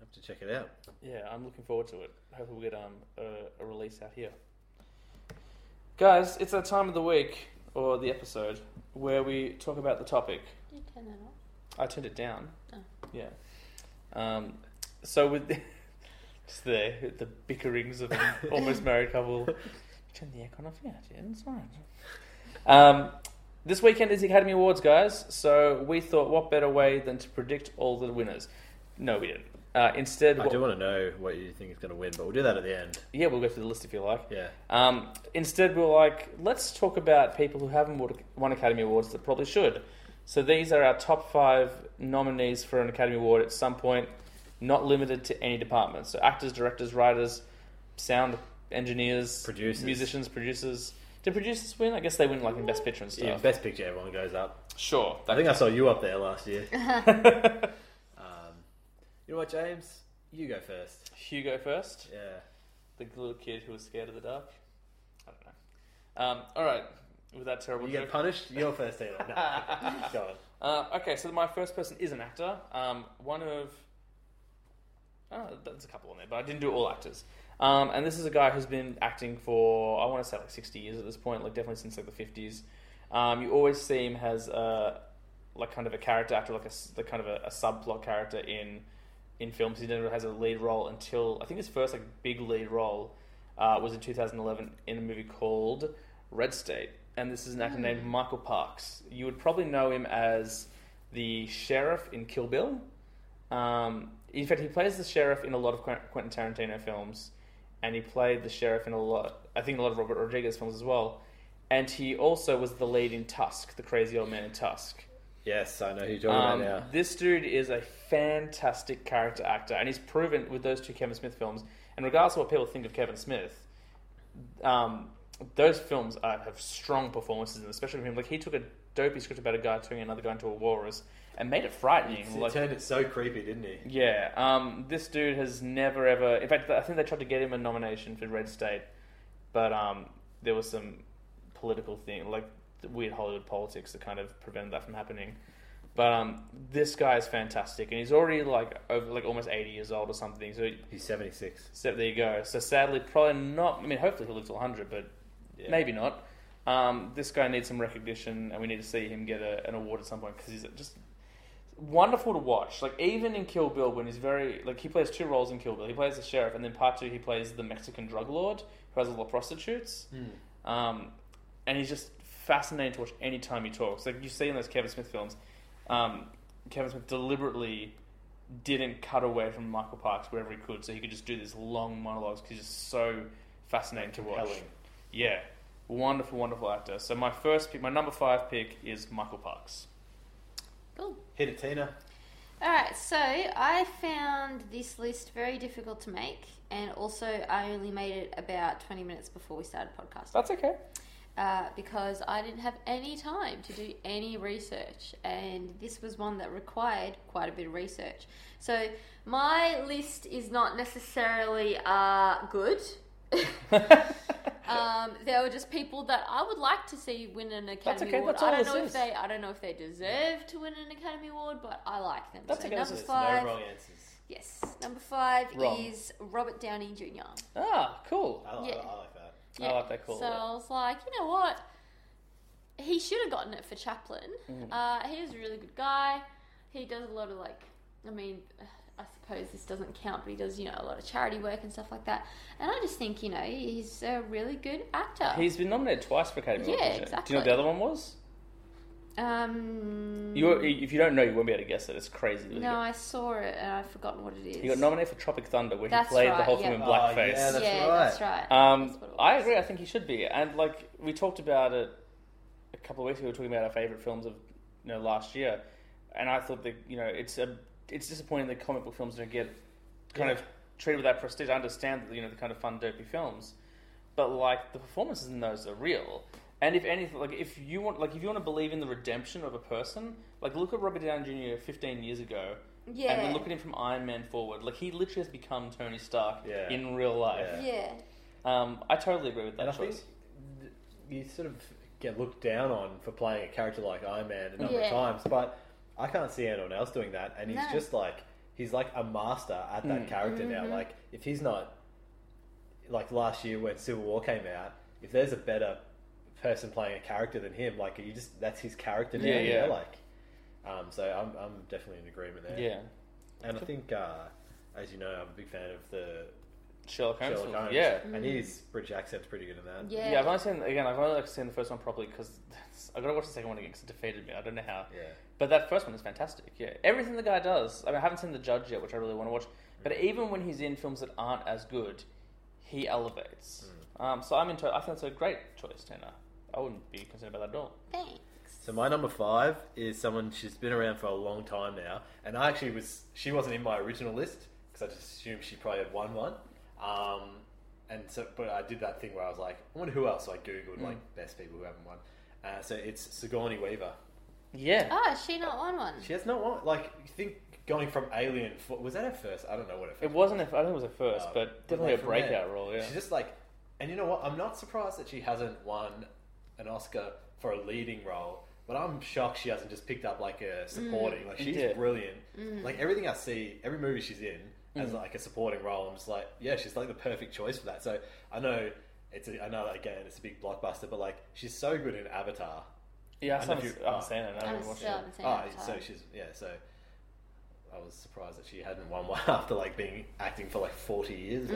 Speaker 8: Have to check it out.
Speaker 6: Yeah, I'm looking forward to it. Hopefully, we'll get um, a, a release out here. Guys, it's that time of the week, or the episode, where we talk about the topic.
Speaker 7: Did you turn that off?
Speaker 6: I turned it down.
Speaker 7: Oh.
Speaker 6: Yeah. Um, so, with just the, the bickerings of an almost married couple. Turn the aircon off, yeah, yeah, it's all right. Um, this weekend is the Academy Awards, guys, so we thought what better way than to predict all the winners? No, we didn't. Uh, instead,
Speaker 8: I
Speaker 6: what-
Speaker 8: do want to know what you think is going to win, but we'll do that at the end.
Speaker 6: yeah, we'll go through the list if you like.
Speaker 8: Yeah.
Speaker 6: Um, instead, we're like, let's talk about people who haven't won- won Academy Awards that probably should. So these are our top five nominees for an Academy Award at some point, not limited to any department. So actors, directors, writers, sound engineers,
Speaker 8: Producers.
Speaker 6: musicians, producers. Did producers win? I guess they win like in Best Picture and stuff.
Speaker 8: Yeah, best picture, everyone goes up.
Speaker 6: sure.
Speaker 8: I think I saw you up there last year. um, you know what, James? You go first.
Speaker 6: Hugo first.
Speaker 8: Yeah.
Speaker 6: The little kid who was scared of the dark. I don't know. Um, all right. With that terrible
Speaker 8: You
Speaker 6: joke.
Speaker 8: get punished. You're first, either. No. go on.
Speaker 6: Uh, okay, so my first person is an actor. Um, one of. Oh, there's a couple on there, but I didn't do all actors. Um, and this is a guy who's been acting for, I want to say like 60 years at this point, like definitely since like the 50s. Um, you always see him as a, like kind of a character actor, like a, s- like kind of a, a subplot character in in films. He never has a lead role until, I think his first like big lead role uh, was in 2011 in a movie called Red State. And this is an actor named Michael Parks. You would probably know him as the sheriff in Kill Bill. Um, in fact, he plays the sheriff in a lot of Quen- Quentin Tarantino films, and he played the sheriff in a lot, I think, a lot of Robert Rodriguez films as well. And he also was the lead in Tusk, the crazy old man in Tusk.
Speaker 8: Yes, I know who you're talking
Speaker 6: Um,
Speaker 8: about now.
Speaker 6: This dude is a fantastic character actor, and he's proven with those two Kevin Smith films. And regardless of what people think of Kevin Smith, um, those films are, have strong performances, in them, especially from him. Like he took a dopey script about a guy turning another guy into a walrus and made it frightening.
Speaker 8: He
Speaker 6: like,
Speaker 8: turned it so creepy, didn't he?
Speaker 6: yeah, um, this dude has never ever. In fact, I think they tried to get him a nomination for Red State, but um, there was some political thing, like the weird Hollywood politics, that kind of prevented that from happening. But um, this guy is fantastic, and he's already like over, like almost eighty years old or something. So,
Speaker 8: He's 76.
Speaker 6: so there you go. So sadly, probably not. I mean, hopefully he'll live till hundred, but
Speaker 8: Yeah.
Speaker 6: maybe not. Um, this guy needs some recognition, and we need to see him get a, an award at some point because he's just wonderful to watch. Like even in Kill Bill, when he's very like he plays two roles in Kill Bill. He plays the sheriff, and then part two he plays the Mexican drug lord who has all the prostitutes. Um, and he's just fascinating to watch any time he talks. Like you see in those Kevin Smith films, um, Kevin Smith deliberately didn't cut away from Michael Parks wherever he could, so he could just do these long monologues because he's just so fascinating to watch.
Speaker 8: Compelling.
Speaker 6: Yeah, wonderful, wonderful actor. So my first pick, my number five pick is Michael Parks.
Speaker 7: Cool.
Speaker 8: Hit it, Tina.
Speaker 7: All right, so I found this list very difficult to make, and also I only made it about 20 minutes before we started podcasting
Speaker 6: That's okay.
Speaker 7: uh, because I didn't have any time to do any research, and this was one that required quite a bit of research. So my list is not necessarily uh, good. um, there were just people that I would like to see win an Academy
Speaker 6: okay,
Speaker 7: Award.
Speaker 6: that's
Speaker 7: I
Speaker 6: all
Speaker 7: don't
Speaker 6: this
Speaker 7: know if
Speaker 6: is.
Speaker 7: they, I don't know if they deserve to win an Academy Award, but I like them.
Speaker 6: That's
Speaker 7: so
Speaker 6: okay, that's
Speaker 7: number
Speaker 6: it.
Speaker 7: five,
Speaker 8: No wrong answers.
Speaker 7: yes, number five
Speaker 6: Wrong.
Speaker 7: is Robert Downey Jr.
Speaker 6: Ah, cool.
Speaker 8: I,
Speaker 7: Yeah.
Speaker 8: I, I like that.
Speaker 6: I like that call,
Speaker 7: So
Speaker 6: yeah.
Speaker 7: I was like, you know what? He should have gotten it for Chaplin.
Speaker 6: Mm.
Speaker 7: Uh, he was a really good guy. He does a lot of like, I mean, I suppose this doesn't count, but he does you know a lot of charity work and stuff like that. And I just think you know he's a really good actor.
Speaker 6: He's been nominated twice for Academy Award.
Speaker 7: Yeah,
Speaker 6: hasn't he? Do you know what
Speaker 7: exactly.
Speaker 6: the other one was?
Speaker 7: um,
Speaker 6: You, if you don't know, you won't be able to guess it. It's crazy.
Speaker 7: no, I saw it and I've forgotten what it is.
Speaker 6: He got nominated for Tropic Thunder, where
Speaker 7: That's
Speaker 6: he played the
Speaker 7: right,
Speaker 6: whole film
Speaker 7: yeah.
Speaker 6: in
Speaker 7: Oh,
Speaker 6: blackface.
Speaker 8: yeah, That's
Speaker 7: yeah,
Speaker 8: right.
Speaker 7: that's right.
Speaker 6: Um,
Speaker 7: That's what it
Speaker 6: I
Speaker 7: was.
Speaker 6: agree. I think he should be. And like we talked about it a couple of weeks ago, we were talking about our favorite films of you know last year, and I thought that you know it's a it's disappointing that comic book films don't get kind of treated with that prestige. I understand that you know the kind of fun dopey films, but like the performances in those are real. And if anything, like if you want, like if you want to believe in the redemption of a person, like look at Robert Downey Jr. 15 years ago,
Speaker 7: Yeah.
Speaker 6: and then look at him from Iron Man forward. Like he literally has become Tony Stark
Speaker 8: Yeah.
Speaker 6: in real life.
Speaker 8: Yeah.
Speaker 7: yeah.
Speaker 6: Um, I totally agree with that
Speaker 8: And I
Speaker 6: choice.
Speaker 8: think th- you sort of get looked down on for playing a character like Iron Man a number
Speaker 7: Yeah.
Speaker 8: of times, but I can't see anyone else doing that. And he's
Speaker 7: No.
Speaker 8: just like he's like a master at
Speaker 6: Mm.
Speaker 8: that character now.
Speaker 7: Mm-hmm.
Speaker 8: Like if he's not like last year when Civil War came out, if there's a better person playing a character than him, like you just that's his character now.
Speaker 6: Yeah,
Speaker 8: you
Speaker 6: yeah.
Speaker 8: know, like. Um, so I'm, I'm definitely in agreement there.
Speaker 6: yeah,
Speaker 8: And I think, uh, as you know, I'm a big fan of the
Speaker 6: Sherlock Holmes.
Speaker 8: Sherlock Holmes.
Speaker 6: Yeah.
Speaker 8: And his British accent's pretty good in that.
Speaker 7: Mm-hmm. Yeah.
Speaker 6: yeah, I've only seen again. I've only like, seen the first one properly because I got to watch the second one again 'cause it defeated me. I don't know how.
Speaker 8: Yeah.
Speaker 6: But that first one is fantastic. Yeah, everything the guy does. I mean, I haven't seen the Judge yet, which I really want to watch. But even when he's in films that aren't as good, he elevates.
Speaker 8: Hmm.
Speaker 6: Um, so I'm into. I think that's a great choice, Tanner. I wouldn't be concerned about that at all.
Speaker 7: Thanks.
Speaker 8: So my number five is someone she's been around for a long time now, and I actually was she wasn't in my original list because I just assumed she probably had won one. Um, and so, but I did that thing where I was like, I wonder who else. So I googled like best people who haven't won. Uh, so it's Sigourney Weaver.
Speaker 6: Yeah.
Speaker 7: Oh, has she not won one?
Speaker 8: She has not won. Like you think going from Alien for, was that her first? I don't know what her first.
Speaker 6: It wasn't. A, I think it was a first,
Speaker 8: Uh,
Speaker 6: but
Speaker 8: but,
Speaker 6: definitely
Speaker 8: like,
Speaker 6: a
Speaker 8: from there,
Speaker 6: breakout role. Yeah.
Speaker 8: She's just like, and you know what? I'm not surprised that she hasn't won an Oscar for a leading role, but I'm shocked she hasn't just picked up like a supporting. Like she's
Speaker 6: Yeah.
Speaker 8: brilliant. Like everything I see, every movie she's in as
Speaker 6: Mm.
Speaker 8: like a supporting role, I'm just like, yeah, she's like the perfect choice for that. So I know it's a, I know that again, it's a big blockbuster, but like she's so good in Avatar.
Speaker 6: yeah, I, I
Speaker 8: I don't
Speaker 6: haven't,
Speaker 8: know if you-
Speaker 6: I haven't
Speaker 8: oh.
Speaker 6: seen it. I
Speaker 7: I
Speaker 6: haven't watched
Speaker 7: still
Speaker 6: it.
Speaker 7: haven't seen
Speaker 8: Oh,
Speaker 7: it.
Speaker 8: so she's yeah, so. I was surprised that she hadn't won one after like being acting for like forty years.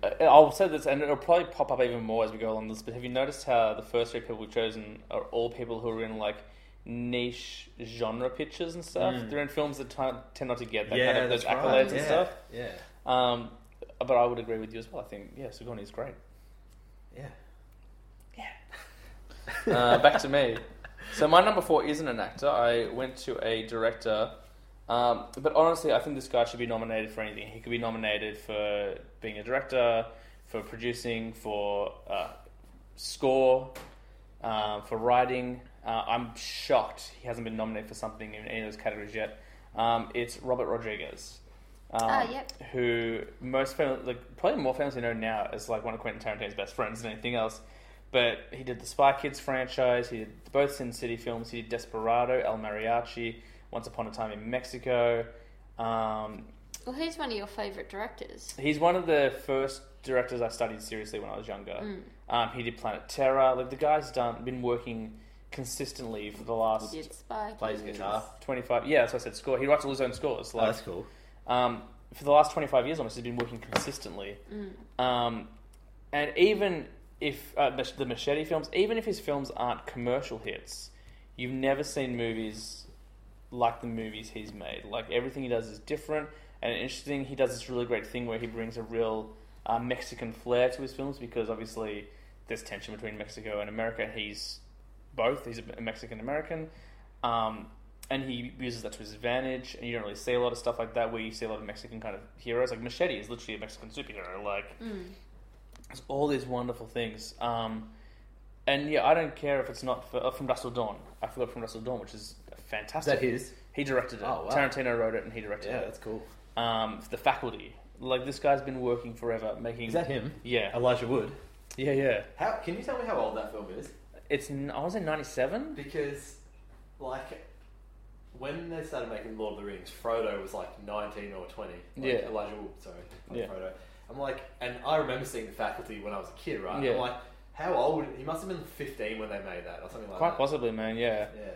Speaker 8: but-
Speaker 6: Uh, I'll say this, and it'll probably pop up even more as we go along this. But have you noticed how the first three people we've chosen are all people who are in like niche genre pictures and stuff? They're in films that t- tend not to get that kind of those
Speaker 8: Mm. that's
Speaker 6: accolades
Speaker 8: right,
Speaker 6: and
Speaker 8: yeah,
Speaker 6: stuff.
Speaker 8: Yeah,
Speaker 6: Um, but I would agree with you as well. I think yeah, Sigourney's great.
Speaker 8: yeah.
Speaker 6: Uh, back to me. So my number four isn't an actor. I went to a director. Um, but honestly, I think this guy should be nominated for anything. He could be nominated for being a director, for producing, for uh, score, uh, for writing. Uh, I'm shocked he hasn't been nominated for something in any of those categories yet. Um, it's Robert Rodriguez. Um,
Speaker 7: Ah, yep.
Speaker 6: Who most famous, like probably more famously known now as like one of Quentin Tarantino's best friends than anything else. But he did the Spy Kids franchise. He did both Sin City films. He did Desperado, El Mariachi, Once Upon a Time in Mexico. Um,
Speaker 7: Well, who's one of your favourite directors?
Speaker 6: He's one of the first directors I studied seriously when I was younger.
Speaker 7: Mm.
Speaker 6: Um, he did Planet Terror. Like the guy's done, been working consistently for the last
Speaker 7: He did Spy.
Speaker 8: Plays
Speaker 7: Kids.
Speaker 8: guitar.
Speaker 6: twenty-five. Yeah, that's what I said. Score. He writes all his own scores. Like,
Speaker 8: Oh, cool.
Speaker 6: um, for the last 25 years almost, he's been working consistently. Um, and even if uh, mach- the Machete films, even if his films aren't commercial hits, you've never seen movies like the movies he's made. Like everything he does is different and interesting. He does this really great thing where he brings a real uh, Mexican flair to his films because obviously there's tension between Mexico and America. and He's both. He's a Mexican American, um, and he uses that to his advantage. And you don't really see a lot of stuff like that where you see a lot of Mexican kind of heroes. Like Machete is literally a Mexican superhero. Like there's all these wonderful things. Um, and yeah, I don't care if it's not for, uh, from Russell Dawn. I forgot from Russell Dawn, which is fantastic.
Speaker 8: that his?
Speaker 6: He directed it.
Speaker 8: Oh, wow.
Speaker 6: Tarantino wrote it, and he directed
Speaker 8: Yeah,
Speaker 6: it.
Speaker 8: that's cool.
Speaker 6: Um, the Faculty. Like this guy's been working forever making.
Speaker 8: Is that him?
Speaker 6: Yeah.
Speaker 8: Elijah Wood.
Speaker 6: Yeah, yeah.
Speaker 8: How can you tell me how old that film is?
Speaker 6: It's n- I was in '97.
Speaker 8: Because, like, when they started making Lord of the Rings, Frodo was like nineteen or twenty. Like,
Speaker 6: Yeah.
Speaker 8: Elijah Wood. Sorry, not
Speaker 6: Yeah.
Speaker 8: Frodo. I'm like, and I remember seeing the faculty when I was a kid, right?
Speaker 6: Yeah.
Speaker 8: I'm like, how old? He must have been fifteen when they made that, or something like
Speaker 6: Quite
Speaker 8: that.
Speaker 6: possibly, man. Yeah.
Speaker 8: Yeah.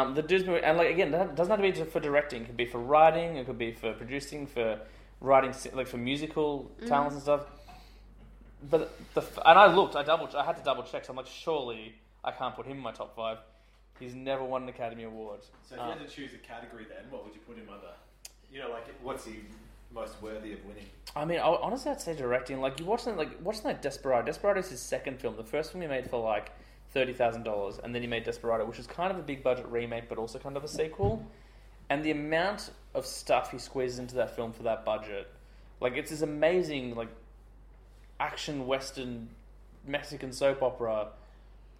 Speaker 6: Um, the dude's movie, and like again, that doesn't have to be for directing. It could be for writing. It could be for producing, for writing, s- like for musical talents and stuff. But the f- and I looked, I double, I had to double check. So I'm like, surely I can't put him in my top five. He's never won an Academy Award.
Speaker 8: So if
Speaker 6: Um,
Speaker 8: you had to choose a category, then what would you put him under? You know, like, what's he most worthy of winning?
Speaker 6: I mean, I, honestly, I'd say directing. Like you watch something like watching that Desperado. Desperado is his second film. The first film he made for like thirty thousand dollars, and then he made Desperado, which is kind of a big budget remake, but also kind of a sequel. And the amount of stuff he squeezes into that film for that budget, like it's this amazing like action western Mexican soap opera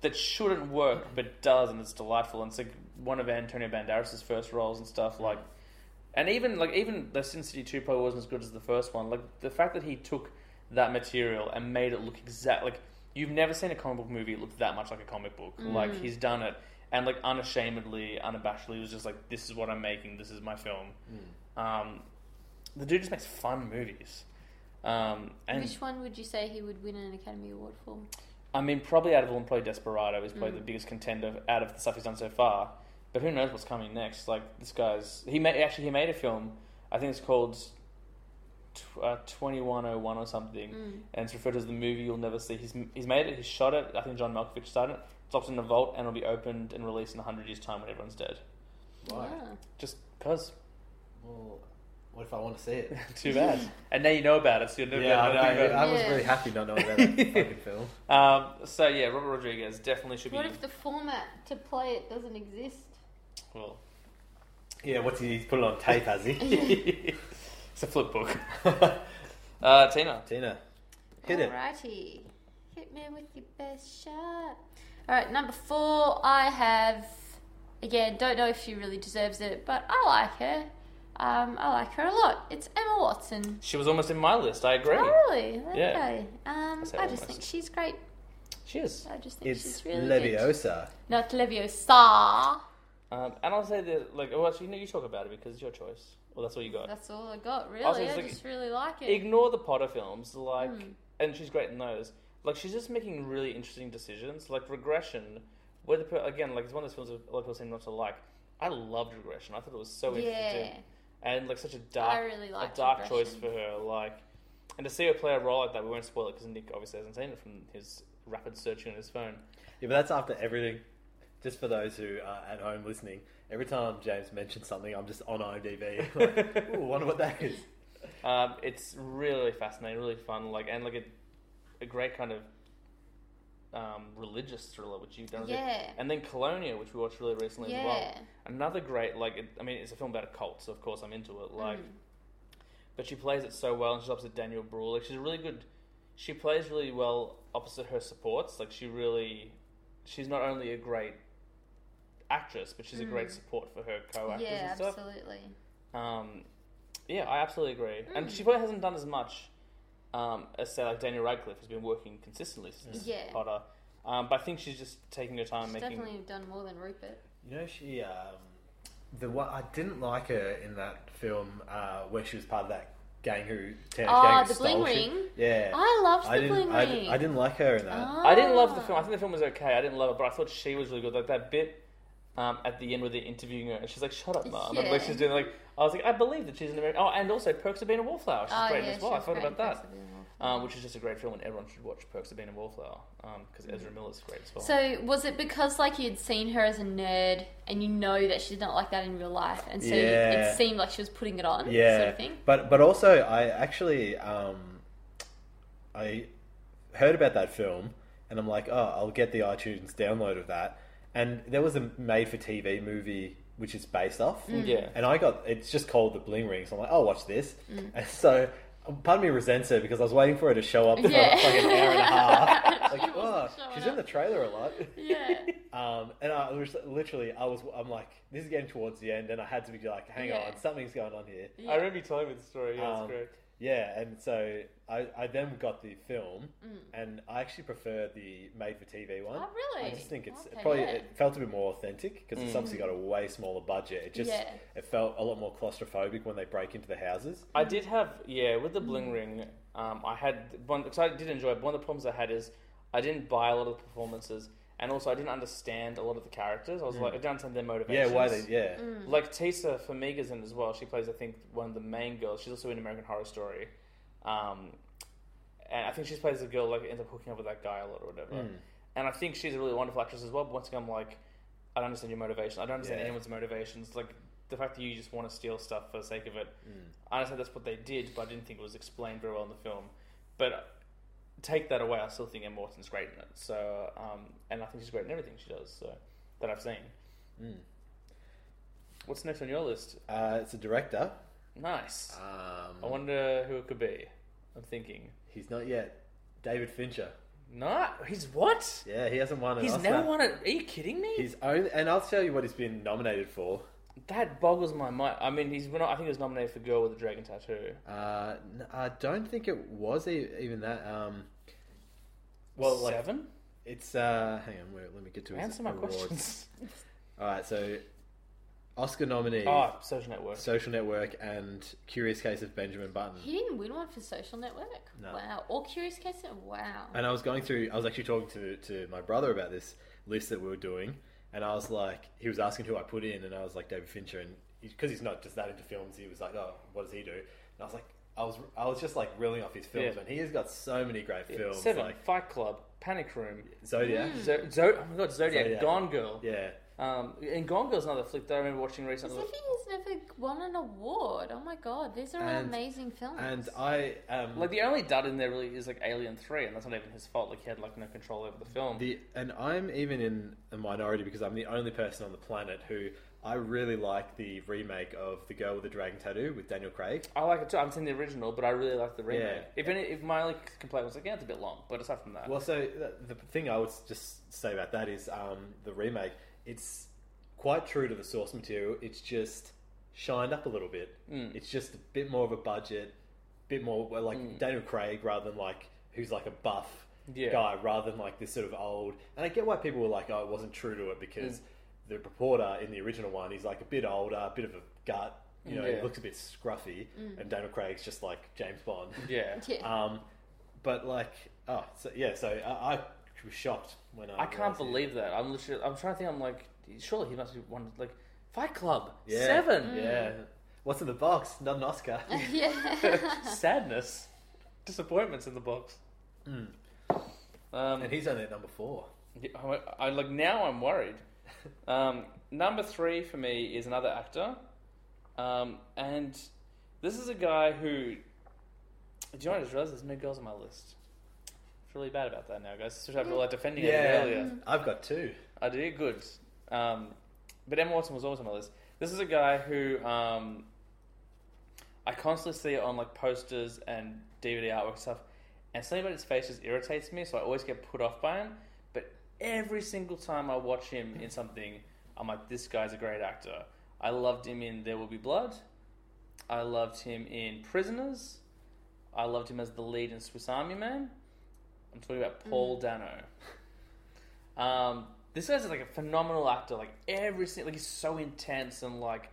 Speaker 6: that shouldn't work but does, and it's delightful. And it's like one of Antonio Banderas's first roles and stuff. Like, and even like even the Sin City Two probably wasn't as good as the first one. Like the fact that he took that material and made it look exact like you've never seen a comic book movie look that much like a comic book. Like he's done it and like unashamedly, unabashedly was just like, this is what I'm making. This is my film. Um, the dude just makes fun movies. Um, and
Speaker 7: Which one would you say he would win an Academy Award for?
Speaker 6: I mean, probably out of all, and probably Desperado is
Speaker 7: Mm.
Speaker 6: probably the biggest contender out of the stuff he's done so far. But who knows what's coming next? Like this guy's he made actually he made a film. I think it's called tw- uh, Twenty One Oh One or something,
Speaker 7: Mm.
Speaker 6: and it's referred to as the movie you'll never see. He's he's made it. He's shot it. I think John Malkovich started it. It's locked in a vault and will be opened and released in hundred years' time when everyone's dead.
Speaker 8: Why?
Speaker 7: Ah.
Speaker 6: Just cause.
Speaker 8: Well, what if I want to see it?
Speaker 6: Too bad. and now you know about it, so you'll never be
Speaker 8: yeah,
Speaker 6: able to
Speaker 8: I,
Speaker 6: think
Speaker 8: know.
Speaker 6: about it.
Speaker 8: I was
Speaker 7: Yeah.
Speaker 8: really happy not knowing about that fucking film.
Speaker 6: Um, so yeah, Robert Rodriguez definitely should be.
Speaker 7: What if the format to play it doesn't exist?
Speaker 6: well,
Speaker 8: Yeah, what's he? He's put it on tape, has he?
Speaker 6: it's a flip book. uh, Tina,
Speaker 8: Tina, hit it.
Speaker 7: Alrighty. Hit me with your best shot. Alright, number four, I have. Again, don't know if she really deserves it, but I like her. Um, I like her a lot. It's Emma Watson.
Speaker 6: she was almost in my list. I agree.
Speaker 7: Oh, really?
Speaker 6: Yeah.
Speaker 7: Okay. Um,
Speaker 6: say
Speaker 7: I just
Speaker 6: almost.
Speaker 7: think she's great.
Speaker 6: She is.
Speaker 7: I just think
Speaker 8: It's
Speaker 7: she's really good.
Speaker 8: Leviosa.
Speaker 7: Not Leviosa.
Speaker 6: Um, and I'll say that, like, well, actually, no, you talk about it because it's your choice. Well, that's all you got.
Speaker 7: That's all I got, really.
Speaker 6: Also,
Speaker 7: I
Speaker 6: it's like-
Speaker 7: just really like it. Hmm.
Speaker 6: Ignore the Potter films, like, and she's great in those. Like, she's just making really interesting decisions, like regression. Where the per- again, like, it's one of those films that a lot of people seem not to like. I loved regression. I thought it was so interesting
Speaker 7: Yeah.
Speaker 6: and like such a dark,
Speaker 7: really
Speaker 6: a
Speaker 7: liked
Speaker 6: dark
Speaker 7: Regression.
Speaker 6: choice for her. Like, and to see her play a role like that, we won't spoil it because Nick obviously hasn't seen it from his rapid searching on his phone.
Speaker 8: Yeah, but that's after everything. Just for those who are at home listening, every time James mentions something, I'm just on IMDb. Like, Ooh, wonder what that is.
Speaker 6: Um, it's really fascinating, really fun, like and like a, a great kind of um, religious thriller, which you've done. with it.
Speaker 7: Yeah.
Speaker 6: And then Colonia, which we watched really recently as well.
Speaker 7: Yeah.
Speaker 6: Another great, like it, I mean, it's a film about a cult, so of course I'm into it.
Speaker 7: Mm.
Speaker 6: Like, but she plays it so well, and she's opposite Daniel Bruhl. Like she's a really good. She plays really well opposite her supports. Like she really, she's not only a great actress, but she's a great support for her co-actors
Speaker 7: Mm. yeah,
Speaker 6: and stuff.
Speaker 7: absolutely.
Speaker 6: Um, yeah, I absolutely agree.
Speaker 7: Mm.
Speaker 6: And she probably hasn't done as much um, as, say, like Daniel Radcliffe, who's been working consistently since
Speaker 7: Yeah.
Speaker 6: Potter. Um, but I think she's just taking her time
Speaker 7: She's
Speaker 6: making.
Speaker 7: definitely done more than Rupert.
Speaker 8: You know, she um, the one I didn't like her in that film uh, where she was part of that gang who teenage
Speaker 7: Oh,
Speaker 8: gang who
Speaker 7: the
Speaker 8: stole
Speaker 7: Bling
Speaker 8: shit.
Speaker 7: Ring?
Speaker 8: Yeah,
Speaker 7: I loved
Speaker 8: I
Speaker 7: the
Speaker 8: didn't,
Speaker 7: Bling
Speaker 8: I,
Speaker 7: Ring.
Speaker 8: I didn't like her in that.
Speaker 6: I didn't love
Speaker 7: Ah.
Speaker 6: the film. I think the film was okay. I didn't love it, but I thought she was really good. Like that bit um, at the end where they're interviewing her, and she's like, "Shut up, mom!" And like
Speaker 7: Yeah.
Speaker 6: she's doing like, I was like, I believe that she's an American. Oh, and also Perks of Being a Wallflower. She's
Speaker 7: Oh,
Speaker 6: great
Speaker 7: yeah,
Speaker 6: as well.
Speaker 7: she
Speaker 6: I
Speaker 7: was
Speaker 6: forgot
Speaker 7: great
Speaker 6: about
Speaker 7: in Perks
Speaker 6: that.
Speaker 7: of Being a Wallflower.
Speaker 6: Um, which is just a great film, and everyone should watch Perks of Being a Wallflower because Ezra Miller's great as well.
Speaker 7: So was it because like you'd seen her as a nerd and you know that she did not like that in real life, and so
Speaker 8: Yeah.
Speaker 7: it seemed like she was putting it on,
Speaker 8: yeah,
Speaker 7: sort of thing?
Speaker 8: but but also I actually um, I heard about that film and I'm like, oh, I'll get the iTunes download of that. And there was a made-for-TV movie which is based off.
Speaker 7: Mm.
Speaker 6: Yeah.
Speaker 8: And I got it's just called The Bling Ring, so I'm like, I'll watch this.
Speaker 7: Mm.
Speaker 8: And so part of me resents her because I was waiting for her to show up for
Speaker 7: Yeah.
Speaker 8: like an hour and a half. like,
Speaker 7: She wasn't
Speaker 8: oh,
Speaker 7: showing
Speaker 8: she's
Speaker 7: up.
Speaker 8: in the trailer a lot.
Speaker 7: Yeah,
Speaker 8: Um, and I was literally, I was, I'm like, this is getting towards the end, and I had to be like, hang
Speaker 7: Yeah.
Speaker 8: on, something's going on here.
Speaker 6: I remember you telling me the story. Yeah,
Speaker 8: Um,
Speaker 6: that's great.
Speaker 8: Yeah, and so I, I then got the film, and I actually prefer the made for TV one.
Speaker 7: Mm. Oh, really?
Speaker 8: I just think it's
Speaker 7: Okay,
Speaker 8: probably
Speaker 7: yeah.
Speaker 8: it felt a bit more authentic because
Speaker 6: Mm.
Speaker 8: it's obviously got a way smaller budget. It just
Speaker 7: Yeah.
Speaker 8: it felt a lot more claustrophobic when they break into the houses.
Speaker 6: I did have yeah with the bling ring. Um, I had one because I did enjoy it. but One of the problems I had is I didn't buy a lot of the performances, and also I didn't understand a lot of the characters. I was like, I didn't understand their
Speaker 8: Yeah,
Speaker 6: motivations.
Speaker 8: why they? Yeah,
Speaker 7: Mm.
Speaker 6: Like Tisa Farmiga's in it as well. She plays I think one of the main girls. She's also in American Horror Story, um, and I think she plays the girl like ends up hooking up with that guy a lot or whatever. And I think she's a really wonderful actress as well. But once again, I'm like, I don't understand your motivation. I don't understand
Speaker 8: Yeah.
Speaker 6: anyone's motivations. Like the fact that you just want to steal stuff for the sake of it. I understand that's what they did, but I didn't think it was explained very well in the film. But uh, take that away, I still think Emma Watson's great in it. So, um, and I think she's great in everything she does. So that I've seen. What's next on your list?
Speaker 8: Uh, it's a director.
Speaker 6: Nice. I
Speaker 8: Um,
Speaker 6: wonder who it could be. I'm thinking.
Speaker 8: he's not yet David Fincher.
Speaker 6: No, he's what?
Speaker 8: Yeah, he hasn't won an
Speaker 6: He's
Speaker 8: Oscar.
Speaker 6: never won it. Are you kidding me?
Speaker 8: He's only, and I'll tell you what he's been nominated for.
Speaker 6: That boggles my mind. I mean, he's not, I think he was nominated for Girl with a Dragon Tattoo.
Speaker 8: Uh, n- I don't think it was e- even that. Um,
Speaker 6: Well,
Speaker 8: like-
Speaker 6: seven.
Speaker 8: it's uh, hang on, wait, let me get to his
Speaker 6: Answer my
Speaker 8: awards.
Speaker 6: questions. Ah,
Speaker 8: All right, so Oscar nominee,
Speaker 6: Oh, Social Network.
Speaker 8: Social Network, and Curious Case of Benjamin Button.
Speaker 7: He didn't win one for Social Network.
Speaker 8: No.
Speaker 7: Wow. Or Curious Case. of- Wow.
Speaker 8: And I was going through, I was actually talking to, to my brother about this list that we were doing, and I was like, he was asking who I put in, and I was like, David Fincher, and because he's not just that into films, he was like, oh, what does he do? And I was like, I was, I was just like reeling off his films,
Speaker 6: Yeah.
Speaker 8: and he has got so many great films,
Speaker 6: Seven.
Speaker 8: like
Speaker 6: Fight Club. Panic Room.
Speaker 8: Zodiac,
Speaker 6: Zo- Zo- oh my god, Zodiac.
Speaker 8: Zodiac.
Speaker 6: Gone Girl.
Speaker 8: yeah,
Speaker 6: Um, and Gone Girl's another flick that I remember watching
Speaker 7: As
Speaker 6: recently.
Speaker 7: if he has never won an award. Oh my god, these are all
Speaker 8: And-
Speaker 7: amazing films.
Speaker 8: and I um,
Speaker 6: Like the only dud in there really is like Alien Three, and that's not even his fault. Like he had like no control over the film.
Speaker 8: The and I'm even in a minority because I'm the only person on the planet who I really like the remake of The Girl with the Dragon Tattoo with Daniel Craig.
Speaker 6: I like it too. I haven't seen the original, but I really like the remake.
Speaker 8: Yeah.
Speaker 6: If any, if my only complaint was like, yeah, it's a bit long, but aside from that,
Speaker 8: Well, so th- the thing I would just say about that is um, the remake. It's quite true to the source material. It's just shined up a little bit.
Speaker 6: Mm.
Speaker 8: It's just a bit more of a budget, bit more well, like Daniel Craig rather than like who's like a buff
Speaker 6: Mm. Yeah.
Speaker 8: guy rather than like this sort of old. And I get why people were like, oh, it wasn't true to it because
Speaker 6: Mm.
Speaker 8: the reporter in the original one, he's like a bit older, a bit of a gut. You know,
Speaker 6: Yeah.
Speaker 8: he looks a bit scruffy, and Daniel Craig's just like James Bond.
Speaker 6: yeah,
Speaker 7: Yeah.
Speaker 8: Um, but like, oh, so, yeah. So I, I was shocked when I.
Speaker 6: I can't
Speaker 8: realised it.
Speaker 6: believe that. I'm literally, I'm trying to think. I'm like, surely he must be one like Fight Club
Speaker 8: Yeah.
Speaker 6: Seven.
Speaker 8: Yeah. What's in the box? Not an Oscar.
Speaker 7: yeah.
Speaker 6: Sadness, disappointments in the box. Um,
Speaker 8: Mm. and he's only at number four.
Speaker 6: Yeah, I, I like now I'm worried. Um, number three for me is another actor, um, and this is a guy who. Do you know what I just realized? There's no girls on my list. It's really bad about that now, guys. Should have like defending it earlier.
Speaker 7: Mm.
Speaker 8: I've got two.
Speaker 6: I did good. Um, but Emma Watson was always on my list. This is a guy who um, I constantly see on like posters and DVD artwork and stuff, and something about his face just irritates me. So I always get put off by him. But every single time I watch him in something, I'm like, this guy's a great actor. I loved him in There Will Be Blood. I loved him in Prisoners. I loved him as the lead in Swiss Army Man. I'm talking about
Speaker 7: Mm.
Speaker 6: Paul Dano. Um, this guy's like a phenomenal actor. Like every single, like he's so intense and like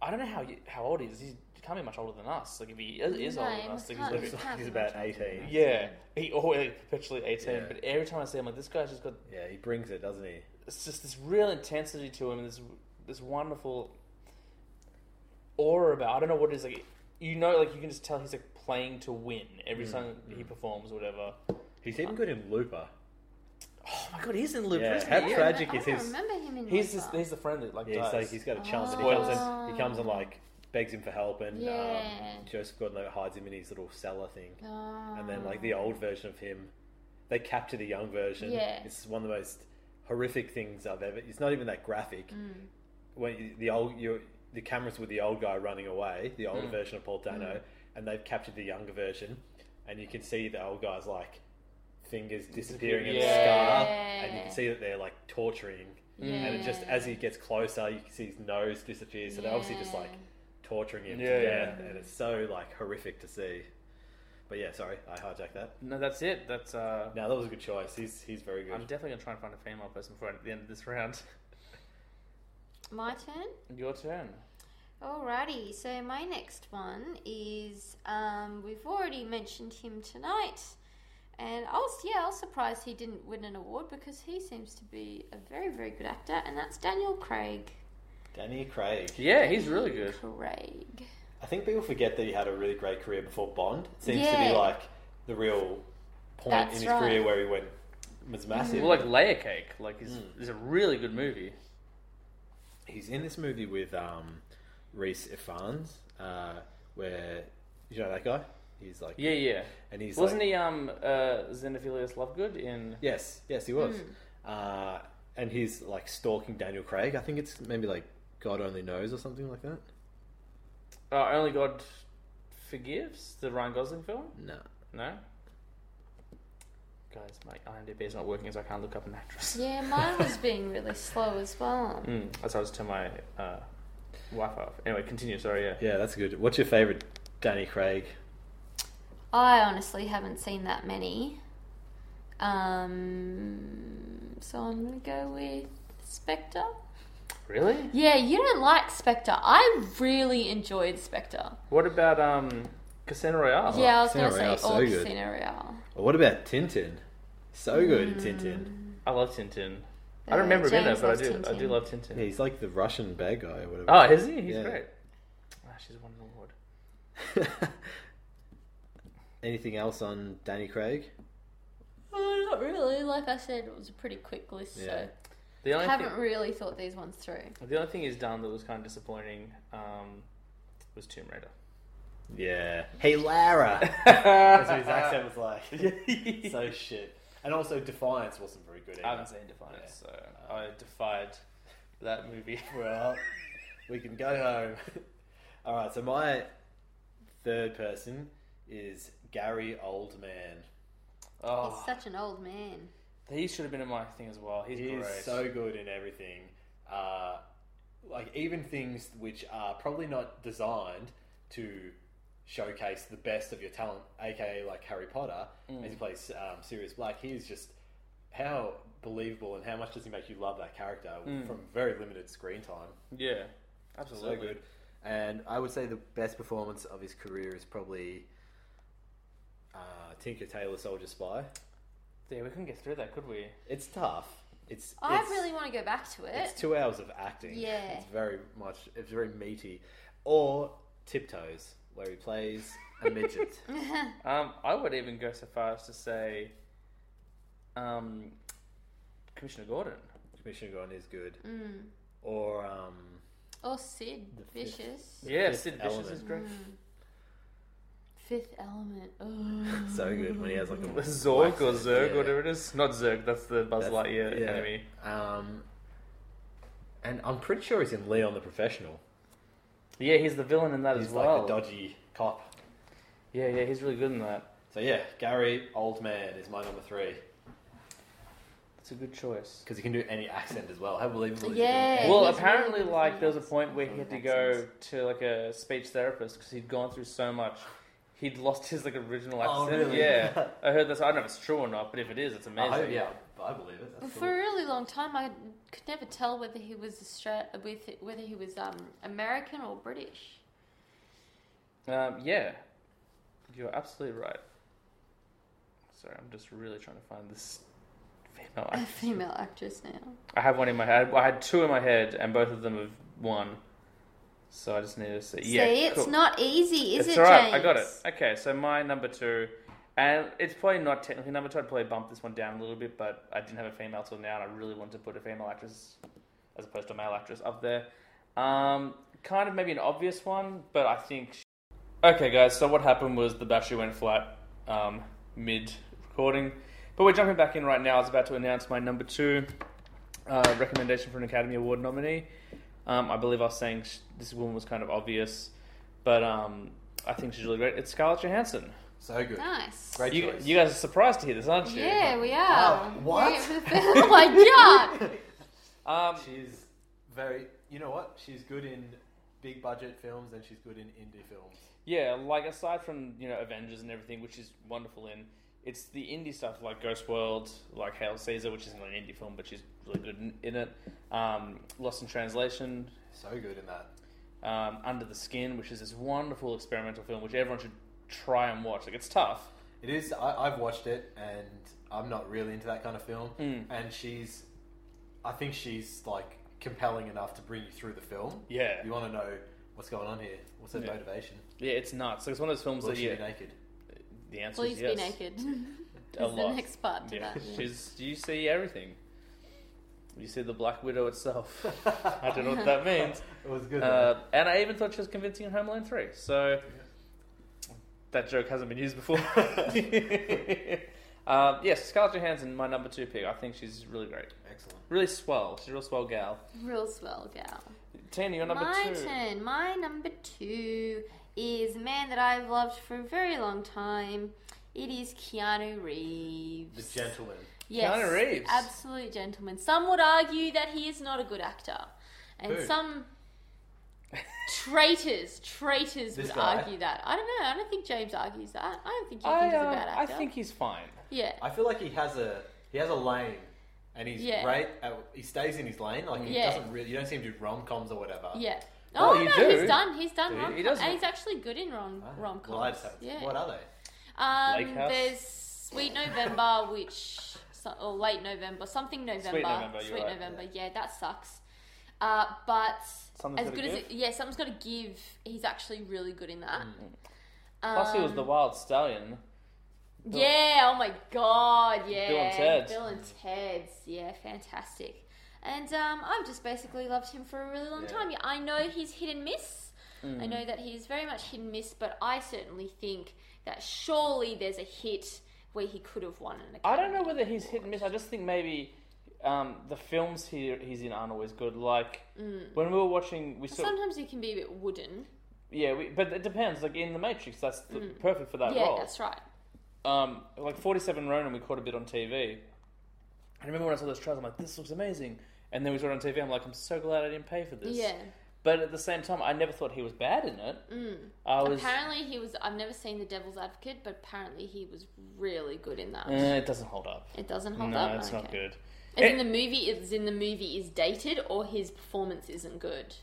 Speaker 6: I don't know how you, how old he is. He can't be much older than us. Like if he is, is
Speaker 7: No,
Speaker 6: older
Speaker 7: he
Speaker 6: than
Speaker 7: must
Speaker 6: us, like
Speaker 7: not.
Speaker 6: he's living.
Speaker 8: Looks like he's about eighteen.
Speaker 6: Yeah, he always perpetually eighteen.
Speaker 8: Yeah.
Speaker 6: But every time I see him, like this guy's just got
Speaker 8: Yeah, he brings it, doesn't he?
Speaker 6: it's just this real intensity to him, and this this wonderful aura about. I don't know what it is like. You know, like you can just tell he's like playing to win every time he performs or whatever.
Speaker 8: He's
Speaker 7: Uh,
Speaker 8: even good in Looper.
Speaker 6: Oh my god, he's in Looper.
Speaker 8: Yeah,
Speaker 6: isn't
Speaker 8: how
Speaker 6: he?
Speaker 7: I
Speaker 6: Yeah.
Speaker 8: tragic
Speaker 7: don't
Speaker 8: is his-
Speaker 7: remember him in
Speaker 6: He's just,
Speaker 7: Looper.
Speaker 6: he's the friend that like
Speaker 8: Yeah, he's
Speaker 6: dies.
Speaker 8: like he's got a chance that he
Speaker 6: Spoilers.
Speaker 8: comes and he comes and like begs him for help, and
Speaker 7: Oh. Yeah.
Speaker 8: um, Joseph Gordon-Levitt hides him in his little cellar thing,
Speaker 7: Oh.
Speaker 8: and then like the old version of him, they capture the young version.
Speaker 7: Yeah.
Speaker 8: it's one of the most horrific things I've ever. It's not even that graphic.
Speaker 7: Mm.
Speaker 8: When you, the old you the cameras with the old guy running away, the
Speaker 7: Mm.
Speaker 8: older version of Paul Dano, and they've captured the younger version, and you can see the old guy's like fingers disappearing in the
Speaker 6: Yeah.
Speaker 8: scar, and you can see that they're like torturing. And it just
Speaker 7: Yeah.
Speaker 8: as he gets closer, you can see his nose disappear. So they're obviously just like
Speaker 7: Yeah.
Speaker 8: torturing him
Speaker 6: Yeah,
Speaker 8: to death,
Speaker 6: yeah.
Speaker 8: and it's so like horrific to see. But yeah, sorry, I hijacked that.
Speaker 6: No, that's it. That's uh,
Speaker 8: No, that was a good choice. He's he's very good.
Speaker 6: I'm definitely gonna try and find a female person for it at the end of this round.
Speaker 7: My turn.
Speaker 6: Your turn.
Speaker 7: Alrighty, so my next one is um, we've already mentioned him tonight, and I was yeah I was surprised he didn't win an award because he seems to be a very very good actor, and that's Daniel Craig.
Speaker 8: Danny Craig.
Speaker 6: Yeah, he's really good.
Speaker 7: Craig.
Speaker 8: I think people forget that he had a really great career before Bond. It seems to
Speaker 7: Yeah.
Speaker 8: be like the real point
Speaker 7: That's
Speaker 8: in his
Speaker 7: right.
Speaker 8: career where he went was massive.
Speaker 6: Mm. Well, like Layer Cake, like is is a really good movie.
Speaker 8: He's in this movie with um, Reese Ifans, uh, where you know that guy. He's like
Speaker 6: Yeah, yeah.
Speaker 8: and he's
Speaker 6: Wasn't
Speaker 8: like,
Speaker 6: he um uh Xenophilius Lovegood in?
Speaker 8: Yes, yes, he was. Uh, and he's like stalking Daniel Craig. I think it's maybe like God only knows or something like that.
Speaker 6: Uh, Only God Forgives, the Ryan Gosling film.
Speaker 8: No.
Speaker 6: No. Guys, my IMDb is not working, so I can't look up an actress.
Speaker 7: Yeah, mine was being really slow as well.
Speaker 6: Mm, that's how I was turning my uh, Wi-Fi off. Anyway, continue. Sorry. Yeah.
Speaker 8: Yeah, that's good. What's your favorite Danny Craig?
Speaker 7: I honestly haven't seen that many. Um, so I'm going to go with Spectre.
Speaker 6: Really?
Speaker 7: Yeah, you don't like Spectre. I really enjoyed Spectre.
Speaker 6: What about um, Casino Royale?
Speaker 7: yeah, I was going to say
Speaker 8: Casino
Speaker 7: all
Speaker 8: Royale's so good.
Speaker 7: Casino Royale.
Speaker 8: Or what about Tintin? So good at Tintin.
Speaker 6: I love Tintin. I
Speaker 7: Uh,
Speaker 6: don't remember him in
Speaker 7: James
Speaker 6: it, but I
Speaker 7: loves
Speaker 6: do. I do
Speaker 7: Tintin.
Speaker 6: love
Speaker 8: Yeah,
Speaker 6: Tintin.
Speaker 8: he's like the Russian bad guy or whatever.
Speaker 6: Oh, is he? He's
Speaker 8: Yeah.
Speaker 6: great. Ah, she's won an award.
Speaker 8: Anything else on Danny Craig?
Speaker 7: Oh, not really. Like I said, it was a pretty quick list,
Speaker 8: Yeah.
Speaker 7: so
Speaker 6: The
Speaker 7: I
Speaker 6: only
Speaker 7: haven't
Speaker 6: thing,
Speaker 7: really thought these ones through.
Speaker 6: the only thing he's done that was kind of disappointing um, was Tomb Raider.
Speaker 8: Yeah. Hey, Lara. That's what his accent was like. so shit. And also, Defiance wasn't very good.
Speaker 6: I haven't
Speaker 8: Either.
Speaker 6: seen Defiance, so I defied that movie.
Speaker 8: Well, we can go home. All right. So my third person is Gary Oldman.
Speaker 6: Oh,
Speaker 7: He's such an old man.
Speaker 6: he should have been in my thing as well. He's
Speaker 8: He
Speaker 6: great.
Speaker 8: is so good in everything. Uh, like even things which are probably not designed to showcase the best of your talent, aka like Harry Potter, as he plays um, Sirius Black. He is just how believable and how much does he make you love that character from very limited screen time.
Speaker 6: yeah,
Speaker 8: So
Speaker 6: absolutely.
Speaker 8: good. And I would say the best performance of his career is probably uh, Tinker Tailor Soldier Spy.
Speaker 6: Yeah, we couldn't get through that, could we?
Speaker 8: It's tough. It's
Speaker 7: I
Speaker 8: it's-
Speaker 7: really want to go back to
Speaker 8: It's
Speaker 7: it.
Speaker 8: two hours of acting.
Speaker 7: Yeah.
Speaker 8: It's very much, it's very meaty. Or Tiptoes, where he plays a midget.
Speaker 7: Mm.
Speaker 6: Um, I would even go so far as to say, um, Commissioner Gordon.
Speaker 8: Commissioner Gordon is good. Or, um,
Speaker 7: Mm. or Sid
Speaker 8: fifth-
Speaker 7: Vicious. Mm.
Speaker 6: Yeah,
Speaker 8: Fifth
Speaker 6: Sid Vicious is
Speaker 8: Element. Mm.
Speaker 6: great.
Speaker 7: Fifth Element. Ugh.
Speaker 8: so good when he has like a.
Speaker 6: Zorg or Zerg,
Speaker 8: Yeah.
Speaker 6: whatever it is. Not Zerg. That's the Buzz
Speaker 8: That's-
Speaker 6: Lightyear
Speaker 8: yeah.
Speaker 6: enemy.
Speaker 8: Um, and I'm pretty sure he's in Leon the Professional.
Speaker 6: Yeah, he's the villain in that
Speaker 8: He's
Speaker 6: as
Speaker 8: like
Speaker 6: well.
Speaker 8: the dodgy cop.
Speaker 6: Yeah, yeah, he's really good in that.
Speaker 8: So yeah, Gary Oldman is my number three
Speaker 6: It's a good choice.
Speaker 8: because he can do any accent as well. How believable! is he
Speaker 7: Yeah.
Speaker 8: doing?
Speaker 6: Well,
Speaker 7: he's
Speaker 6: apparently,
Speaker 7: really good
Speaker 6: like
Speaker 7: at
Speaker 6: there was a
Speaker 7: accents.
Speaker 6: point where he had to go to like a speech therapist because he'd gone through so much. He'd lost his like original accent.
Speaker 8: Oh, really?
Speaker 6: Yeah, I heard this. I don't know if it's true or not, but if it is, it's
Speaker 8: I
Speaker 6: amazing.
Speaker 8: hope, yeah, I believe it. That's
Speaker 7: For a
Speaker 8: cool.
Speaker 7: really long time, I could never tell whether he was Austra- with whether he was um, American or British.
Speaker 6: Um, yeah, you're absolutely right. Sorry, I'm just really trying to find this female.
Speaker 7: A
Speaker 6: actress.
Speaker 7: female actress now.
Speaker 6: I have one in my head. I had two in my head, and both of them have one. So I just need to see. yeah,
Speaker 7: See, it's
Speaker 6: cool.
Speaker 7: not easy, is
Speaker 6: it's
Speaker 7: it,
Speaker 6: all right.
Speaker 7: James?
Speaker 6: I got it. Okay, so my number two, and it's probably not technically number two. I'd probably bump this one down a little bit, but I didn't have a female till now, and I really wanted to put a female actress as opposed to a male actress up there. Um, kind of maybe an obvious one, but I think. She... Okay, guys. So what happened was the battery went flat um, mid recording, but we're jumping back in right now. I was about to announce my number two uh, recommendation for an Academy Award nominee. Um, I believe I was saying sh- this woman was kind of obvious, but um, I think she's really great. It's Scarlett Johansson.
Speaker 8: So good.
Speaker 7: Nice.
Speaker 8: Great
Speaker 6: You,
Speaker 8: choice.
Speaker 6: you guys are surprised to hear this, aren't you?
Speaker 7: Yeah, we
Speaker 8: Wow,
Speaker 7: are.
Speaker 8: what?
Speaker 7: Yeah, for the first- oh my god!
Speaker 6: Um,
Speaker 8: She's very. You know what? She's good in big budget films and she's good in indie films.
Speaker 6: yeah, like aside from you know Avengers and everything, which is wonderful in, it's the indie stuff like Ghost World, like Hail Caesar, which isn't an indie film, but she's really good in, in it. Um, Lost in Translation,
Speaker 8: So good in that.
Speaker 6: um, Under the Skin, which is this wonderful experimental film which everyone should try and watch. Like it's tough.
Speaker 8: It is. I, I've watched it and I'm not really into that kind of film.
Speaker 6: Hmm.
Speaker 8: And she's. I think she's like compelling enough to bring you through the film.
Speaker 6: Yeah.
Speaker 8: You want to know what's going on here. What's her
Speaker 6: Yeah.
Speaker 8: motivation?
Speaker 6: Yeah, it's nuts. Like, it's one of those films
Speaker 8: Will
Speaker 6: that
Speaker 8: she
Speaker 6: you,
Speaker 8: be naked?
Speaker 6: the answer
Speaker 7: Please
Speaker 6: is yes.
Speaker 7: be naked.
Speaker 6: A
Speaker 7: Is the
Speaker 6: lot.
Speaker 7: next part to
Speaker 6: yeah.
Speaker 7: that.
Speaker 6: She's, you see everything. You see the Black Widow itself. I don't know what that means.
Speaker 8: It was good.
Speaker 6: Uh, and I even thought she was convincing in Homeland 3. So that joke hasn't been used before. um, yes, Scarlett Johansson, my number two pick. I think she's really great.
Speaker 8: Excellent.
Speaker 6: Really swell. She's a real swell gal.
Speaker 7: Real swell gal.
Speaker 6: Tina, you're number
Speaker 7: My
Speaker 6: two.
Speaker 7: turn. My number two is a man that I've loved for a very long time. It is Keanu Reeves.
Speaker 8: The gentleman.
Speaker 7: Yes,
Speaker 6: Keanu Reeves.
Speaker 7: Absolute gentleman. Some would argue that he is not a good actor. And
Speaker 8: Who?
Speaker 7: some traitors, traitors
Speaker 8: This
Speaker 7: would
Speaker 8: guy.
Speaker 7: argue that. I don't know. I don't think James argues that. I don't think he
Speaker 6: I,
Speaker 7: thinks he's a
Speaker 6: um,
Speaker 7: bad
Speaker 6: I
Speaker 7: actor.
Speaker 6: think he's fine.
Speaker 7: Yeah.
Speaker 8: I feel like he has a he has a lane, and he's
Speaker 7: Yeah.
Speaker 8: great. At, he stays in his lane. Like he
Speaker 7: Yeah.
Speaker 8: doesn't really. You don't see him do rom coms or whatever.
Speaker 7: Yeah.
Speaker 6: Well,
Speaker 7: oh
Speaker 6: you
Speaker 7: no,
Speaker 6: do.
Speaker 7: he's done. He's done
Speaker 6: Do you?
Speaker 7: rom
Speaker 6: He
Speaker 7: com,
Speaker 6: doesn't.
Speaker 7: and he's actually good in rom
Speaker 8: Ah,
Speaker 7: rom coms.
Speaker 8: Well, I just haven't-
Speaker 7: yeah.
Speaker 8: What are they?
Speaker 7: Um,
Speaker 6: Lake House?
Speaker 7: there's Sweet November, which so- or late November, something November,
Speaker 6: November, you're
Speaker 7: Sweet
Speaker 6: right,
Speaker 7: November. Yeah, that sucks. Uh, but
Speaker 6: Something's
Speaker 7: as
Speaker 6: gotta
Speaker 7: good as
Speaker 6: give.
Speaker 7: it, yeah, something's got to give. He's actually really good in that.
Speaker 6: Mm.
Speaker 7: Um,
Speaker 6: Plus, he was the wild stallion.
Speaker 7: Yeah. Oh my God. Yeah.
Speaker 6: Ted's.
Speaker 7: Bill and Ted's. Yeah. Fantastic. And um, I've just basically loved him for a really long time. Yeah, I know he's hit and miss.
Speaker 6: Mm.
Speaker 7: I know that he's very much hit and miss, but I certainly think that surely there's a hit where he could have won an
Speaker 6: I
Speaker 7: Academy.
Speaker 6: don't know whether he's hit and miss. I just think maybe um, the films he, he's in aren't always good. Like
Speaker 7: Mm.
Speaker 6: when we were watching, we saw
Speaker 7: Sometimes he can be a bit wooden.
Speaker 6: yeah, we, but it depends. Like in The Matrix, that's the, perfect for that
Speaker 7: Mm. yeah,
Speaker 6: role.
Speaker 7: that's right.
Speaker 6: um, like 47 Ronin, we caught a bit on TV. I remember when I saw those trailers, I'm like, this looks amazing. And then we saw it on TV, I'm like, I'm so glad I didn't pay for this.
Speaker 7: Yeah.
Speaker 6: But at the same time, I never thought he was bad in it. I was.
Speaker 7: Mm. Apparently he was. I've never seen The Devil's Advocate, but apparently he was really good in that.
Speaker 6: Eh, it doesn't hold up.
Speaker 7: It doesn't hold
Speaker 6: no,
Speaker 7: up.
Speaker 6: it's not
Speaker 7: Okay.
Speaker 6: good.
Speaker 7: As
Speaker 6: Eh,
Speaker 7: in the movie, is in the movie is dated, or his performance isn't good.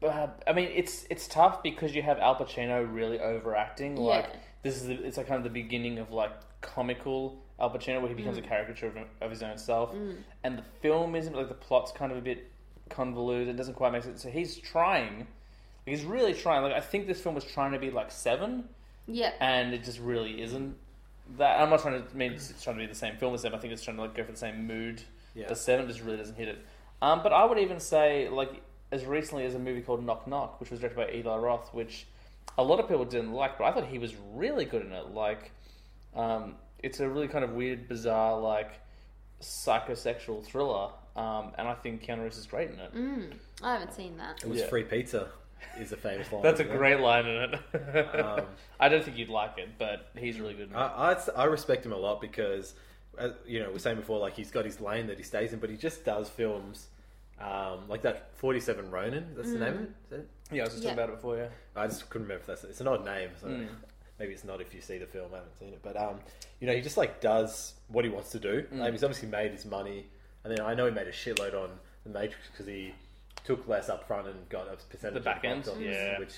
Speaker 6: Uh, I mean, it's it's tough because you have Al Pacino really overacting. Like
Speaker 7: Yeah.
Speaker 6: this is the, it's like kind of the beginning of like comical Al Pacino, where he becomes a caricature of, of his own self, and the film isn't like the plot's kind of a bit convoluted. It doesn't quite make sense. So he's trying, like, he's really trying. Like I think this film was trying to be like Seven,
Speaker 7: Yeah,
Speaker 6: and it just really isn't. That I'm not trying to mean it's trying to be the same film as them. I think it's trying to like go for the same mood.
Speaker 8: Yeah.
Speaker 6: The Seven just really doesn't hit it. Um, but I would even say like as recently as a movie called Knock Knock, which was directed by Eli Roth, which a lot of people didn't like, but I thought he was really good in it. Like, um, it's a really kind of weird, bizarre, like psychosexual thriller, um, and I think Keanu Reeves is great in it.
Speaker 7: I haven't seen that.
Speaker 8: It was
Speaker 6: Yeah.
Speaker 8: free pizza. Is a famous line.
Speaker 6: That's a
Speaker 8: isn't it?
Speaker 6: great line in it. Uh,
Speaker 8: Um,
Speaker 6: I don't think you'd like it, but he's really good in it.
Speaker 8: I, I I respect him a lot because, uh, you know, we we're saying before like he's got his lane that he stays in, but he just does films, um, like that Forty Seven Ronin.
Speaker 7: Mm.
Speaker 8: That's the name. Of it? Is it?
Speaker 6: yeah, I was just
Speaker 7: Yeah.
Speaker 6: talking about it before, yeah.
Speaker 8: I just couldn't remember if that's it's an odd name, so
Speaker 6: Hmm.
Speaker 8: maybe it's not if you see the film. I haven't seen it, but um, you know, he just like does what he wants to do.
Speaker 6: Hmm.
Speaker 8: Like, he's obviously made his money, and then I know he made a shitload on the Matrix because he took less up front and got a percentage
Speaker 6: The back
Speaker 8: of
Speaker 6: end,
Speaker 8: box office,
Speaker 6: yeah.
Speaker 8: which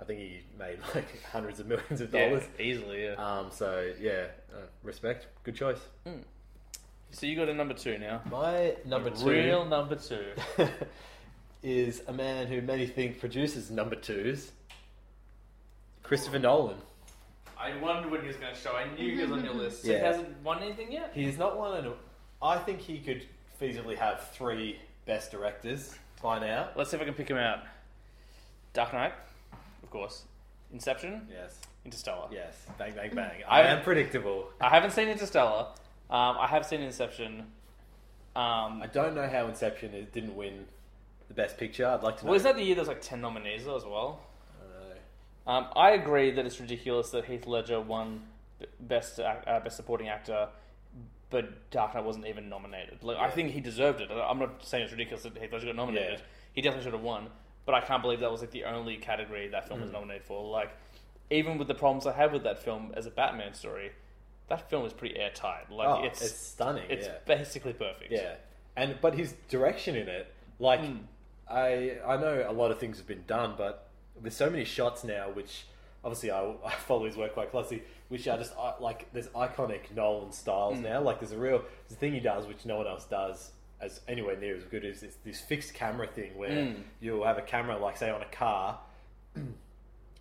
Speaker 8: I think he made like hundreds of millions of
Speaker 6: Yeah,
Speaker 8: dollars.
Speaker 6: easily. Yeah. Hmm.
Speaker 8: Um, so yeah, uh, respect, good choice.
Speaker 6: so you got a number two now.
Speaker 8: My number two
Speaker 6: Real number two.
Speaker 8: is a man who many think produces number twos, Christopher Nolan.
Speaker 6: I wondered when he was going to show. I knew he was on your list.
Speaker 8: So he Yeah. hasn't
Speaker 6: won anything yet.
Speaker 8: He is not one of. I think he could feasibly have three best directors by now.
Speaker 6: Let's see if I can pick him out. Dark Knight, of course. Inception,
Speaker 8: Yes,
Speaker 6: Interstellar.
Speaker 8: yes, bang, bang, bang. I
Speaker 6: I-
Speaker 8: am predictable.
Speaker 6: I haven't seen Interstellar. Um, I have seen Inception. Um,
Speaker 8: I don't know how Inception is, didn't win the best picture. I'd like to know.
Speaker 6: well, is that the year there was like ten nominees though as well?
Speaker 8: I don't know.
Speaker 6: Um, I agree that it's ridiculous that Heath Ledger won b- best Ac- uh, best supporting actor, but Dark Knight wasn't even nominated. Like I
Speaker 8: Yeah.
Speaker 6: think he deserved it. I'm not saying it's ridiculous that Heath Ledger got nominated.
Speaker 8: Yeah.
Speaker 6: He definitely should have won. But I can't believe that was like the only category that
Speaker 8: Mm.
Speaker 6: film was nominated for. Like even with the problems I had with that film as a Batman story, that film is pretty airtight. Like
Speaker 8: Oh,
Speaker 6: it's
Speaker 8: it's,
Speaker 6: it's,
Speaker 8: stunning. yeah.
Speaker 6: basically perfect.
Speaker 8: Yeah, and but his direction in it, like I I know a lot of things have been done, but there's so many shots now which obviously I, I follow his work quite closely, which are just uh, like there's iconic Nolan styles now. Like there's a real there's a thing he does which no one else does as anywhere near as good as it's this fixed camera thing where you'll have a camera like say on a car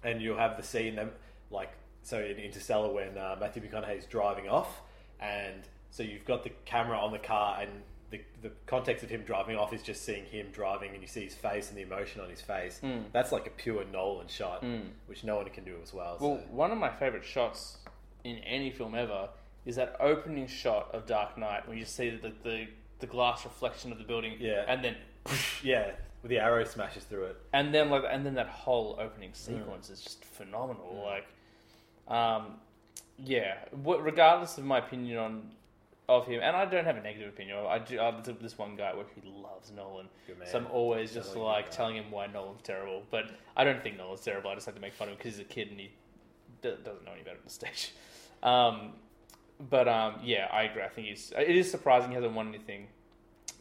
Speaker 8: and you'll have the scene that, like so in Interstellar when uh, Matthew McConaughey's driving off, and so you've got the camera on the car, and the the context of him driving off is just seeing him driving, and you see his face and the emotion on his face.
Speaker 6: Hmm.
Speaker 8: That's like a pure Nolan shot, which no one can do as well.
Speaker 6: Well,
Speaker 8: so.
Speaker 6: one of my favorite shots in any film ever is that opening shot of Dark Knight when you see the the, the glass reflection of the building,
Speaker 8: Yeah.
Speaker 6: and then
Speaker 8: Yeah, with the arrow smashes through it.
Speaker 6: and then
Speaker 8: Mm.
Speaker 6: like and then that whole opening sequence is just phenomenal. Like, um, Yeah, wh- regardless of my opinion on of him, and I don't have a negative opinion. I do. I have this one guy at work who loves Nolan,
Speaker 8: Good man.
Speaker 6: so I'm always just
Speaker 8: Totally
Speaker 6: like
Speaker 8: good guy.
Speaker 6: telling him why Nolan's terrible. But I don't think Nolan's terrible. I just like to make fun of him because he's a kid and he do- doesn't know any better on the stage. Um, but um, yeah, I agree. I think he's. It is surprising he hasn't won anything.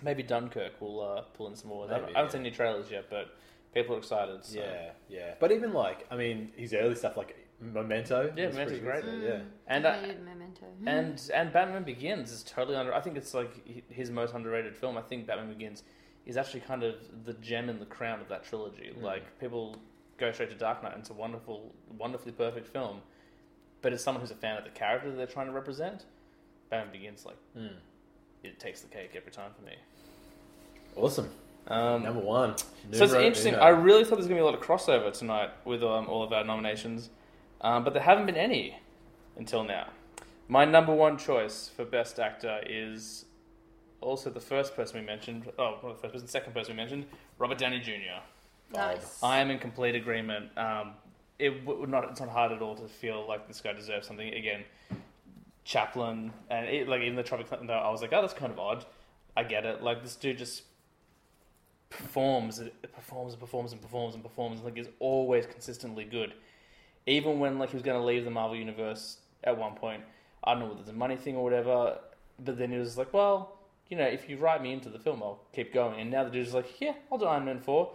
Speaker 6: Maybe Dunkirk will uh, pull in some awards. I,
Speaker 8: Maybe,
Speaker 6: haven't, I haven't
Speaker 8: yeah.
Speaker 6: seen any trailers yet, but people are excited. So.
Speaker 8: Yeah, yeah. But even like, I mean, his early stuff like Memento.
Speaker 6: Yeah,
Speaker 8: was pretty
Speaker 6: Memento's
Speaker 8: good,
Speaker 6: great.
Speaker 8: so, Yeah.
Speaker 6: and
Speaker 7: I
Speaker 6: I,
Speaker 7: hated Memento.
Speaker 6: and and Batman Begins is totally under. I think it's like hi- his most underrated film. I think Batman Begins is actually kind of the gem in the crown of that trilogy. Like people go straight to Dark Knight. and It's a wonderful, wonderfully perfect film, but as someone who's a fan of the character that they're trying to represent, Batman Begins like it takes the cake every time for me.
Speaker 8: Awesome.
Speaker 6: Um,
Speaker 8: Number one.
Speaker 6: so it's
Speaker 8: Numero
Speaker 6: interesting.
Speaker 8: uno.
Speaker 6: I really thought there was going to be a lot of crossover tonight with um, all of our nominations, um, but there haven't been any until now. My number one choice for Best Actor is also the first person we mentioned. Oh, not the first person, second person we mentioned, Robert Downey Jr.
Speaker 7: nice.
Speaker 6: I am in complete agreement. Um, it w- would not. It's not hard at all to feel like this guy deserves something. Again, Chaplin and it, like even the Tropic Thunder. I was like, oh, that's kind of odd. I get it. Like this dude just performs, and performs, and performs, and performs, and performs. Like is always consistently good. Even when like he was going to leave the Marvel universe at one point, I don't know whether it's a money thing or whatever. But then he was like, well. You know, if you write me into the film, I'll keep going. And now the dude's like, "Yeah, I'll do Iron Man 4.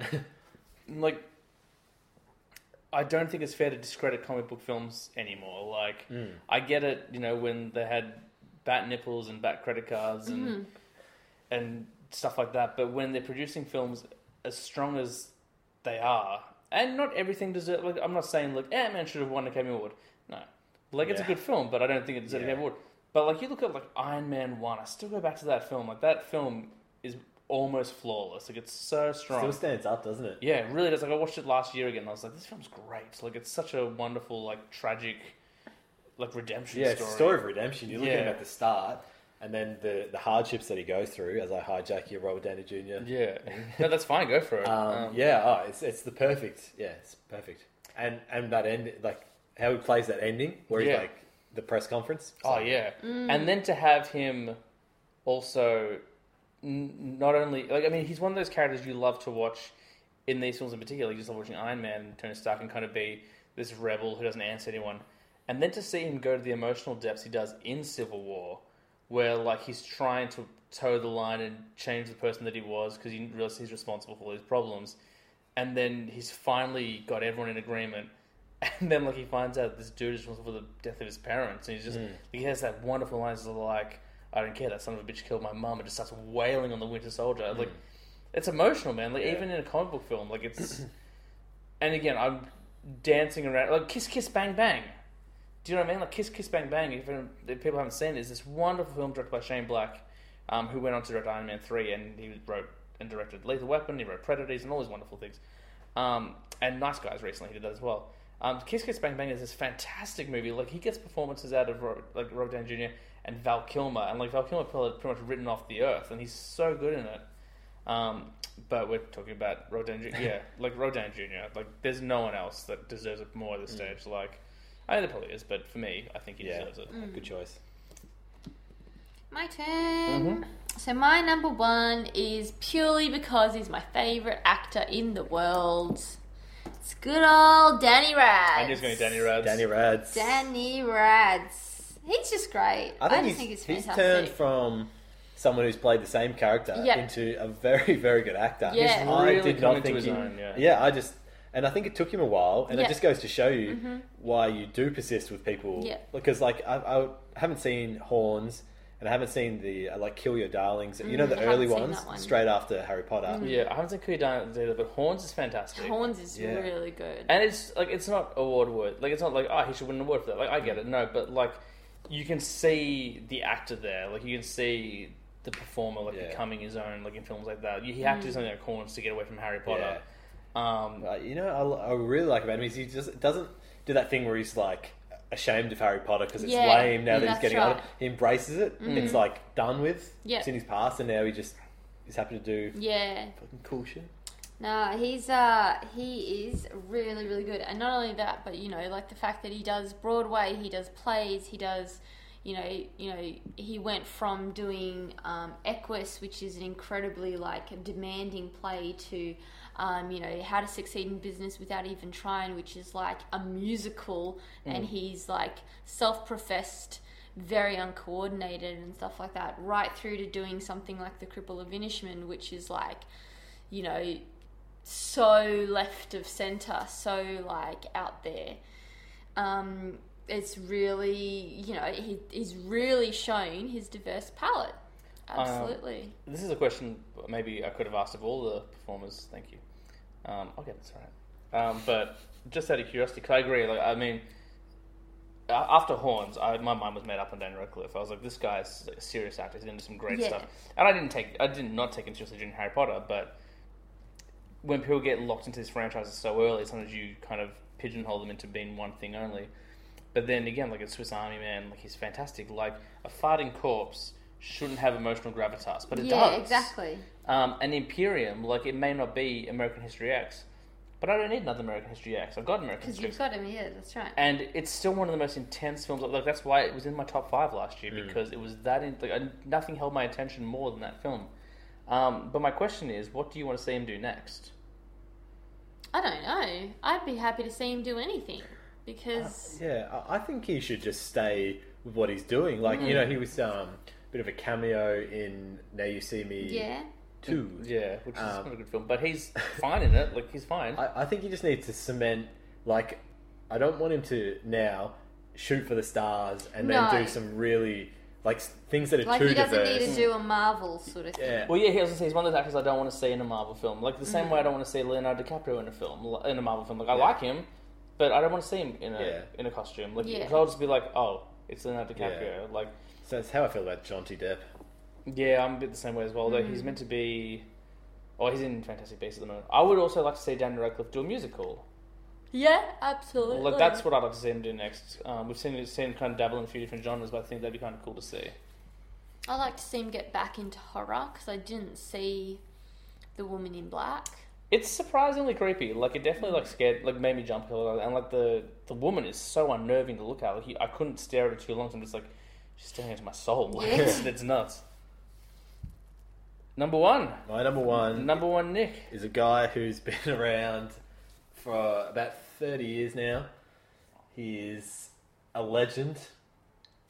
Speaker 6: like I don't think it's fair to discredit comic book films anymore. Like
Speaker 8: Mm.
Speaker 6: I get it, you know, when they had bat nipples and bat credit cards and and stuff like that, but when they're producing films as strong as they are, and not everything deserves like I'm not saying like Ant Man should have won an Academy Award. No. Like it's a
Speaker 8: Yeah.
Speaker 6: good film, but I don't think it deserved an
Speaker 8: Yeah.
Speaker 6: Academy Award. But like you look at like Iron Man one, I still go back to that film. Like that film is almost flawless. Like it's so strong.
Speaker 8: Still stands up, doesn't it?
Speaker 6: Yeah, it really does. Like I watched it last year again. and I was like, this film's great. Like it's such a wonderful, like tragic, like redemption
Speaker 8: Yeah, it's a
Speaker 6: story.
Speaker 8: story of redemption. You look at him
Speaker 6: Yeah.
Speaker 8: at the start, and then the, the hardships that he goes through as I hijack your Robert Downey Jr.
Speaker 6: Yeah, no, that's fine. Go for it.
Speaker 8: Um,
Speaker 6: Um,
Speaker 8: yeah, oh, it's it's the perfect. Yeah, it's perfect. And and that end, like how he plays that ending, where he's
Speaker 6: Yeah.
Speaker 8: like the press conference. It's
Speaker 6: Oh
Speaker 8: like,
Speaker 6: yeah, and then to have him also n- not only like I mean he's one of those characters you love to watch in these films in particular. You just love watching Iron Man and Tony Stark and kind of be this rebel who doesn't answer anyone, and then to see him go to the emotional depths he does in Civil War, where like he's trying to toe the line and change the person that he was because he realizes he's responsible for all these problems, and then he's finally got everyone in agreement. And then, like, he finds out this dude is responsible for the death of his parents, and he's just he has that wonderful lines of like, "I don't care that son of a bitch killed my mum," and just starts wailing on the Winter Soldier. Like, it's emotional, man. Like, even in a comic book film, like it's. and again, I'm dancing around like Kiss Kiss Bang Bang. Do you know what I mean? Like Kiss Kiss Bang Bang. If, if people haven't seen it, is this wonderful film directed by Shane Black, um, who went on to direct Iron Man three, and he wrote and directed Lethal Weapon. He wrote Predators and all these wonderful things. Um, and Nice Guys recently he did that as well. Um, Kiss Kiss Bang Bang is this fantastic movie. Like he gets performances out of Robert, like Robert Downey Jr. and Val Kilmer, and like Val Kilmer probably pretty much written off the earth, and he's so good in it. Um, but we're talking about Rodan Jr. Yeah, like Rodan Jr. Like, there's no one else that deserves it more at this stage. Like, I know there probably is, but for me, I think he
Speaker 8: Mm. Yeah.
Speaker 6: deserves it.
Speaker 8: Good choice.
Speaker 7: My turn.
Speaker 6: Mm-hmm.
Speaker 7: So my number one is purely because he's my favorite actor in the world. It's good old Danny Rad.
Speaker 6: And he's going to Danny Rads.
Speaker 8: Danny Rads.
Speaker 7: Danny Rads. He's just great. I, just think he's
Speaker 8: he's
Speaker 7: fantastic.
Speaker 8: turned from someone who's played the same character
Speaker 7: Yeah.
Speaker 8: into a very, very good actor.
Speaker 7: Yeah. He's
Speaker 8: I
Speaker 6: really
Speaker 8: did
Speaker 6: come
Speaker 8: not
Speaker 6: into
Speaker 8: think
Speaker 6: his
Speaker 8: he,
Speaker 6: own, yeah.
Speaker 8: I just, and I think it took him a while, and
Speaker 7: Yeah. Mm-hmm.
Speaker 8: it just goes to show you why you do persist with people.
Speaker 7: Yeah.
Speaker 8: Because like I, I haven't seen Horns, and I haven't seen the uh, like Kill Your Darlings. You know the
Speaker 7: Mm. I haven't
Speaker 8: early
Speaker 7: seen
Speaker 8: ones,
Speaker 7: that one. Mm.
Speaker 8: straight after Harry Potter.
Speaker 6: Yeah, I haven't seen Kuya Dance either, but Horns is fantastic.
Speaker 7: Horns is
Speaker 8: Yeah.
Speaker 7: really good.
Speaker 6: And it's like it's not award worthy. Like it's not like oh he should win an award for that. Like I get it, no, but like you can see the actor there. Like you can see the performer like
Speaker 8: Yeah.
Speaker 6: becoming his own. Like in films like that, you, he had to do something like Horns to get away from Harry
Speaker 8: Yeah.
Speaker 6: Potter. Um,
Speaker 8: Uh, you know, I, I really like about him is he just doesn't do that thing where he's like ashamed of Harry Potter because it's
Speaker 7: Yeah,
Speaker 8: lame now that he's
Speaker 7: that's
Speaker 8: getting
Speaker 7: right. Mm.
Speaker 8: older. He embraces it. It's like done with.
Speaker 7: Yeah.
Speaker 8: It's in his past, and now he just is happy to do
Speaker 7: yeah,
Speaker 8: fucking cool shit.
Speaker 7: No, he's uh he is really really good, and not only that, but you know, like the fact that he does Broadway, he does plays, he does, you know, you know, he went from doing um, Equus, which is an incredibly like demanding play, to, um, you know, How to Succeed in Business Without Even Trying, which is like a musical, and he's like self-professed very uncoordinated and stuff like that, right through to doing something like The Cripple of Inishman, which is like, you know, so left of center, so like out there. Um, it's really, you know, he, he's really shown his diverse palette.
Speaker 6: Um,
Speaker 7: Absolutely.
Speaker 6: This is a question maybe I could have asked of all the performers. Thank you. Um, okay, that's all right. Um, but just out of curiosity, 'cause I agree. Like, I mean, a- after Horns, I, my mind was made up on Dan Radcliffe. I was like, this guy's a serious actor. He's into some great
Speaker 7: Yeah.
Speaker 6: stuff. And I didn't take, I did not take him seriously during Harry Potter. But when people get locked into these franchises so early, sometimes you kind of pigeonhole them into being one thing only. But then again, like a Swiss Army Man, like he's fantastic. Like a farting corpse shouldn't have emotional gravitas, but it
Speaker 7: yeah,
Speaker 6: does.
Speaker 7: exactly.
Speaker 6: Um, an Imperium, like it may not be American History X, but I don't need another American History X. I've got American
Speaker 7: Because
Speaker 6: History
Speaker 7: you've
Speaker 6: X,
Speaker 7: got him, yeah, that's right.
Speaker 6: and it's still one of the most intense films. Like that's why it was in my top five last year because it was that. In, like I, nothing held my attention more than that film. Um, but my question is, what do you want to see him do next?
Speaker 7: I don't know. I'd be happy to see him do anything because
Speaker 8: Yeah, I- I think he should just stay with what he's doing. Like, you
Speaker 7: Mm.
Speaker 8: know, he was um, a bit of a cameo in Now You See Me
Speaker 7: yeah,
Speaker 8: 2.
Speaker 6: Yeah, which is
Speaker 8: Um,
Speaker 6: not a good film, but he's fine in it. Like he's fine.
Speaker 8: I, I think he just needs to cement, like, I don't want him to now shoot for the stars and
Speaker 7: No.
Speaker 8: then do some really, like, s- things that are
Speaker 7: like
Speaker 8: too
Speaker 7: he doesn't
Speaker 8: diverse.
Speaker 7: need to do a Marvel sort of thing.
Speaker 8: Yeah.
Speaker 6: Well, yeah, he was he's one of those actors I don't want to see in a Marvel film. Like the same way I don't want to see Leonardo DiCaprio in a film, li- in a Marvel film. Like I like him, but I don't want to see him in a
Speaker 8: Yeah.
Speaker 6: in a costume. Like
Speaker 7: Yeah.
Speaker 6: I'll just be like, oh, it's Leonardo DiCaprio. Like
Speaker 8: So that's how I feel about Jonty Depp.
Speaker 6: yeah, I'm a bit the same way as well. Though he's meant to be, oh, he's in Fantastic Beasts at the moment. I would also like to see Daniel Radcliffe do a musical.
Speaker 7: Yeah, absolutely.
Speaker 6: Like that's what I'd like to see him do next. Um, we've seen seen him kind of dabble in a few different genres, but I think that'd be kind of cool to see.
Speaker 7: I like to see him get back into horror because I didn't see the Woman in Black.
Speaker 6: It's surprisingly creepy. Like it definitely like scared, like made me jump a little. And like the the woman is so unnerving to look at. Like you, I couldn't stare at her too long. So I'm just like, she's staring into my soul. Like, it's, it's nuts. Number one,
Speaker 8: My number one
Speaker 6: number one, Nick.
Speaker 8: is a guy who's been around for about 30 years now. He is a legend.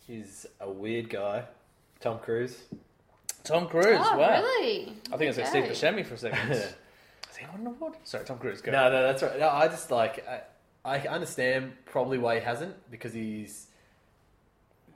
Speaker 8: He's a weird guy. Tom Cruise.
Speaker 6: Tom Cruise.
Speaker 7: oh,
Speaker 6: wow.
Speaker 7: really?
Speaker 6: I think it's like Steve
Speaker 7: Okay.
Speaker 6: Buscemi for a second. Is he on an award? Sorry, Tom Cruise. Go.
Speaker 8: No, no, that's right. No, I just like I, I understand probably why he hasn't because he's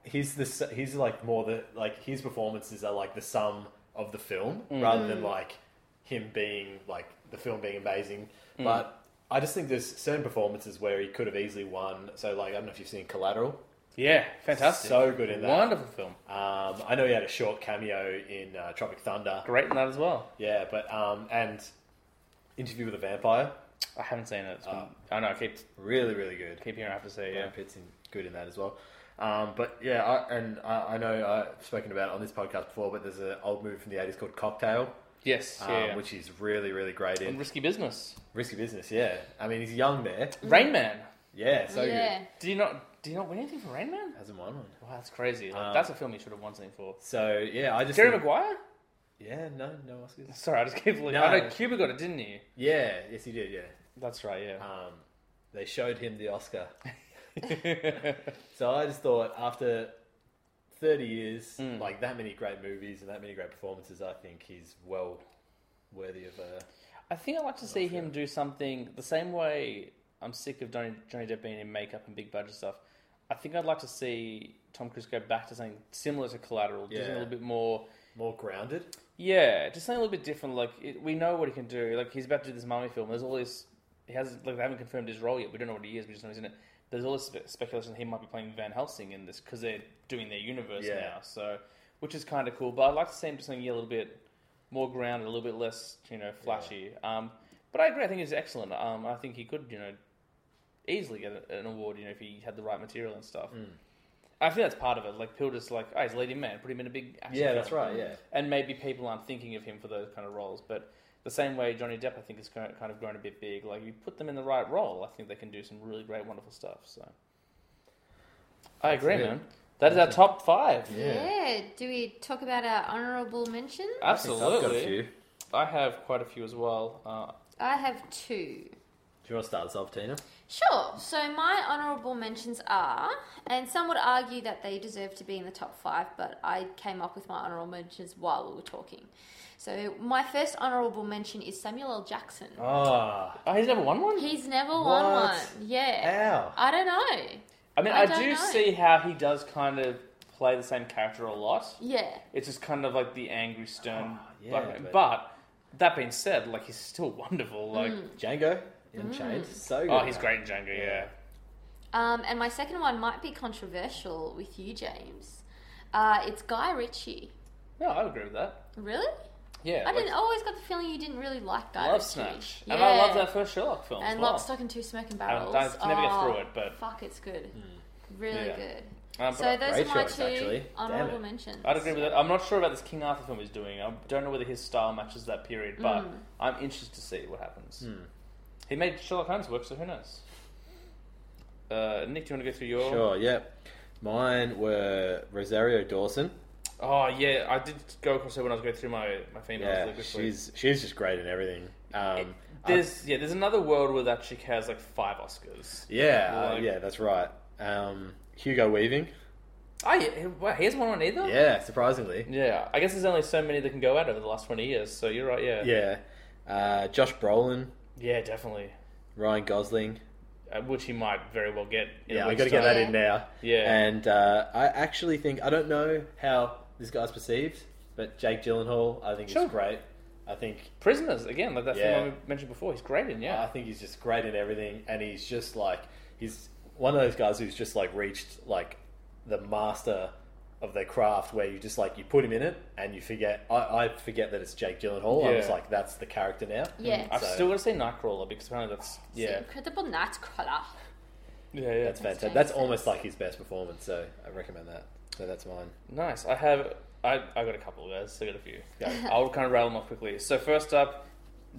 Speaker 8: he's this he's like more the like his performances are like the sum of the film
Speaker 6: Mm.
Speaker 8: rather than like him being like the film being amazing.
Speaker 6: Mm.
Speaker 8: But I just think there's certain performances where he could have easily won. So like I don't know if you've seen Collateral.
Speaker 6: Yeah, fantastic.
Speaker 8: So good in that.
Speaker 6: Wonderful film.
Speaker 8: Um, I know he had a short cameo in uh, Tropic Thunder.
Speaker 6: Great in that as well.
Speaker 8: Yeah, but um, and Interview with a Vampire.
Speaker 6: I haven't seen it. It's
Speaker 8: Uh,
Speaker 6: been- I know. I keep
Speaker 8: Really, really good.
Speaker 6: keep hearing I have to say. Yeah.
Speaker 8: Brad Pitt's in, good in that as well. Um, but yeah, I, and I, I know I've spoken about it on this podcast before, but there's an old movie from the 80s called Cocktail,
Speaker 6: Yes.
Speaker 8: um,
Speaker 6: Yeah.
Speaker 8: which he's really, really great in.
Speaker 6: Risky business.
Speaker 8: Risky Business, yeah. I mean, he's young there.
Speaker 6: Rain Man.
Speaker 8: Yeah, so
Speaker 7: yeah.
Speaker 8: good.
Speaker 6: Do you not? Do you not win anything for Rain Man?
Speaker 8: Hasn't won one.
Speaker 6: Wow, that's crazy. Like,
Speaker 8: Um,
Speaker 6: that's a film you should have won something for.
Speaker 8: So yeah, I just.
Speaker 6: Jerry
Speaker 8: think-
Speaker 6: Maguire?
Speaker 8: Yeah, no, no Oscars.
Speaker 6: Sorry, I just keep looking.
Speaker 8: No.
Speaker 6: I know Cuba got it, didn't he? Uh,
Speaker 8: Yeah, yes, he did, yeah.
Speaker 6: That's right, yeah.
Speaker 8: Um, they showed him the Oscar. So I just thought after 30 years, like that many great movies and that many great performances, I think he's well worthy of a.
Speaker 6: I think I'd like to see him do something the same way I'm sick of Johnny, Johnny Depp being in makeup and big budget stuff. I think I'd like to see Tom Cruise go back to something similar to Collateral, do
Speaker 8: Yeah.
Speaker 6: something a little bit more.
Speaker 8: more grounded.
Speaker 6: Yeah, just something a little bit different. Like it, we know what he can do. Like he's about to do this mummy film. There's all this. He hasn't. Like they haven't confirmed his role yet. We don't know what he is. We just know he's in it. There's all this spe- speculation that he might be playing Van Helsing in this because they're doing their universe
Speaker 8: Yeah.
Speaker 6: now. So, which is kind of cool. But I'd like to see him do something a little bit more grounded, a little bit less, you know, flashy. Um, but I agree. I think he's excellent. Um, I think he could, you know, easily get a- an award. You know, if he had the right material and stuff. I think that's part of it. Like, Pilder's like, oh, he's a leading man. Put him in a big action
Speaker 8: Yeah, that's
Speaker 6: film."
Speaker 8: right. Yeah,
Speaker 6: and maybe people aren't thinking of him for those kind of roles. But the same way Johnny Depp, I think, has kind of grown a bit big. Like you put them in the right role, I think they can do some really great, wonderful stuff. So I agree,
Speaker 8: it.
Speaker 6: man. That is our top five.
Speaker 7: Yeah. Do we talk about our honourable mentions?
Speaker 8: I've got a
Speaker 6: Absolutely,
Speaker 8: few. Do
Speaker 6: I have quite a few as well. Uh,
Speaker 7: I have two.
Speaker 8: you want to start us off, Tina?
Speaker 7: Sure. So my honourable mentions are, and some would argue that they deserve to be in the top five, but I came up with my honourable mentions while we were talking. So my first honourable mention is Samuel L. Jackson.
Speaker 8: Ah,
Speaker 6: oh, he's never won one.
Speaker 7: He's never won
Speaker 8: What?
Speaker 7: one. Yeah.
Speaker 8: ow.
Speaker 7: I don't know.
Speaker 6: I mean,
Speaker 7: I
Speaker 6: I,
Speaker 7: don't
Speaker 6: do
Speaker 7: know.
Speaker 6: see how he does kind of play the same character a lot.
Speaker 7: Yeah.
Speaker 6: It's just kind of like the angry, stern.
Speaker 8: Ah, yeah,
Speaker 6: black man.
Speaker 8: but-
Speaker 6: but... that being said, like he's still wonderful. Like,
Speaker 7: Mm.
Speaker 8: Django Unchained. So good.
Speaker 6: oh, he's great in Django. Yeah.
Speaker 7: Um, and my second one might be controversial with you, James. Uh, it's Guy Ritchie.
Speaker 6: No, I would agree with that.
Speaker 7: Really?
Speaker 6: Yeah.
Speaker 7: I
Speaker 6: like,
Speaker 7: didn't. I always got the feeling you didn't really like Guy
Speaker 6: love
Speaker 7: Ritchie.
Speaker 6: Snatch, and I love that first Sherlock film.
Speaker 7: And
Speaker 6: as well.
Speaker 7: Lockstock and Two Smoking
Speaker 6: I
Speaker 7: Barrels.
Speaker 6: don't- I never get
Speaker 7: Oh,
Speaker 6: through it, but- Hmm.
Speaker 7: fuck, it's good. Really
Speaker 6: Yeah.
Speaker 7: good.
Speaker 6: Um, but
Speaker 7: So those are
Speaker 8: Great
Speaker 7: my
Speaker 8: choice,
Speaker 7: two
Speaker 8: actually. Damn
Speaker 7: honorable
Speaker 8: it.
Speaker 7: mentions.
Speaker 6: I'd agree with that. I'm not sure about this King Arthur film he's doing. I don't know whether his style matches that period, but
Speaker 7: Mm.
Speaker 6: I'm interested to see what happens. Hmm. He made Sherlock Holmes work, so who knows? Uh, Nick, do you want to go through your?
Speaker 8: Sure, yeah. Mine were Rosario Dawson.
Speaker 6: Oh yeah, I did go across her when I was going through my my females.
Speaker 8: Yeah,
Speaker 6: really quickly.
Speaker 8: she's she's just great in everything. Um, I-
Speaker 6: There's yeah, there's another world where that chick has like five Oscars.
Speaker 8: yeah, uh,
Speaker 6: like-
Speaker 8: yeah, that's right. Um, Hugo Weaving.
Speaker 6: Oh, yeah, wow, he hasn't won one either.
Speaker 8: Yeah, surprisingly.
Speaker 6: Yeah, I guess there's only so many that can go out over the last 20 years. So you're right. Yeah.
Speaker 8: Yeah, uh, Josh Brolin,
Speaker 6: Yeah, definitely.
Speaker 8: Ryan Gosling.
Speaker 6: Uh, which he might very well get. In
Speaker 8: Yeah,
Speaker 6: a
Speaker 8: I
Speaker 6: week's
Speaker 8: got to get
Speaker 6: time.
Speaker 8: that in now.
Speaker 6: Yeah.
Speaker 8: and uh, I actually think I don't know how this guy's perceived, but Jake Gyllenhaal, I think
Speaker 6: Sure.
Speaker 8: is great. I think
Speaker 6: Prisoners again, like that
Speaker 8: Yeah.
Speaker 6: film I mentioned before. He's great in
Speaker 8: I
Speaker 6: yeah.
Speaker 8: think he's just great in everything, and he's just like he's one of those guys who's just like reached like the master of their craft, where you just like you put him in it, and you forget. I, I forget that it's Jake Gyllenhaal. I was
Speaker 6: Yeah.
Speaker 8: like, that's the character now.
Speaker 7: Yeah.
Speaker 6: I've
Speaker 8: so-
Speaker 6: still got to say Nightcrawler because apparently that's
Speaker 7: It's
Speaker 6: yeah,
Speaker 7: Incredible Nightcrawler.
Speaker 6: yeah, yeah.
Speaker 8: That's fantastic.
Speaker 7: James
Speaker 8: That's
Speaker 7: Smith.
Speaker 8: almost like his best performance. So I recommend that. So that's mine.
Speaker 6: nice. I have I I got a couple guys. I got a few. I'll kind of rattle them off quickly. So first up,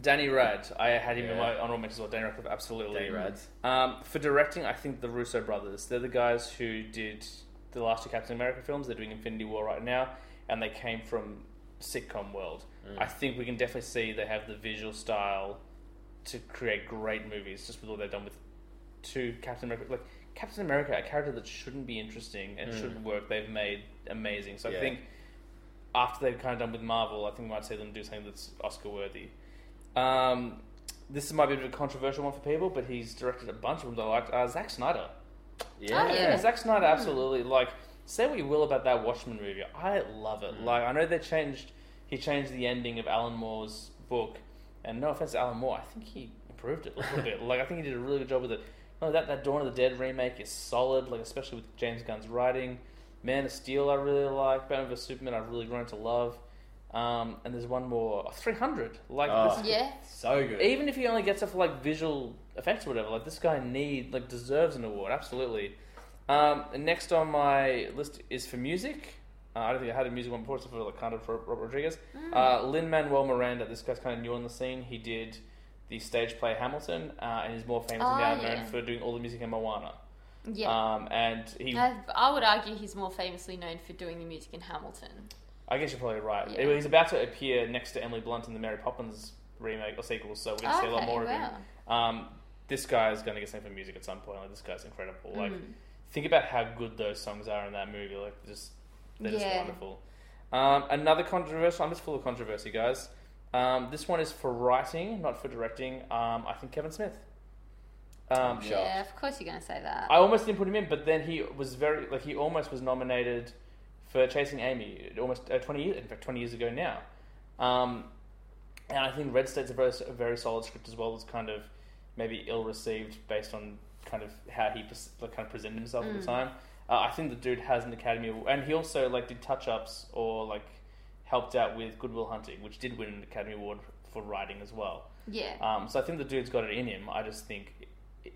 Speaker 6: Danny Rad. I had him in
Speaker 8: Yeah.
Speaker 6: my honorable mentions as well. Danny Radcliffe, absolutely.
Speaker 8: Danny Rad's.
Speaker 6: Um, for directing, I think the Russo brothers. They're the guys who did the last two Captain America films. They're doing Infinity War right now, and they came from sitcom world.
Speaker 8: Mm.
Speaker 6: I think we can definitely see they have the visual style to create great movies. Just with all they've done with two Captain America, like Captain America, a character that shouldn't be interesting and shouldn't work, they've made amazing. So
Speaker 8: Yeah.
Speaker 6: I think after they've kind of done with Marvel, I think we might see them do something that's Oscar worthy. Um, this might be a bit of a controversial one for people, but he's directed a bunch of them that I liked. Uh, Zack Snyder.
Speaker 7: Oh, yeah.
Speaker 6: Yeah, Zack Snyder, absolutely. Like, say what you will about that Watchmen movie, I love
Speaker 7: Hmm.
Speaker 6: it. Like, I know they changed, he changed the ending of Alan Moore's book, and no offense to Alan Moore, I think he improved it a little bit. Like, I think he did a really good job with it. No, that that Dawn of the Dead remake is solid. Like, especially with James Gunn's writing. Man of Steel, I really like. Batman vs Superman, I've really grown to love. Um, and there's one more, Three Hundred. Like,
Speaker 8: Oh.
Speaker 6: this,
Speaker 7: Yeah.
Speaker 8: So good.
Speaker 6: even if he only gets it for like visual effects or whatever, like this guy need like deserves an award absolutely. Um, and next on my list is for music. Uh, I don't think I had a music one before, except for like kind of Robert Rodriguez.
Speaker 7: Mm.
Speaker 6: Uh, Lin Manuel Miranda. This guy's kind of new on the scene. He did the stage play Hamilton, uh, and he's more famous
Speaker 7: Ah,
Speaker 6: now
Speaker 7: yeah.
Speaker 6: known for doing all the music in Moana.
Speaker 7: Yeah. Uh,
Speaker 6: Um, and he,
Speaker 7: I, I would argue he's more famously known for doing the music in Hamilton.
Speaker 6: I guess you're probably right.
Speaker 7: Yeah.
Speaker 6: He's about to appear next to Emily Blunt in the Mary Poppins remake or sequel, so we're going to see a lot
Speaker 7: Okay,
Speaker 6: more of him.
Speaker 7: wow.
Speaker 6: Um, this guy is going to get something for music at some point. Like this guy's incredible. Like think about how good those songs are in that movie. Like just they're just
Speaker 7: Yeah.
Speaker 6: wonderful. Um, another controversial. I'm just full of controversy, guys. Um, this one is for writing, not for directing. Um, I think Kevin Smith. Um,
Speaker 7: Yeah, of course you're going to say that.
Speaker 6: I almost didn't put him in, but then he was very like he almost was nominated for Chasing Amy almost uh, twenty years in fact twenty years ago now, um, and I think Red State's a very a very solid script as well. It's kind of maybe ill received based on kind of how he pres- like, kind of presented himself at the time. Uh, I think the dude has an Academy Award, and he also like did touch ups or like helped out with Goodwill Hunting, which did win an Academy Award for writing as well.
Speaker 7: yeah.
Speaker 6: Uh, Um, so I think the dude's got it in him. I just think it,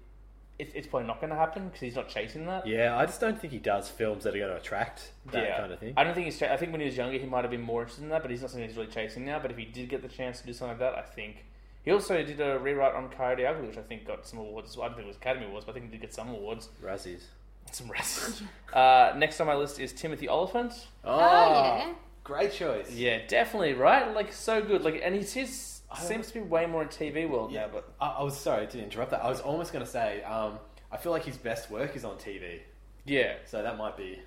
Speaker 6: it's probably not going to happen because he's not chasing that.
Speaker 8: Yeah, I just don't think he does films that are going to attract that kind of thing.
Speaker 6: I don't think he's. Cha- I think when he was younger, he might have been more interested in that, but he's not something he's really chasing now. But if he did get the chance to do something like that, I think he also did a rewrite on Coyote Ugly, which I think got some awards. Well, I don't think it was Academy Awards, but I think he did get some awards,
Speaker 8: Razzies.
Speaker 6: some rests. uh, next on my list is Timothy Oliphant.
Speaker 8: Oh,
Speaker 6: uh,
Speaker 7: yeah.
Speaker 8: Great choice.
Speaker 6: Yeah, definitely right. Like so good. Like, and he's his seems to be way more in TV world
Speaker 8: Yeah,
Speaker 6: now.
Speaker 8: but I, I was sorry to interrupt that. I was almost going to say, um, I feel like his best work is on TV,
Speaker 6: Yeah,
Speaker 8: so that might be.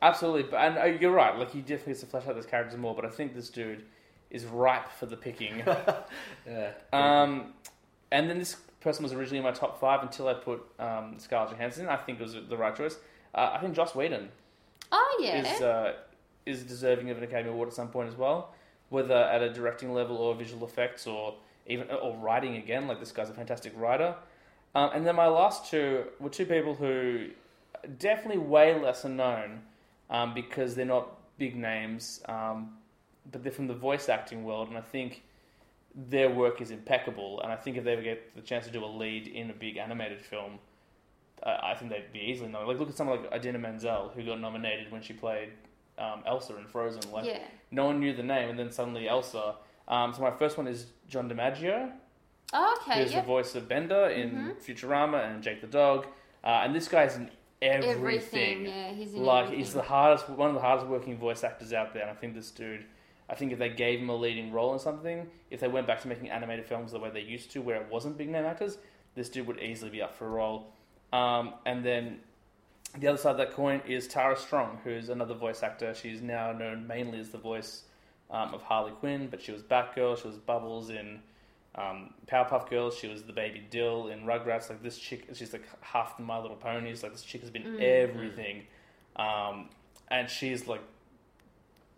Speaker 6: Absolutely, but and uh, you're right. Like he definitely gets to flesh out those characters more. But I think this dude is ripe for the picking.
Speaker 8: Yeah.
Speaker 6: um, and then this person was originally in my top five until I put um, Scarlett Johansson. I think it was the right choice. Uh, I think Joss Whedon
Speaker 7: Oh, yeah.
Speaker 6: is uh, is deserving of an Academy Award at some point as well, whether at a directing level or visual effects or even or writing again. Like this guy's a fantastic writer. Um, and then my last two were two people who are definitely way lesser known um, because they're not big names, um, but they're from the voice acting world, and I think their work is impeccable. And I think if they ever get the chance to do a lead in a big animated film, I I think they'd be easily known. Like look at someone like Idina Menzel who got nominated when she played um, Elsa in Frozen. Like
Speaker 7: Yeah.
Speaker 6: no one knew the name, and then suddenly Elsa. Um, so my first one is John DiMaggio
Speaker 7: Oh, okay,
Speaker 6: who's
Speaker 7: yeah. Mm-hmm.
Speaker 6: the uh, voice of Bender in Futurama and Jake the Dog. Uh, and this guy's in everything.
Speaker 7: Everything, yeah, he's in
Speaker 6: like
Speaker 7: everything.
Speaker 6: he's the hardest, one of the hardest working voice actors out there. And I think this dude, I think if they gave him a leading role in something, if they went back to making animated films the way they used to, where it wasn't big name actors, this dude would easily be up for a role. Um, and then the other side of that coin is Tara Strong, who's another voice actor. She's now known mainly as the voice um, of Harley Quinn, but she was Batgirl, she was Bubbles in um, Powerpuff Girls, she was the baby Dill in Rugrats. Like this chick, she's like half the My Little Ponies. Like this chick has been
Speaker 7: Mm.
Speaker 6: everything, um, and she's like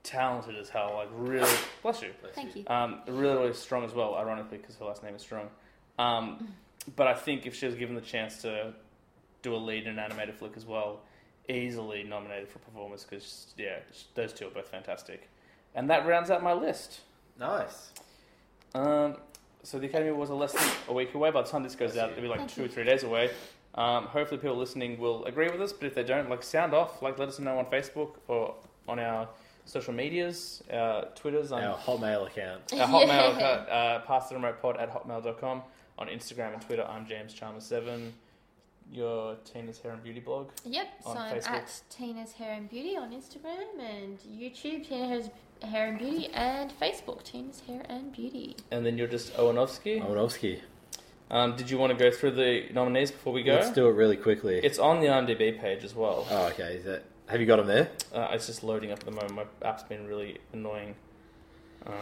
Speaker 6: talented as hell. Like really, bless you.
Speaker 7: Thank you.
Speaker 6: Um, really, really strong as well, ironically, because her last name is Strong. Um, but I think if she was given the chance to do a lead in an animated flick as well, easily nominated for performance because, yeah, sh- those two are both fantastic. And that rounds out my list.
Speaker 8: Nice.
Speaker 6: Um, so the Academy Awards are less than a week away. By the time this goes out, it'll be like two or three days away. Um, hopefully, people listening will agree with us. But if they don't, like, sound off. Like, let us know on Facebook or on our social medias, uh, Twitters. I'm
Speaker 8: Our Hotmail account.
Speaker 6: uh, hotmail
Speaker 7: Yeah.
Speaker 6: uh, uh, pass the remote pod at hotmail.com on instagram and twitter i'm james charmer7 your tina's hair and beauty blog
Speaker 7: Yep, so
Speaker 6: on
Speaker 7: I'm
Speaker 6: Facebook.
Speaker 7: at Tina's Hair and Beauty on Instagram and YouTube, Tina Hair's Hair and Beauty, and Facebook, Tina's Hair and Beauty.
Speaker 6: and then you're just owenowski
Speaker 8: Aronofsky.
Speaker 6: um, did you want to go through the nominees before we go
Speaker 8: Oh. Let's do it really quickly.
Speaker 6: it's on the imdb page as well
Speaker 8: oh, okay. Is that... Have you got him there?
Speaker 6: uh, it's just loading up at the moment my app's been really annoying um,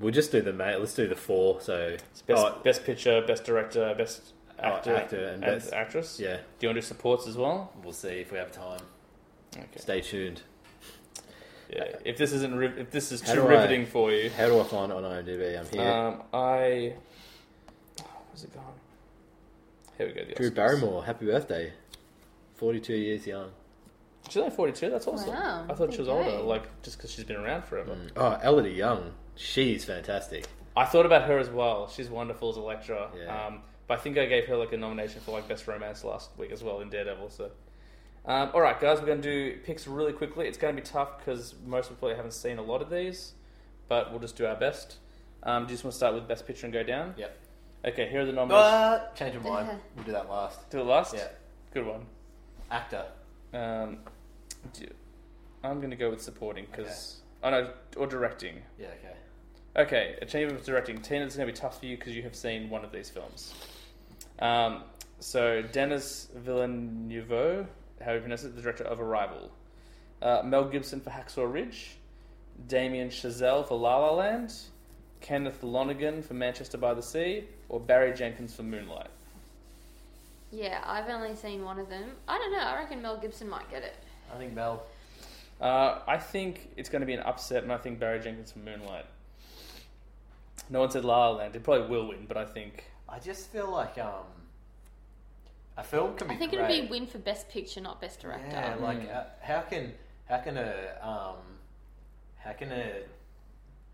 Speaker 8: We'll just do the mate. Let's do the four. So
Speaker 6: it's best,
Speaker 8: Oh,
Speaker 6: best picture best director best actor,
Speaker 8: actor and best-
Speaker 6: actress
Speaker 8: yeah.
Speaker 6: do you want to do supports as well
Speaker 8: We'll see if we have time.
Speaker 6: okay
Speaker 8: Stay tuned.
Speaker 6: yeah. if this isn't riv if this is
Speaker 8: Uh, How
Speaker 6: too
Speaker 8: do I-
Speaker 6: riveting for you
Speaker 8: How do I find it on IMDb? I'm here.
Speaker 6: Um, I. Oh, where's it gone? Here we go. The
Speaker 8: Drew
Speaker 6: Oscars.
Speaker 8: Barrymore. Happy birthday. Forty-two years young.
Speaker 6: She's only 42. That's awesome.
Speaker 7: Wow,
Speaker 6: I thought she
Speaker 7: there
Speaker 6: was
Speaker 7: you
Speaker 6: older,
Speaker 7: go.
Speaker 6: like, just because she's been around forever.
Speaker 8: Oh, Elodie Young. She's fantastic.
Speaker 6: I thought about her as well. She's wonderful as Electra.
Speaker 8: Yeah.
Speaker 6: Um, but I think I gave her, like, a nomination for, like, Best Romance last week as well in Daredevil, so. Um, all right, guys, we're going to do picks really quickly. It's going to be tough because most people haven't seen a lot of these, but we'll just do our best. Um, do you just want to start with Best Picture and go down?
Speaker 8: Yep.
Speaker 6: Okay, here are the nominees.
Speaker 8: But change of mind. We'll do that last.
Speaker 6: Do it last?
Speaker 8: Ah! Yeah.
Speaker 6: Good one.
Speaker 8: Actor.
Speaker 6: Um, d- I'm going to go with supporting because oh no, or directing.
Speaker 8: Yeah. Okay.
Speaker 6: Okay, achievement of directing. Tina, it's going to be tough for you because you have seen one of these films. Um, so Dennis Villeneuve, how you pronounce it, the director of Arrival. Uh, Mel Gibson for Hacksaw Ridge. Damien Chazelle for La La Land. Kenneth Lonergan for Manchester by the Sea, or Barry Jenkins for Moonlight.
Speaker 7: Yeah, I've only seen one of them. I don't know, I reckon Mel Gibson might get it.
Speaker 8: I think Mel.
Speaker 6: Uh, I think it's going to be an upset, and I think Barry Jenkins for Moonlight. No one said La La Land. It probably will win, but I think
Speaker 8: I just feel like um, a film can be.
Speaker 7: I think
Speaker 8: great.
Speaker 7: it'll be win for Best Picture, not Best Director.
Speaker 8: Yeah,
Speaker 6: Hmm.
Speaker 8: like uh, how can how can a um, how can a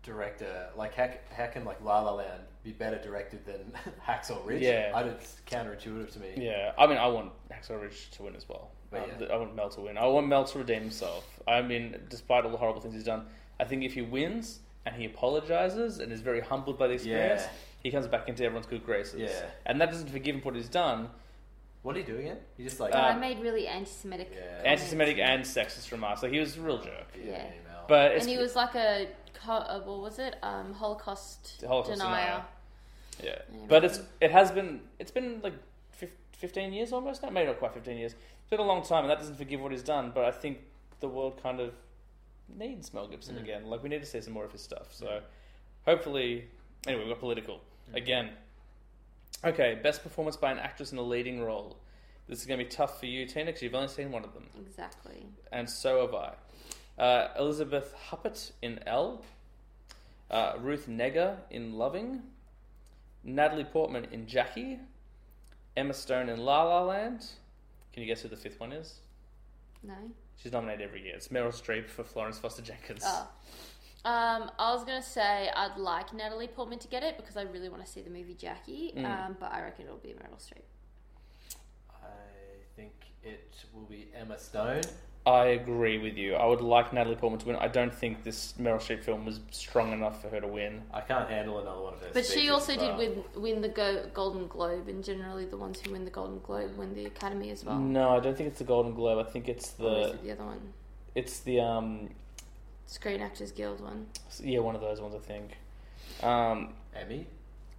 Speaker 8: director. Like how, c- how can like La La Land be better directed than Hacksaw Ridge?
Speaker 6: Yeah.
Speaker 8: I, it's counterintuitive to me.
Speaker 6: Yeah, I mean, I want Hacksaw Ridge to win as well.
Speaker 8: But
Speaker 6: Um,
Speaker 8: yeah.
Speaker 6: th- I want Mel to win. I want Mel to redeem himself. I mean, despite all the horrible things he's done, I think if he wins and he apologizes and is very humbled by the experience,
Speaker 8: Yeah.
Speaker 6: he comes back into everyone's good graces.
Speaker 8: Yeah.
Speaker 6: And that doesn't forgive him for what he's done.
Speaker 8: What did he do again? He just like
Speaker 7: But I
Speaker 6: Um,
Speaker 7: made really anti-Semitic.
Speaker 8: Yeah.
Speaker 7: comments.
Speaker 6: Anti-Semitic and sexist remarks. Like he was a real jerk.
Speaker 8: yeah,
Speaker 7: yeah.
Speaker 8: email.
Speaker 6: But it's,
Speaker 7: And he was like a co- uh, what was it? Um, Holocaust,
Speaker 6: Holocaust
Speaker 7: denier.
Speaker 6: yeah.
Speaker 7: Yeah.
Speaker 6: But it's it has been it's been like fif- fifteen years almost. No, maybe not quite fifteen years. It's been a long time, and that doesn't forgive what he's done. But I think the world kind of needs Mel Gibson again. Like we need to see some more of his stuff. So hopefully, anyway, we got political again. Okay, best performance by an actress in a leading role. This is going to be tough for you, Tina, because you've only seen one of them.
Speaker 7: Exactly.
Speaker 6: and so have I. Uh, Elizabeth Huppert in L. Uh, Ruth Negga in Loving. Natalie Portman in Jackie. Emma Stone in La La Land. Can you guess who the fifth one is?
Speaker 7: No.
Speaker 6: She's nominated every year. It's Meryl Streep for Florence Foster Jenkins.
Speaker 7: Oh. Um, I was gonna say I'd like Natalie Portman to get it because I really want to see the movie Jackie.
Speaker 6: Hmm.
Speaker 7: Um, but I reckon it'll be Meryl Streep.
Speaker 8: I think it will be Emma Stone.
Speaker 6: I agree with you. I would like Natalie Portman to win. I don't think this Meryl Streep film was strong enough for her to win.
Speaker 8: I can't handle another one of her.
Speaker 7: But she
Speaker 8: speeches, um,
Speaker 7: also did
Speaker 8: but-
Speaker 7: win win the Go- Golden Globe, and generally the ones who win the Golden Globe win the Academy as well.
Speaker 6: No, I don't think it's the Golden Globe. I think it's
Speaker 7: Or is
Speaker 6: the
Speaker 7: it the other one,
Speaker 6: it's the um
Speaker 7: Screen Actors Guild one.
Speaker 6: yeah one of those ones I think. Um,
Speaker 8: Emmy.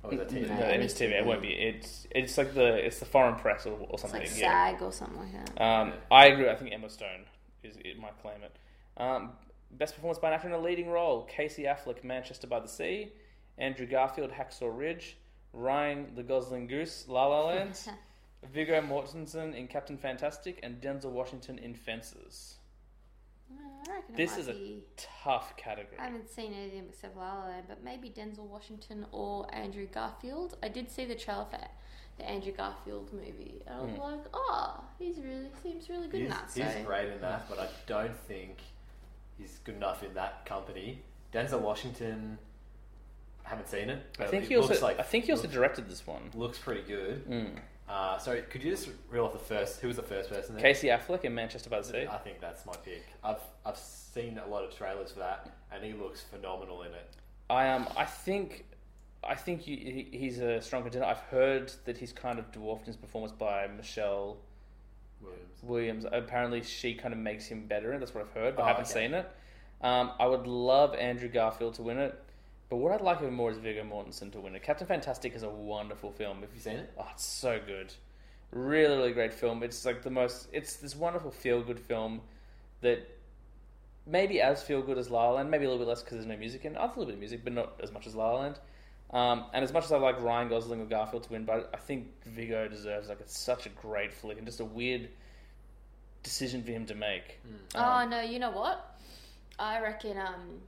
Speaker 8: Or was that TV?
Speaker 6: No,
Speaker 7: No,
Speaker 6: it is TV. It won't be. It's it's like the it's the foreign press or, or
Speaker 7: Mm. It's
Speaker 6: something.
Speaker 7: like
Speaker 6: yeah.
Speaker 7: SAG or something like that.
Speaker 6: Um, I agree. I think Emma Stone is it might claim it. Um, best performance by an actor in a leading role: Casey Affleck, Manchester by the Sea; Andrew Garfield, Hacksaw Ridge; Ryan the Gosling Goose, La La Land; Viggo Mortensen in Captain Fantastic; and Denzel Washington in Fences.
Speaker 7: I reckon it
Speaker 6: This
Speaker 7: might
Speaker 6: is a
Speaker 7: be.
Speaker 6: tough category.
Speaker 7: I haven't seen anything except La La Land, but maybe Denzel Washington or Andrew Garfield. I did see the trailer for the Andrew Garfield movie, and I was like, oh, he's really seems really good
Speaker 8: Hmm. He's,
Speaker 7: in that. So
Speaker 8: he's great in that, but I don't think he's good enough in that company. Denzel Washington, I haven't seen it.
Speaker 6: I
Speaker 8: but
Speaker 6: think
Speaker 8: it
Speaker 6: he also.
Speaker 8: looks like
Speaker 6: I think he also Hmm.
Speaker 8: looks,
Speaker 6: directed this one.
Speaker 8: looks pretty good. Uh, sorry, could you just reel off the first? Who was the first person? There?
Speaker 6: Casey Affleck in Manchester by the Sea.
Speaker 8: I think that's my pick. I've I've seen a lot of trailers for that, and he looks phenomenal in it.
Speaker 6: I um I think I think he, he- he's a strong contender. I've heard that he's kind of dwarfed in his performance by Michelle
Speaker 8: Williams.
Speaker 6: Williams. Apparently, she kind of makes him better, and that's what I've heard, but
Speaker 8: Oh,
Speaker 6: I haven't
Speaker 8: okay.
Speaker 6: seen it. Um, I would love Andrew Garfield to win it, but what I'd like even more is Viggo Mortensen to win it. Captain Fantastic is a wonderful film. If
Speaker 8: Have you seen it?
Speaker 6: Oh, it's so good. Really, really great film. It's like the most. It's this wonderful feel good film that maybe as feel good as La La Land, maybe a little bit less because there's no music in. it. I have a little bit of music, but not as much as La La Land. Um, and as much as I like Ryan Gosling or Garfield to win, but I think Vigo deserves like it's such a great flick and just a weird decision for him to make.
Speaker 7: Oh no, you know what? I reckon um,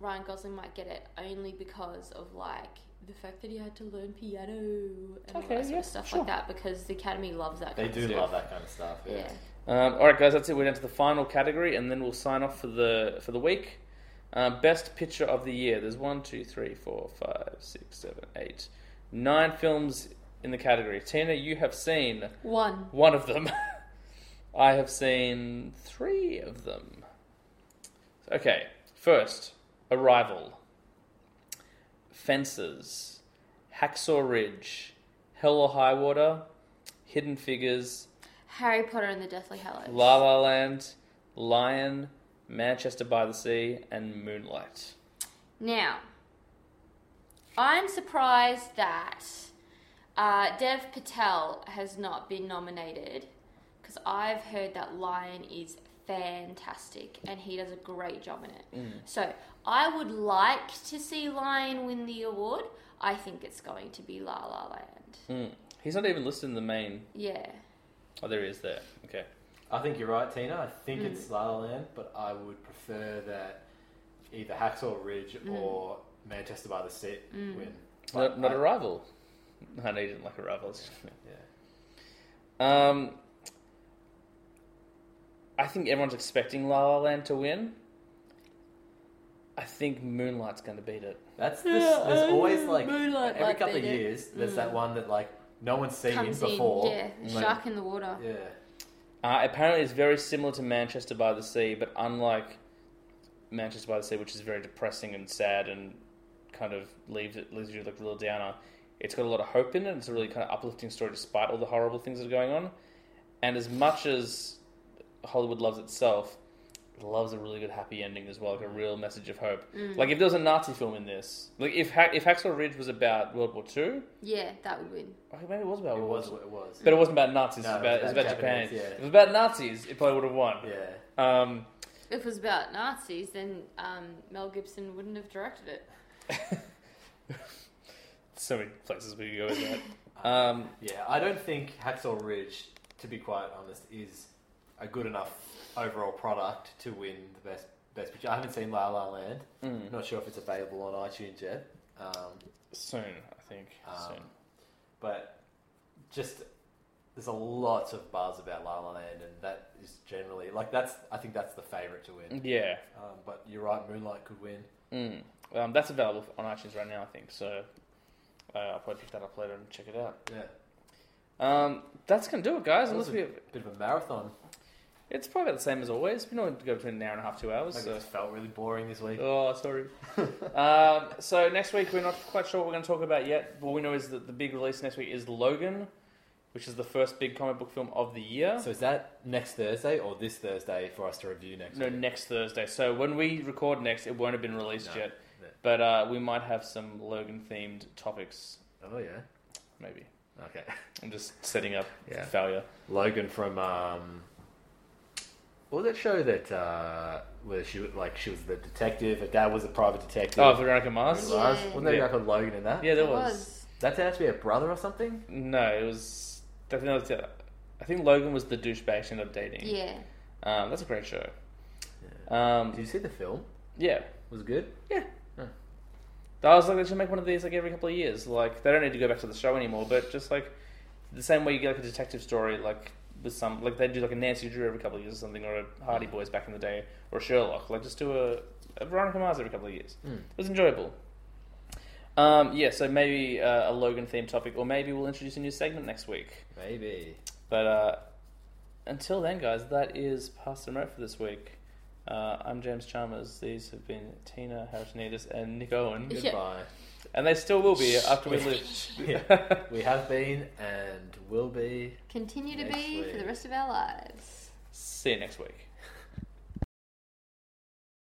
Speaker 7: Ryan Gosling might get it only because of like the fact that he had to learn piano and all that
Speaker 6: Okay,
Speaker 7: sort
Speaker 6: yeah,
Speaker 7: of stuff
Speaker 6: sure.
Speaker 7: like that because the Academy loves that.
Speaker 8: They
Speaker 7: kind
Speaker 8: do
Speaker 7: of stuff.
Speaker 8: love that kind of stuff.
Speaker 7: Yeah.
Speaker 6: Um, all right, guys, that's it. We're down to the final category, and then we'll sign off for the for the week. Um, best picture of the year. There's one, two, three, four, five, six, seven, eight, nine films in the category. Tina, you have seen
Speaker 7: One.
Speaker 6: one of them. I have seen three of them. Okay, first, Arrival, Fences, Hacksaw Ridge, Hell or High Water, Hidden Figures,
Speaker 7: Harry Potter and the Deathly Hallows.
Speaker 6: La La Land, Lion, Manchester by the Sea, and Moonlight.
Speaker 7: Now, I'm surprised that uh, Dev Patel has not been nominated because I've heard that Lion is fantastic and he does a great job in it.
Speaker 8: Mm.
Speaker 7: So I would like to see Lion win the award. I think it's going to be La La Land.
Speaker 8: Hmm.
Speaker 6: He's not even listed in the main.
Speaker 7: Yeah.
Speaker 6: Oh, there he is there. Okay.
Speaker 8: I think you're right, Tina. I think
Speaker 7: Mm.
Speaker 8: it's La La Land, but I would prefer that either Hacksaw Ridge
Speaker 7: Mm.
Speaker 8: or Manchester by the Sea win.
Speaker 6: Not,
Speaker 8: But
Speaker 6: not
Speaker 8: I-
Speaker 6: Arrival. I know you didn't like Arrival.
Speaker 8: Yeah.
Speaker 6: Um, I think everyone's expecting La La Land to win. I think Moonlight's going to beat it.
Speaker 8: That's this. there's always like
Speaker 7: oh, Moonlight
Speaker 8: every
Speaker 7: might
Speaker 8: couple of
Speaker 7: beat it.
Speaker 8: years. There's that one that like no one's seen
Speaker 7: Mm. Comes in,
Speaker 8: before.
Speaker 7: yeah.
Speaker 8: Like,
Speaker 7: Shark in the water.
Speaker 8: yeah.
Speaker 6: Uh, apparently, it's very similar to Manchester by the Sea, but unlike Manchester by the Sea, which is very depressing and sad and kind of leaves it leaves you like a little downer. It's got a lot of hope in it. It's a really kind of uplifting story, despite all the horrible things that are going on. And as much as Hollywood loves itself, it loves a really good happy ending as well, like a real message of hope. Like if there was a Nazi film in this, like if ha- if Hacksaw Ridge was about World War Two,
Speaker 7: Yeah, that would win.
Speaker 6: okay, maybe it was about
Speaker 8: It
Speaker 6: World War
Speaker 8: was
Speaker 6: Two.
Speaker 8: what it was.
Speaker 6: But it wasn't about Nazis.
Speaker 8: No,
Speaker 6: it was about, it was about Japan.
Speaker 8: Japanese, yeah.
Speaker 6: If it was about Nazis, it probably would have won.
Speaker 8: Yeah.
Speaker 6: Um,
Speaker 7: If it was about Nazis, then um, Mel Gibson wouldn't have directed it.
Speaker 6: so many places we could go with that. Um,
Speaker 8: Yeah. I don't think Hacksaw Ridge, to be quite honest, is a good enough overall product to win the best best picture. I haven't seen La La Land.
Speaker 6: Hmm.
Speaker 8: Not sure if it's available on iTunes yet. Um,
Speaker 6: soon, I think.
Speaker 8: Um,
Speaker 6: soon.
Speaker 8: but just there's a lot of buzz about La La Land, and that is generally like that's I think that's the favorite to win.
Speaker 6: Yeah,
Speaker 8: Um, but you're right, Moonlight could win.
Speaker 6: mm. um, that's available on iTunes right now, I think. So uh, I'll probably pick that up later and check it out.
Speaker 8: Yeah,
Speaker 6: Um, that's gonna do it, guys.
Speaker 8: That was
Speaker 6: Unless we,
Speaker 8: bit of a marathon.
Speaker 6: it's probably about the same as always. We normally go between an hour and a half, two hours.
Speaker 8: Maybe
Speaker 6: so.
Speaker 8: it just felt really boring this week.
Speaker 6: Oh, sorry. um, so next week we're not quite sure what we're going to talk about yet. But all we know is that the big release next week is Logan, which is the first big comic book film of the year.
Speaker 8: So is that next Thursday or this Thursday for us to review next?
Speaker 6: no,
Speaker 8: week?
Speaker 6: next Thursday. So when we record next, it won't have been released
Speaker 8: No.
Speaker 6: yet.
Speaker 8: No.
Speaker 6: But uh, we might have some Logan themed topics,
Speaker 8: Oh yeah.
Speaker 6: maybe.
Speaker 8: Okay.
Speaker 6: I'm just setting up
Speaker 8: Yeah.
Speaker 6: failure.
Speaker 8: Logan from um, what was that show that uh, where she was like she was the detective, her dad was a private detective.
Speaker 6: Oh, Veronica Mars?
Speaker 7: Yeah.
Speaker 8: Lars? Wasn't there
Speaker 6: Yeah.
Speaker 8: a guy called Logan in that?
Speaker 6: Yeah, there
Speaker 7: It
Speaker 6: was.
Speaker 8: That turned out to be a brother or something?
Speaker 6: No, it was. I think, that was it. I think Logan was the douchebag she ended up dating.
Speaker 7: Yeah.
Speaker 6: Um, that's a great show.
Speaker 8: Did
Speaker 6: Um,
Speaker 8: you see the film?
Speaker 6: yeah.
Speaker 8: Was it good?
Speaker 6: Yeah. I was like, they should make one of these like every couple of years. Like they don't need to go back to the show anymore, but just like the same way you get like a detective story, like with some like they do like a Nancy Drew every couple of years or something, or a Hardy Boys back in the day, or a Sherlock. Like just do a, a Veronica Mars every couple of years. It was enjoyable. Um, yeah, so maybe uh, a Logan themed topic, or maybe we'll introduce a new segment next week.
Speaker 8: Maybe.
Speaker 6: But uh, until then, guys, that is Pastor Mo for this week. Uh, I'm James Chalmers. These have been Tina Harritonidis and Nick Owen.
Speaker 7: Yeah.
Speaker 8: Goodbye.
Speaker 6: And they still will be after we leave.
Speaker 8: Yeah. we have been and will be.
Speaker 7: Continue to
Speaker 8: Next
Speaker 7: be
Speaker 8: week.
Speaker 7: for the rest of our lives.
Speaker 6: See you next week.